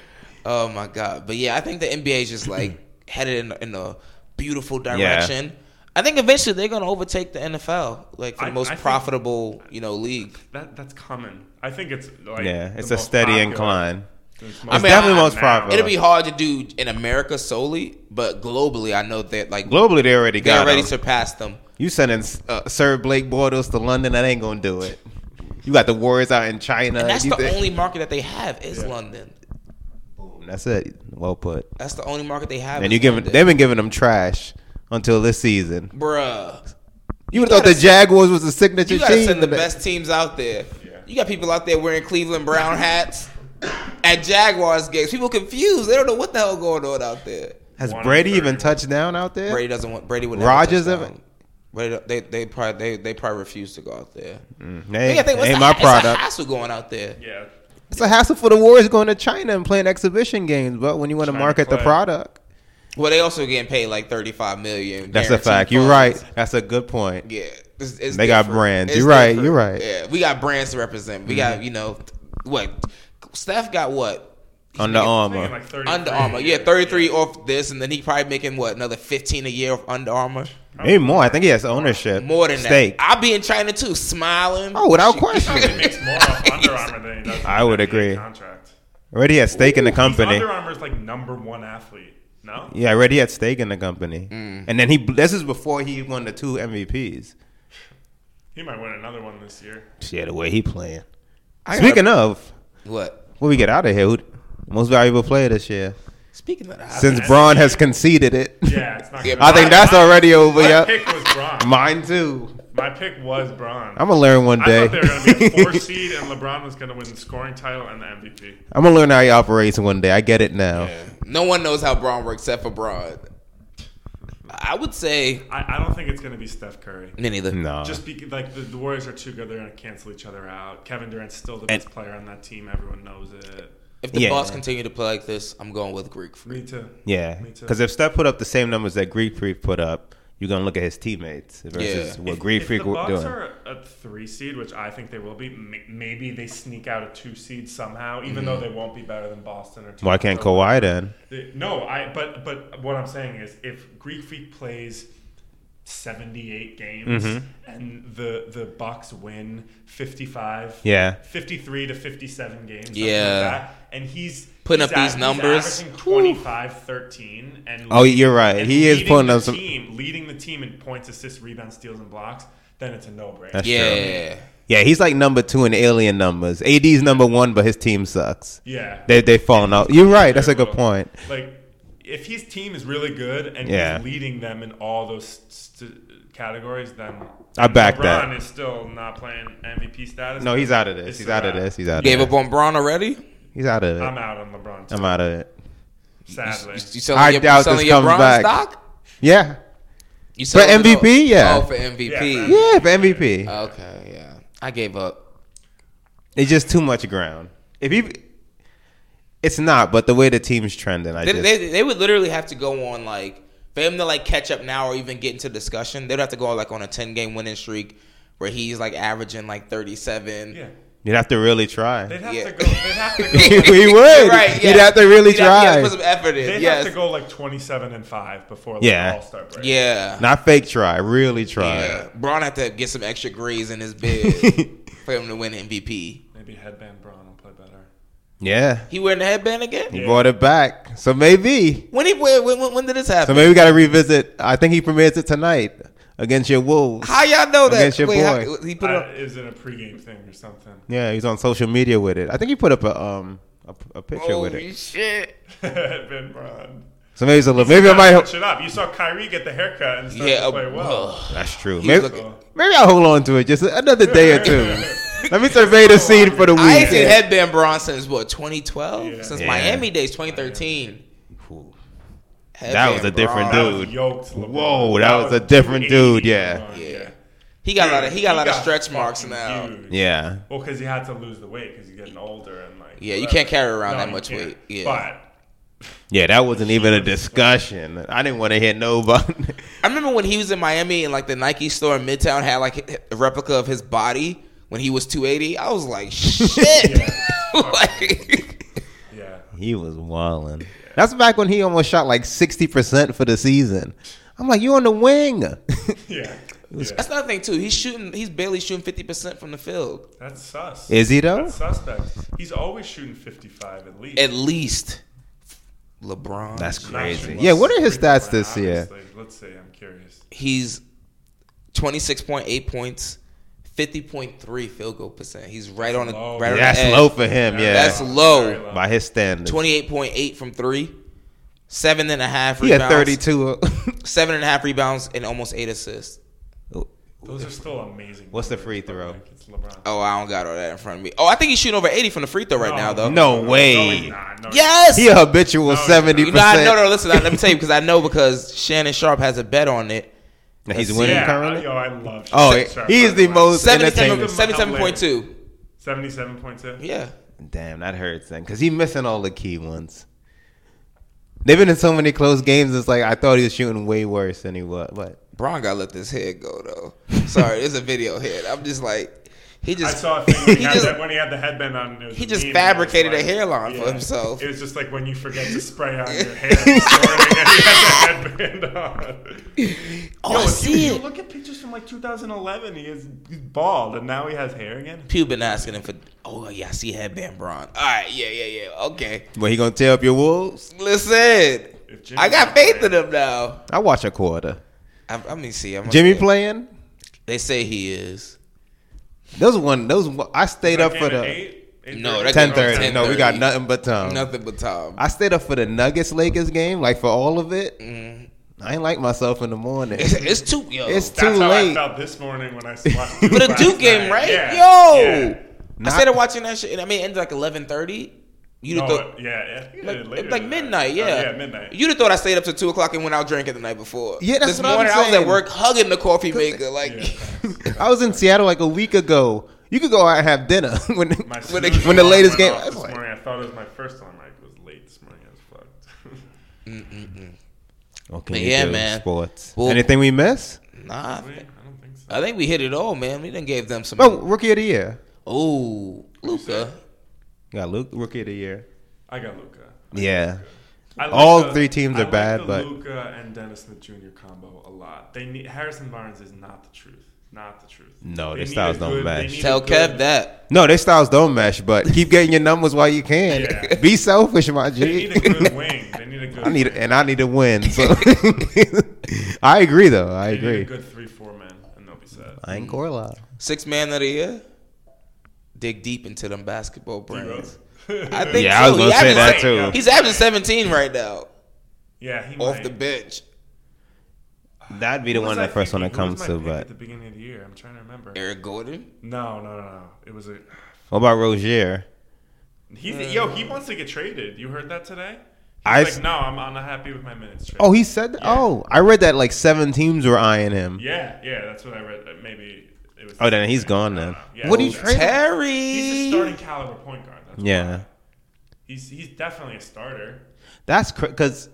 oh my god! But yeah, I think the NBA is just like headed in, in a beautiful direction. I think eventually they're gonna overtake the NFL, like for
I-
the most
I think-
profitable, you know, league.
That that's common. I think it's like
Yeah, it's
the
a
most
steady
popular.
incline.
It's
I mean,
most-
definitely I-
most popular.
It'll be hard to do in America solely, but globally, I know that like
Globally, they already
they
got
already
him.
surpassed them.
you sending uh, Sir Blake Bortles to London? That ain't gonna do it. You got the Warriors out in China.
And that's
You
the
think-
only market that they have is London.
That's it. Well put.
That's the only market they have.
And
is
you giving
London.
they've been giving them trash until this season.
bruh.
You would have thought the Jaguars was the signature
You gotta
team.
send the
but-
best teams out there. You got people out there wearing Cleveland Brown hats at Jaguars games. People confused. They don't know what the hell going on out there.
Has
One
Brady
third.
even touched down out there?
Brady doesn't want Brady would never
Rodgers
touch
haven't-
down. Brady, they they probably they, they probably refuse to go out there. They
They
gotta
ain't,
Mm. think, what's
ain't
the-
my
it's a
product.
hassle going out there.
Yeah.
It's a hassle for the Warriors going to China and playing exhibition games, but when you want to
China
market the
play.
product,
Well, they also getting paid like thirty five million.
that's a
guaranteed
fact. You're
funds.
right. That's a good point.
Yeah, it's, it's
They got
different.
brands.
It's
You're right, you're right. Mm-hmm.
Yeah, we got brands to represent. We got you know what Steph got what
Under
Thinking
Armour.
like 33.
Under Armour. Yeah, 33 off this, and then he probably making what another 15 a year off Under Armour.
Maybe more. I think he has ownership.
More than
stake.
that, I'll be in China too, smiling.
Oh, without
Shit.
question.
He makes more off Under Armour than he does.
I would
with the
agree.
Contract.
Already at stake in the company.
Under Armour's like number one athlete. No.
Yeah, already at stake in the company.
Mm.
And then he this is before he won the two MVPs.
He might win another one this year.
Yeah, the way he playing.
I got
Speaking of,
What?
When we get out of here, who, most valuable player this year.
Speaking of the Oscars,
Since Braun has conceded it.
Yeah, it's not.
Yeah,
gonna-
I think that's
my-
already over,
My
yeah.
pick was Bron.
Mine too.
My pick was Bron.
I'm gonna learn one
I
day.
thought they were going to be a four seed, and LeBron was going to win the scoring title and the MVP.
I'm gonna learn how he operates one day. I get it now.
no one knows how Braun works except for Braun. I would say
I, I don't think it's going to be Steph Curry.
me neither.
No,
Just be, like the, the Warriors are too good, they're going to cancel each other out. Kevin Durant's still the best player on that team. Everyone knows it.
If the
Yeah.
Bucks continue to play like this, I'm going with Greek Freak.
Me too.
yeah.
Me too.
Because if Steph put up the same numbers that Greek Freak put up, you're gonna look at his teammates versus
Yeah.
what Greek
if
Freak
the
was
Bucks
doing.
are a three seed, which I think they will be, m- maybe they sneak out a two seed somehow, even though they won't be better than Boston or.
Mm-hmm. Why can't
Toronto.
Kawhi then?
They- No, I. But but what I'm saying is, if Greek Freak plays 78 games
Mm-hmm.
and the the Bucks win 55,
Yeah.
53 to 57 games, something
Yeah.
like that, and he's
Putting up
he's a-
these
he's
numbers.
averaging 25, 13, and
Oh, you're right.
and
He is
leading
putting
the
up some-
team, leading the team in points, assists, rebounds, steals, and blocks. Then it's a no brainer.
That's
Yeah,
true. Yeah, he's like number two in alien numbers. AD's number one, but his team sucks.
Yeah.
They they falling out. You're right. That's a good
Terrible.
point.
Like, if his team is really good and
Yeah.
he's leading them in all those st- categories, then
I back
LeBron
that.
is still not playing MVP status.
No, he's out of this.
It's
He's
a
out of
wrap.
this. He's out of
Gave up
this.
on Braun already.
He's out of
I'm
it.
out on LeBron. Too,
I'm out of it.
sadly,
You selling
I
your,
doubt
selling
this
your
comes
Braun
back.
stock?
Yeah.
You selling it
MVP?
all-
Yeah.
Oh, for MVP.
Yeah,
Yeah, for MVP.
Okay, yeah. I gave up.
It's just too much ground. If you, it's not. But the way the team's trending, I
They,
just
they, they would literally have to go on like for him to like catch up now or even get into discussion. They'd have to go like on a ten game winning streak where he's like averaging like thirty seven.
yeah.
you'd have to really try.
They'd have
Yeah.
to go. They'd have to go.
he
Like,
would. You'd have to really
He'd have-
try.
he'd have to put some effort in.
they'd
yes.
have to go like 27 and five before like,
Yeah.
All Star break.
Yeah.
not fake try. Really try.
yeah. Braun had to get some extra grays in his bid for him to win MVP.
Maybe headband Braun will play better.
Yeah.
He wearing the headband again?
He brought it back. So maybe.
When he when, when, when did this happen?
So maybe we got to revisit. I think he premieres it tonight against your Wolves.
how y'all know that?
Against your
how-
boy.
he put it
I,
on.
it was in a pregame thing or something.
Yeah, he's on social media with it. I think he put up a um a, a picture with
Holy
it.
shit!
headband Braun.
So maybe it's a little. Maybe I
Gotta
might. uh,
switch it up. You saw Kyrie get the haircut and start
Yeah,
to play well.
ugh.
That's true.
He was
Maybe,
looking-
maybe I'll hold on to it just another day or two. Let me survey the scene for the week.
I ain't seen headband Braun since what 2012, since
Yeah.
Miami days 2013.
That was a different
That
dude.
was yoked LeBron.
Whoa, that was a different dude, yeah.
280 LeBron,
He got a lot of he got a lot of
got
stretch marks
fucking
now.
huge.
Yeah.
Well, because he had to lose the weight because he's getting older and like.
Yeah, you
whatever.
can't carry around that
you
much
can't.
weight, yeah.
But
Yeah, that wasn't even a discussion. I didn't want to hear no about
I remember when he was in Miami and like the Nike store in Midtown had like a replica of his body when he was 280. I was like, shit. like,
yeah,
He was wilding. That's back when he almost shot like 60% for the season. I'm like, you on the wing.
yeah, yeah.
that's another thing too. He's shooting. He's barely shooting 50 percent from the field
That's sus.
Is he though?
That's suspect. He's always shooting 55 at least.
at least. LeBron.
That's
Not
crazy.
shooting
Yeah, what are his
three-point
stats this
line,
year?
obviously. Let's see. I'm curious.
he's 26.8 points, 50.3 field goal percent. He's right on the
Low.
right on
That's
the edge.
low for him, yeah.
That's
Very
low.
low.
By his standards.
28.8 from three, seven and a half
he had
rebounds,
32.
seven and a half rebounds, and almost eight assists.
Those are still amazing.
What's the
numbers,
free
but,
throw?
like, it's LeBron.
Oh, I don't got all that in front of me. Oh, I think he's shooting over 80 from the free throw right now, though.
no
No,
way.
he's not. No, he's
Yes.
He a habitual 70%.
You know, I, no, no. Listen, I, let me tell you because I know because Shannon Sharp has a bet on it.
And he's winning
yeah,
currently?
Yo, I love.
Oh,
Shannon Sharp,
he's
by
the
way.
most entertaining.
77, 77.2.
77.2.
Yeah.
Damn, that hurts then, because he's missing all the key ones. They've been in so many close games. It's like I thought he was shooting way worse than he was. But
Braun got to let this head go though. Sorry, there's a video head. I'm just like, he
I
just
saw a thing when he, had
just-
that, when he had the headband on. and it was
he
a
just
meme, and it was
fabricated a
like-
hairline for
yeah.
himself.
It was just like when you forget to spray on your hair. this morning and you had the headband on.
oh,
Yo,
I
if
see
you,
it.
You look at pictures from like 2011. He is he's bald, and now he has hair again.
People been asking him for. Oh yeah, I see headband Braun. All right, yeah, yeah, yeah. Okay,
but he gonna tear up your wolves?
listen,
Jimmy
I got faith in him now.
I watch a quarter.
I, I mean, see, I'm
Jimmy
play.
playing?
They say he is.
Those one. Those one- I stayed up for
Game at
the.
eight,
No, that
Ten
game
thirty.
was
No, we got
10:30.
nothing but time.
Nothing but time.
I stayed up for the Nuggets Lakers game, like for all of it. I ain't like myself in the morning.
It's, it's too yo.
It's too
That's how I
late.
felt this morning when I slept.
for the
last
Duke game,
night.
right?
Yeah.
Yo,
Yeah.
I
Not-
started watching that shit. and I mean, it ended like eleven thirty. You'd
Oh,
have thought
yeah, yeah. I think I did
like,
it later
like
than that.
midnight,
Oh,
yeah,
yeah, midnight.
You'd have thought I stayed up till two o'clock and went out drinking the night before.
Yeah, that's
this
what I'm
morning I was
saying.
at work hugging the coffee maker, like
I was in Seattle like a week ago. You could go out and have dinner when
My
when, the,
snooze
when the
alarm
latest
went
game.
off
I was
This
like,
morning I thought it was my first alarm. I was late this morning. I was fucked.
okay,
But yeah, man.
Sports.
Well-
Anything we miss?
nah. I
I
think-
don't think so.
I think we hit it all, man. We done gave them some.
Oh, rookie of the year.
Oh, Luca.
Got Luke, rookie of the year.
I got Luca.
Yeah,
I like
All three teams
I
are
like
bad,
the
but-
Luca and Dennis Smith Jr. combo a lot. They need Harrison Barnes is not the truth. Not the truth.
No, their
They need
styles
a
don't
good- they
match.
need a
Tell
good-
Kev that.
no, their styles don't mesh, but keep getting your numbers while you can.
Yeah.
Be selfish, my
They
G.
need a good wing. They need a good.
I need
wing.
and I need to win. So I agree, though. I
They need a
agree.
good three four man, and they'll be set.
I ain't Gorla.
Six man of the year. Dig deep into them basketball brands. I think
Yeah, I was
so. He
gonna say that
averaged-
too.
He's averaging 17 right now
Yeah, he
off
might.
the bench.
That'd be the
Who was
one,
I
the first one
thinking-
that
who was
comes
my
to.
pick
But
at the beginning of the year, I'm trying to remember.
Eric Gordon.
No, no, no, no. It was a.
what about Rozier? Uh,
He's yo. He wants to get traded. You heard that today? He's
I
like,
s-
no, I'm I'm not happy with my minutes. Trade.
Oh, he said. that? Oh, I read that like seven teams were eyeing him.
Yeah, yeah. That's what I read. Uh, Maybe it was.
Oh, then he's gone then.
Yeah,
what do you
he's
Oh,
back.
trade?
Terry.
He's a starting caliber point guard. That's why.
Yeah,
He's he's definitely a starter.
that's because.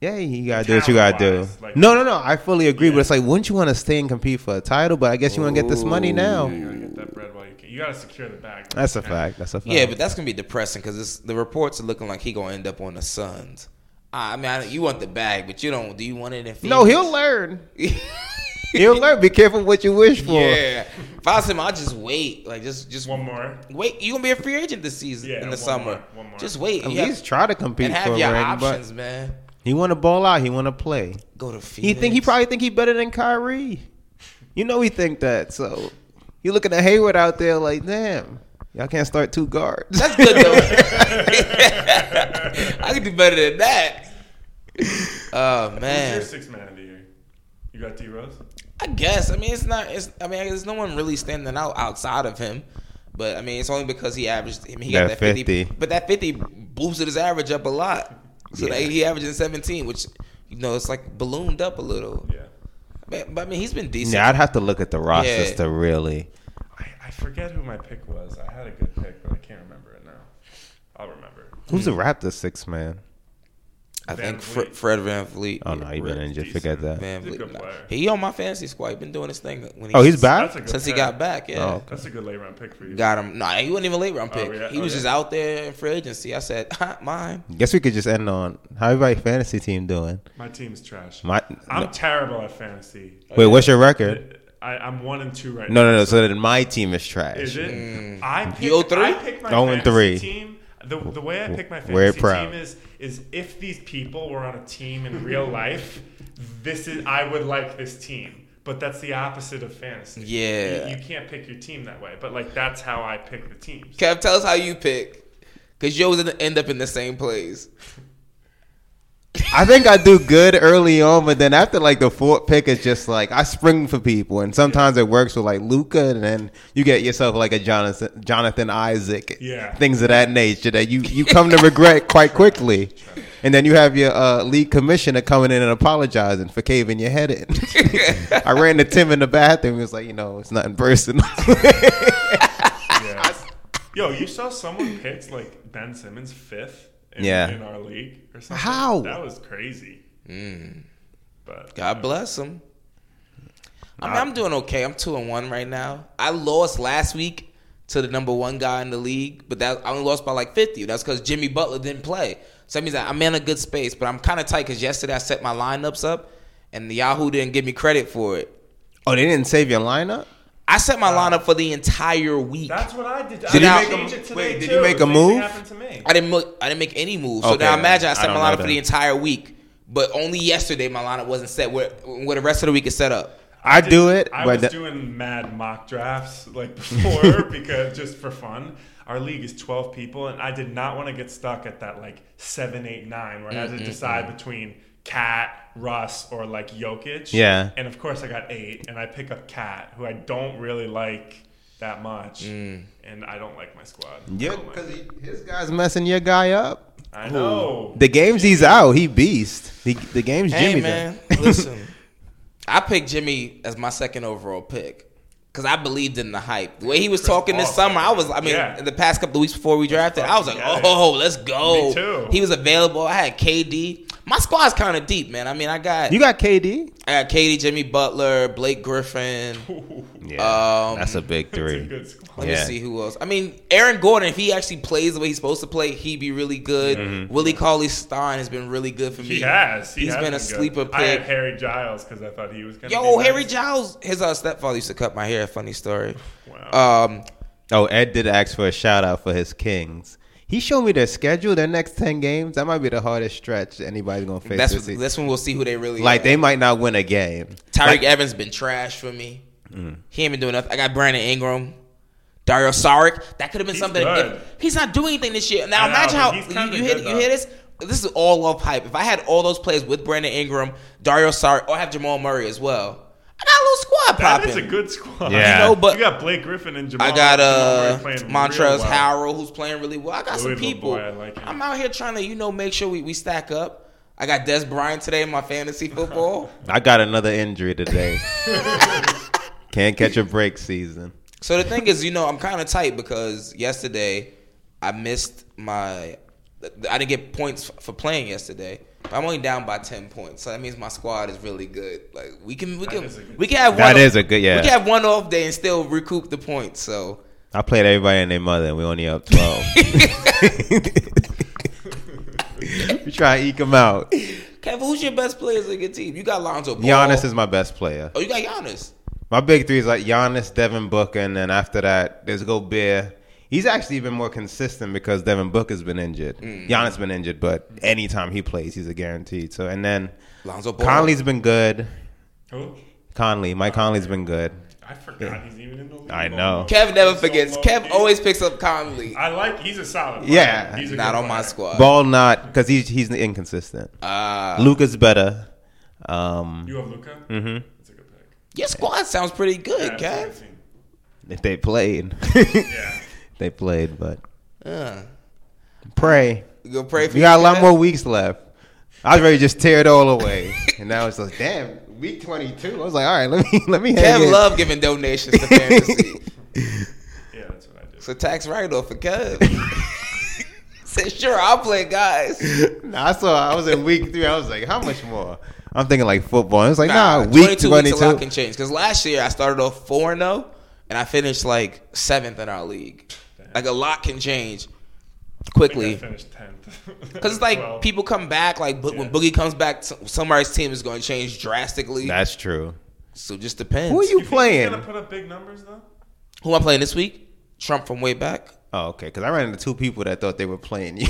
yeah, you gotta do what you gotta do.
Talent-wise, like-
no, no, no. I fully agree, but it's like, wouldn't you want to stay and compete for a title? But I guess you want to get this money
You
now.
gotta get that bread while you can. You gotta secure the bag.
That's a fact. That's a fact.
Yeah, but that's gonna be depressing because the reports are looking like he gonna end up on the Suns. I I mean, I, you want the bag, but you don't. Do you want it in Phoenix?
no, he'll learn. he'll learn. Be careful what you wish for.
yeah. If I was him, I'd just wait. Like just, just
One more.
Wait, you gonna be a free agent this season
Yeah,
in the
one
summer.
more, one more.
Just wait.
At
You have-
least try to compete
and
for
have
a
your
ring, but-
options, man.
He want to ball out. He want to play.
Go to
He
Phoenix.
think he probably think he better than Kyrie. You know he think that. So you looking at Hayward out there like, damn, y'all can't start two guards.
That's good though. I could do better than that. Oh
Who's your
man.
six man of the year? You got D Rose.
I guess. I mean, it's not. It's. I mean, there's no one really standing out outside of him. But I mean, it's only because he averaged. I mean, he got
That
that 50,
50.
But that 50 boosted his average up a lot. So like, he averaging 17, which you know, it's like ballooned up a little.
Yeah.
But, but I mean, he's been decent.
Yeah, I'd have to look at the rosters
Yeah.
to really.
I, I forget who my pick was. I had a good pick, but I can't remember it now. I'll remember.
Who's the Raptors six man?
I
Van
think Fre-
Vliet.
Fred Van Vliet.
Oh no, he been injured.
Decent.
Forget that.
Van
He's a
Vliet.
good
nah.
player.
He on my fantasy squad. He been doing his thing. When he,
Oh, he's back.
That's a good
since he
pick.
got back. Yeah.
Oh.
That's a good late round pick for you.
Got him. Nah, he wasn't even a late round
Oh,
pick.
yeah,
He was
oh,
just out there in free agency. I said, ha, mine.
Guess we could just end on how everybody fantasy team doing.
My team's trash.
My
I'm
no-
terrible at fantasy.
wait, what's your record?
I, I'm one and two right
No, Mm.
now.
no, no. So then my team is trash.
Is it? I pick,
You owe three?
I pick my
I owe
fantasy
three.
team. The, the way I pick my
We're
fantasy
proud.
team is is if these people were on a team in real life, this is I would like this team. But that's the opposite of fantasy.
Yeah.
you, you can't pick your team that way. But like that's how I pick the teams.
Kev, tell us how you pick. Because you always end up in the same place.
I think I do good early on, but then after like the fourth pick is just like I spring for people, and sometimes it works with like Luca, and then you get yourself like a Jonathan Jonathan Isaac,
Yeah.
things of that nature that you you come to regret quite quickly, and then you have your uh, league commissioner coming in and apologizing for caving your head in. I ran to Tim in the bathroom. He was like, you know, it's nothing personal.
Yeah. Yo, you saw someone picked like Ben Simmons fifth in,
Yeah.
in our league or something.
How?
That was crazy.
Mm.
But
God bless him. I mean, I'm doing okay. I'm two and one right now. I lost last week to the number one guy in the league, but that I only lost by like 50. That's because Jimmy Butler didn't play. So that means that I'm in a good space, but I'm kind of tight because yesterday I set my lineups up, and Yahoo didn't give me credit for it.
oh, they didn't save your lineup.
I set my lineup for the entire week.
that's what I did.
Did you
I
make a-
changed it today,
wait, did
too.
you make a
Same thing
move?
Happened to me.
I didn't look, I didn't make any moves. So
Okay,
now imagine I
I
set
don't
my
know
lineup for
that.
the entire week, but only yesterday my lineup wasn't set where, where the rest of the week is set up.
I do it,
I
but
was
that-
doing mad mock drafts like before because just for fun. Our league is 12 people, and I did not want to get stuck at that like seven, eight, nine, where I had to decide between Cat, Russ, or like Jokic.
Yeah.
And of course, I got eight, and I pick up Cat, who I don't really like that much, and I don't like my squad.
Yeah,
I don't like
because
it.
his guy's messing your guy up.
I know.
The games he's out, he beast. He, the games
Hey
Jimmy's
man,
out.
listen. I picked Jimmy as my second overall pick because I believed in the hype. The way he was talking this
Paul.
summer, I was. I mean,
Yeah.
in the past couple of weeks before we drafted, I was like,
fucking get it.
"Oh, let's go!"
Me too.
He was available. I had KD. My squad's kind of deep, man. I mean, I got
you got KD.
I got KD, Jimmy Butler, Blake Griffin.
Yeah, that's
Um,
a big three.
Good squad.
Let
Yeah.
me see who else. I mean, Aaron Gordon, if he actually plays the way he's supposed to play, he'd be really good.
Mm-hmm.
Willie Cauley Stein has been really good for me.
He has. He
has
has
been a
good.
sleeper
I had
pick.
Harry Giles because I thought he was going to
Yo,
be
Harry
nice.
Giles, his uh, stepfather used to cut my hair. Funny story.
Wow.
Um,
Oh, Ed did ask for a shout out for his Kings. He showed me their schedule. Their next ten games, that might be the hardest stretch anybody's gonna face.
that's
this season.
that's when we'll see who they really
like
are.
they might not win a game.
Tyreek Evans been trash for me. He ain't been doing nothing. I got Brandon Ingram, Dario Saric. That could have been
He's
something.
good.
if- he's not doing anything this year. Now
I know,
imagine
but
how
he's
you,
kinda
you, hear,
good,
you hear
though.
this. This is all off hype. If I had all those players with Brandon Ingram, Dario Saric, or I have Jamal Murray as well, I got a little squad
That
popping.
is a good squad.
Yeah.
You know, but-
you got Blake Griffin and Jamal.
I got uh
Jamal Murray playing
Montrez
real well.
Harrell who's playing really well. I got some
Louisville
people.
boy, I like him.
I'm out here trying to you know make sure we, we stack up. I got Des Bryant today in my fantasy football.
I got another injury today. Can't catch a break season.
so the thing is, you know, I'm kind of tight because yesterday I missed my. I didn't get points f- for playing yesterday. But I'm only down by ten points, so that means my squad is really good. Like we can we can
is a good
we can have one
That
off-
is a good- yeah.
we can have one off day and still recoup the points. So
I played everybody and their mother, and we only up twelve. we try to eke them out.
Kevin, who's your best players on your team? You got Lonzo. Ball.
Giannis is my best player.
Oh, you got Giannis.
My big three is like Giannis, Devin Booker, and then after that, there's Gobert. He's actually been more consistent because Devin Booker's been injured. Giannis been injured, but anytime he plays, he's a guaranteed. So and then
Lonzo Ball.
Conley's been good.
Who?
Conley, Mike Conley's been good.
I forgot he's even in the league.
I know.
Kev never
So
forgets.
low
Kev
key.
always picks up Conley.
I like. He's a solid. Player.
Yeah.
He's a
Not
good
on my
player.
squad.
Ball not because he's he's inconsistent. Luca's better. Um,
You have Luca. Mm-hmm. That's a good pick.
Your squad sounds pretty good,
That's a good
Kev.
team.
if they played,
Yeah.
they played. But
Uh,
pray.
you gonna pray for
We
your
got a lot
Kev?
more weeks left. I was ready to just tear it all away, and now it's like, damn, week twenty two. I was like, all right, let me let me hang
Kev
in.
love giving donations to fantasy.
Yeah, that's what I do.
it's a tax write off for Kev. Said sure, I'll play guys.
Nah, I saw. I was in week three. I was like, how much more? I'm thinking like football. I was like, nah, week
22
twenty
weeks a lot
two.
can change. Because last year I started off four and zero, and I finished like seventh in our league. Like a lot can change
I think I
quickly.
finished tenth.
Because it's like people come back, like but when Boogie comes back, s- somebody's team is going to change drastically.
That's true.
so it just depends.
Who are you
He's
playing?
gonna put up big numbers though.
Who am I playing this week? Trump from way back.
Oh, okay. Because I ran into two people that thought they were playing you.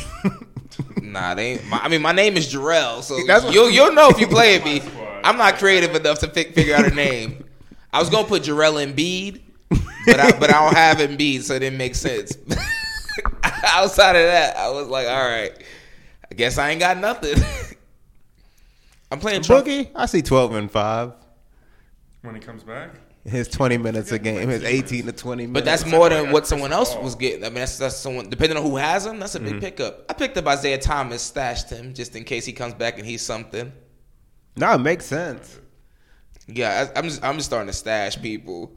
Nah, they. Ain't, my, I mean, my name is Jarrell, so
That's what-
you'll you'll know if you play me.
squad.
I'm not creative enough to fi- figure out a name. I was gonna put Jarrell Embiid, but I, but I don't have Embiid, so it didn't make sense. Outside of that, I was like, all right, I guess I ain't got nothing. I'm playing Trump.
Boogie, I see twelve and five.
When he comes back,
His twenty minutes a game. His eighteen to twenty minutes.
But that's more than what someone else was getting. I mean, that's, that's someone depending on who has him. That's a big pickup. I picked up Isaiah Thomas, stashed him just in case he comes back and he's something.
no, it makes sense.
Yeah, I, I'm just I'm just starting to stash people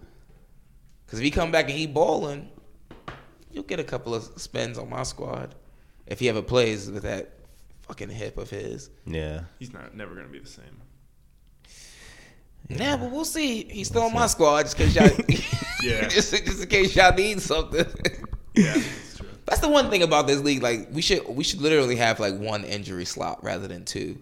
because if he come back and he balling, you'll get a couple of spins on my squad if he ever plays with that fucking hip of his.
Yeah.
he's not never gonna be the same.
Yeah, but we'll see. He's still on my squad just cause y'all.
Yeah.
just, just in case y'all need something.
Yeah, that's true.
That's the one thing about this league. Like we should we should literally have like one injury slot rather than two.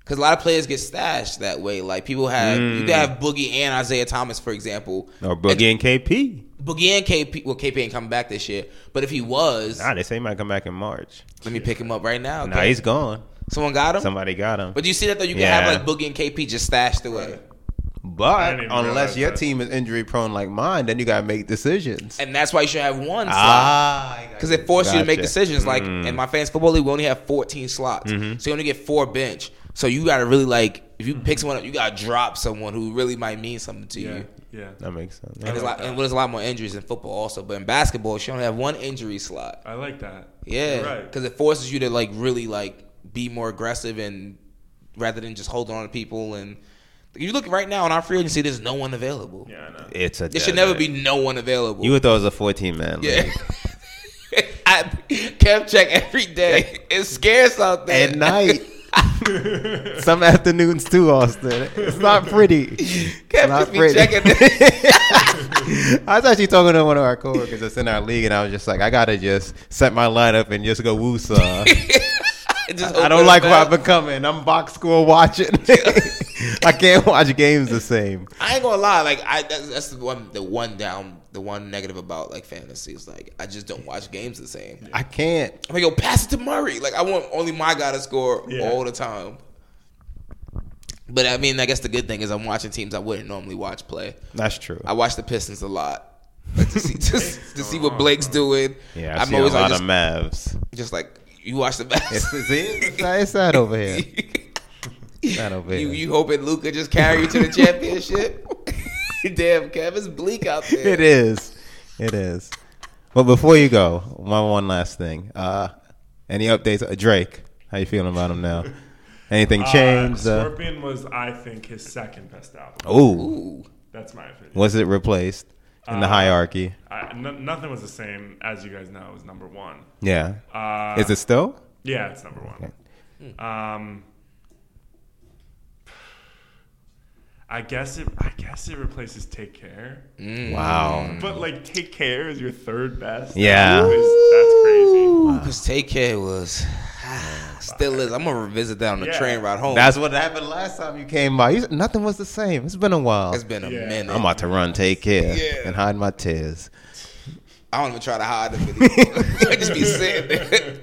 Because a lot of players get stashed that way. Like people have you could have Boogie and Isaiah Thomas, for example.
Or Boogie and KP.
Boogie and KP. Well, KP ain't coming back this year. But if he was,
Nah, they say he might come back in March.
let me pick him up right now.
Nah,
okay?
he's gone.
Someone got him.
Somebody got him.
But you see that though, you can
Yeah.
have like Boogie and KP just stashed away.
I
But
didn't even
unless
realize
your
that.
team is injury prone like mine, then you gotta make decisions.
and that's why you should have one slot
ah,
because it forces you to make
Gotcha. Mm.
decisions. Like in my fans football league, we only have 14 slots,
Mm-hmm.
so you only get four bench. So you got to really like if you
Mm-hmm.
pick someone up, you got to drop someone who really might mean something to
Yeah,
you.
yeah.
That makes sense.
And there's, a lot, and there's a lot more injuries in football also, but in basketball, you only have one injury slot.
I like that. You're
Yeah,
right.
because it forces you to like really like be more aggressive and rather than just holding on to people. And you look right now in our free agency, there's no one available.
Yeah, I know.
It's a.
There should never be no one available.
You would thought it was a 14 man. league.
yeah. I kept check every day. It's scarce out there.
At night. Some afternoons too, Austin. It's not pretty.
Kev
not
just be
pretty.
checking. the-
I was actually talking to one of our coworkers that's in our league, and I was just like, I gotta just set my lineup and just go woosah.
just
I
open
don't like
it
where
up.
I'm becoming. I'm box score watching. I can't watch games the same.
I ain't gonna lie, like I that's, that's the one the one down the one negative about like fantasy is like I just don't watch games the same.
I can't.
I'm like yo, pass it to Murray. Like I want only my guy to score
Yeah.
all the time. But I mean, I guess the good thing is I'm watching teams I wouldn't normally watch play.
That's true.
I watch the Pistons a lot like, to see to, to see what Blake's doing.
Yeah, I've seen a lot of
just,
Mavs.
just like you watch the
It's,
best.
it's, it's, it's that over here. It's that over here.
you you hoping Luca just carry you to the championship? Damn, Kev, it's bleak out there.
it is. It is. But before you go, my one last thing. Uh, any updates? Uh, Drake, how you feeling about him now? Anything changed?
Uh,
Uh,
Scorpion was, I think, his second best album.
ooh,
Ooh.
That's my opinion.
was it replaced in the
Uh,
hierarchy?
I, no- nothing was the same, as you guys know, it was number one.
Yeah.
Uh,
is it still?
Yeah, it's number one. Um, I guess it. I guess it replaces Take Care.
Wow.
But like, Take Care is your third best.
Yeah.
That is- that's crazy.
Because Take Care was still is. I'm gonna revisit that on the
Yeah.
train ride home.
That's what happened last time you came by. You, said nothing was the same. It's been a while.
it's been a
Yeah.
minute.
I'm about to run. Take care
Yeah.
and hide my tears.
I don't even try to hide the video. I just be sitting there.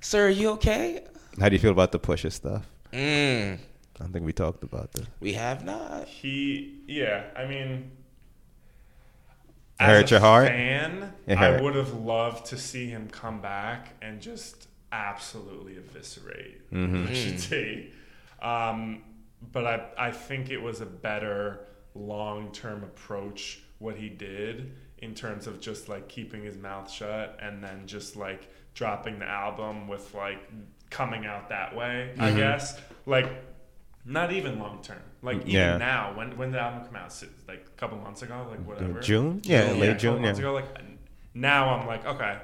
Sir, you okay?
How do you feel about the pusher stuff?
Mm,
I think we talked about this.
we have not.
He. Yeah. I mean.
It hurt
as a
your heart?
Fan,
It
I
hurt.
would have loved to see him come back and just absolutely eviscerate
Mm-hmm.
Pusha T. Um, but I, I think it was a better long term approach what he did in terms of just like keeping his mouth shut and then just like dropping the album with like coming out that way, I
Mm-hmm.
guess. Like not even long term. Like even
Yeah. Mm-hmm.
now, when when the album come out, So, like a couple months ago, like whatever.
June? Yeah,
Yeah,
late
a couple
June.
months
Yeah.
ago, like now I'm like, okay,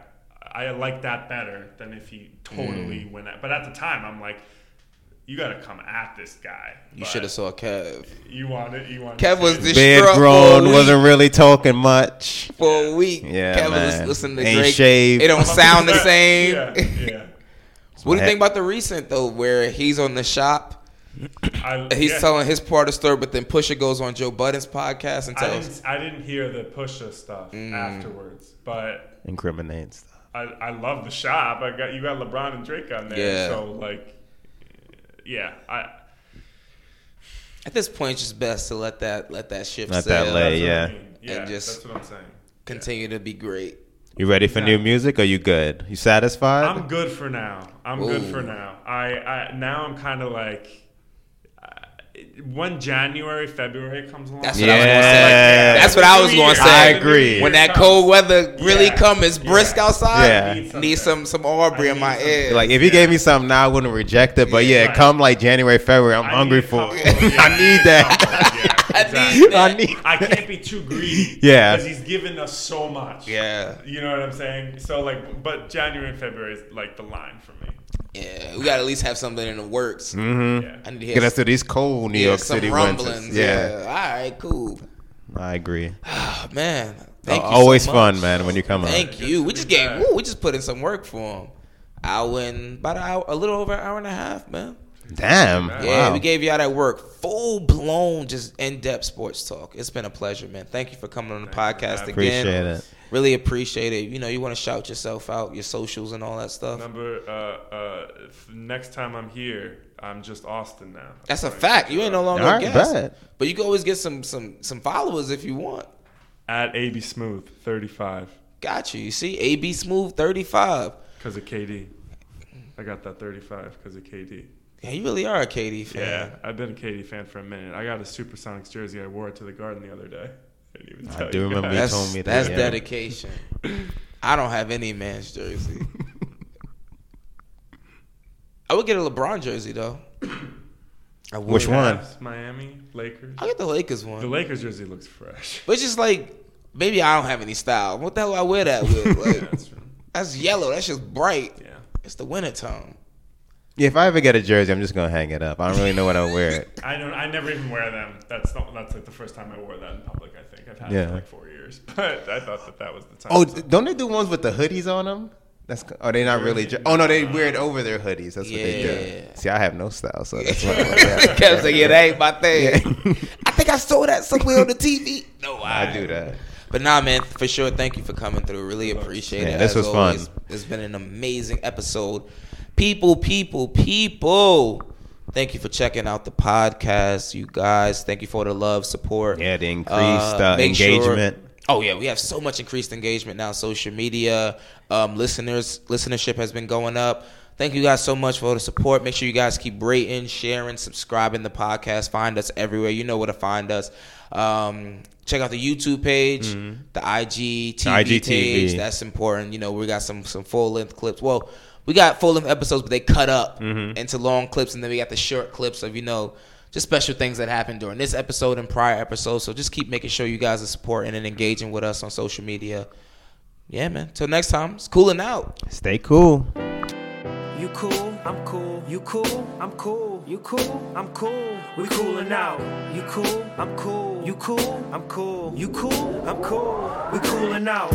I like that better than if he totally
Mm.
went at. But at the time, I'm like, you got to come at this guy.
You
But
should have saw Kev.
You want it. You want
Kev was
Bed
it.
distraught for a
grown,
week.
wasn't really talking much.
for a week.
Yeah,
Kev
man.
was listening to
Ain't
Drake.
shaved.
It don't sound the same.
Yeah, yeah.
What do you think about the recent though, where he's on the shop?
I,
He's
yeah.
telling his part of the story, but then Pusha goes on Joe Budden's podcast and
I
tells.
didn't, I didn't hear the Pusha stuff
Mm.
afterwards, but
Incriminate stuff.
I, I love the shop. I got you got LeBron and Drake on there.
Yeah.
So like, yeah, I
At this point, it's just best to let that let that ship
Let that
sail.
lay,
that's what I
yeah.
mean. yeah.
And just-
that's what I'm saying.
Continue to be great.
You ready for new music? Are you good? You satisfied?
I'm good for now. I'm good for
Ooh.
now. I, I now I'm kind of like. uh, When January, February comes along,
That's what I was gonna say.
Yeah.
That's what I was
New
gonna
year.
say.
I agree.
When that
Comes.
cold weather really
Yeah.
come, it's brisk
Yeah.
outside.
Yeah.
I need
Need some some Aubrey
I
in my
need something.
ear.
Like if you gave me something now, I wouldn't reject it. But yeah,
Right.
come like January, February, I'm
I
hungry
need a
for
couple
it.
of- yeah,
I need that.
Yeah, exactly.
need
I need.
I can't be too greedy.
Yeah.
Because he's given us so much.
Yeah.
You know what I'm saying? So like, but January and February is like the line for me.
yeah, we gotta at least have something in the works.
Yeah.
I need to
Mm-hmm. Get
hear
us
some,
through these cold New
yeah,
York
some
City winters.
rumblings.
Yeah,
Yeah. All right, cool.
I agree.
Oh, man, thank you. so
Always
much.
fun, man, when you come on.
Thank you. We just gave. Woo, we just put in some work for him. Hour and about an hour, a little over an hour and a half, man.
Damn.
Yeah,
wow.
we gave y'all that work. Full blown, just in depth sports talk. It's been a pleasure, man. Thank you for coming on the podcast again.
Appreciate it.
Really appreciate it. You know, you want to shout yourself out, your socials and all that stuff.
Number uh, uh, f- next time I'm here, I'm just Austin now.
That's a
Right.
fact. You ain't no longer
All
a
right,
guest.
bet.
But you can always get some some some followers if you want.
At AB Smooth 35
Got you. You see, AB Smooth thirty five.
because of KD. I got that 35 because of KD.
Yeah, you really are a KD fan.
Yeah, I've been a KD fan for a minute. I got a Supersonics jersey I wore it to the Garden the other day. I didn't even tell
do
you
remember
guys.
That's,
told me that,
that's
yeah.
dedication. I don't have any man's jersey. I would get a LeBron jersey though. I would.
Which one?
Cavs, Miami, Lakers.
I get the Lakers one.
The Lakers jersey looks fresh.
but it's just like maybe I don't have any style. What the hell I wear that with? Like,
That's true.
that's yellow. That's just bright.
Yeah.
It's the winter tone.
If I ever get a jersey, I'm just gonna hang it up. I don't really know what I wear. It.
I don't. I never even wear them. That's not. That's like the first time I wore that in public. I think I've had it
Yeah.
for like four years. But I thought that that was the time.
Oh,
so-
don't they do ones with the hoodies on them? That's are they not really? jer- Oh no, they wear it over their hoodies. That's what they
Yeah.
do. See, I have no style, so that's why.
Cavs like, yeah, that ain't my thing. I think I saw that somewhere on the TV. No, I,
I do that.
But nah, man, for sure. Thank you for coming through. Really appreciate
Yeah,
it.
this
as
was fun.
always. It's been an amazing episode. People, people, people. Thank you for checking out the podcast, you guys. Thank you for the love, support.
Yeah, the increased, uh,
make sure-
engagement.
Oh yeah, we have so much increased engagement now. Social media, um, listeners, listenership has been going up. Thank you guys so much for the support. Make sure you guys keep rating, sharing, subscribing the podcast. Find us everywhere. You know where to find us. Um, check out the YouTube page, the IG TV
IGTV.
page. That's important. You know we got some some full length clips. Well, we got full length episodes, but they cut up into long clips, and then we got the short clips of you know just special things that happened during this episode and prior episodes. So just keep making sure you guys are supporting and engaging with us on social media. Yeah, man. Till next time, it's cooling out.
Stay cool.
You cool, I'm cool. You cool, I'm cool. You cool, I'm cool. We coolin' out. You cool, I'm cool. You cool, I'm cool. You cool, I'm cool. We coolin' out.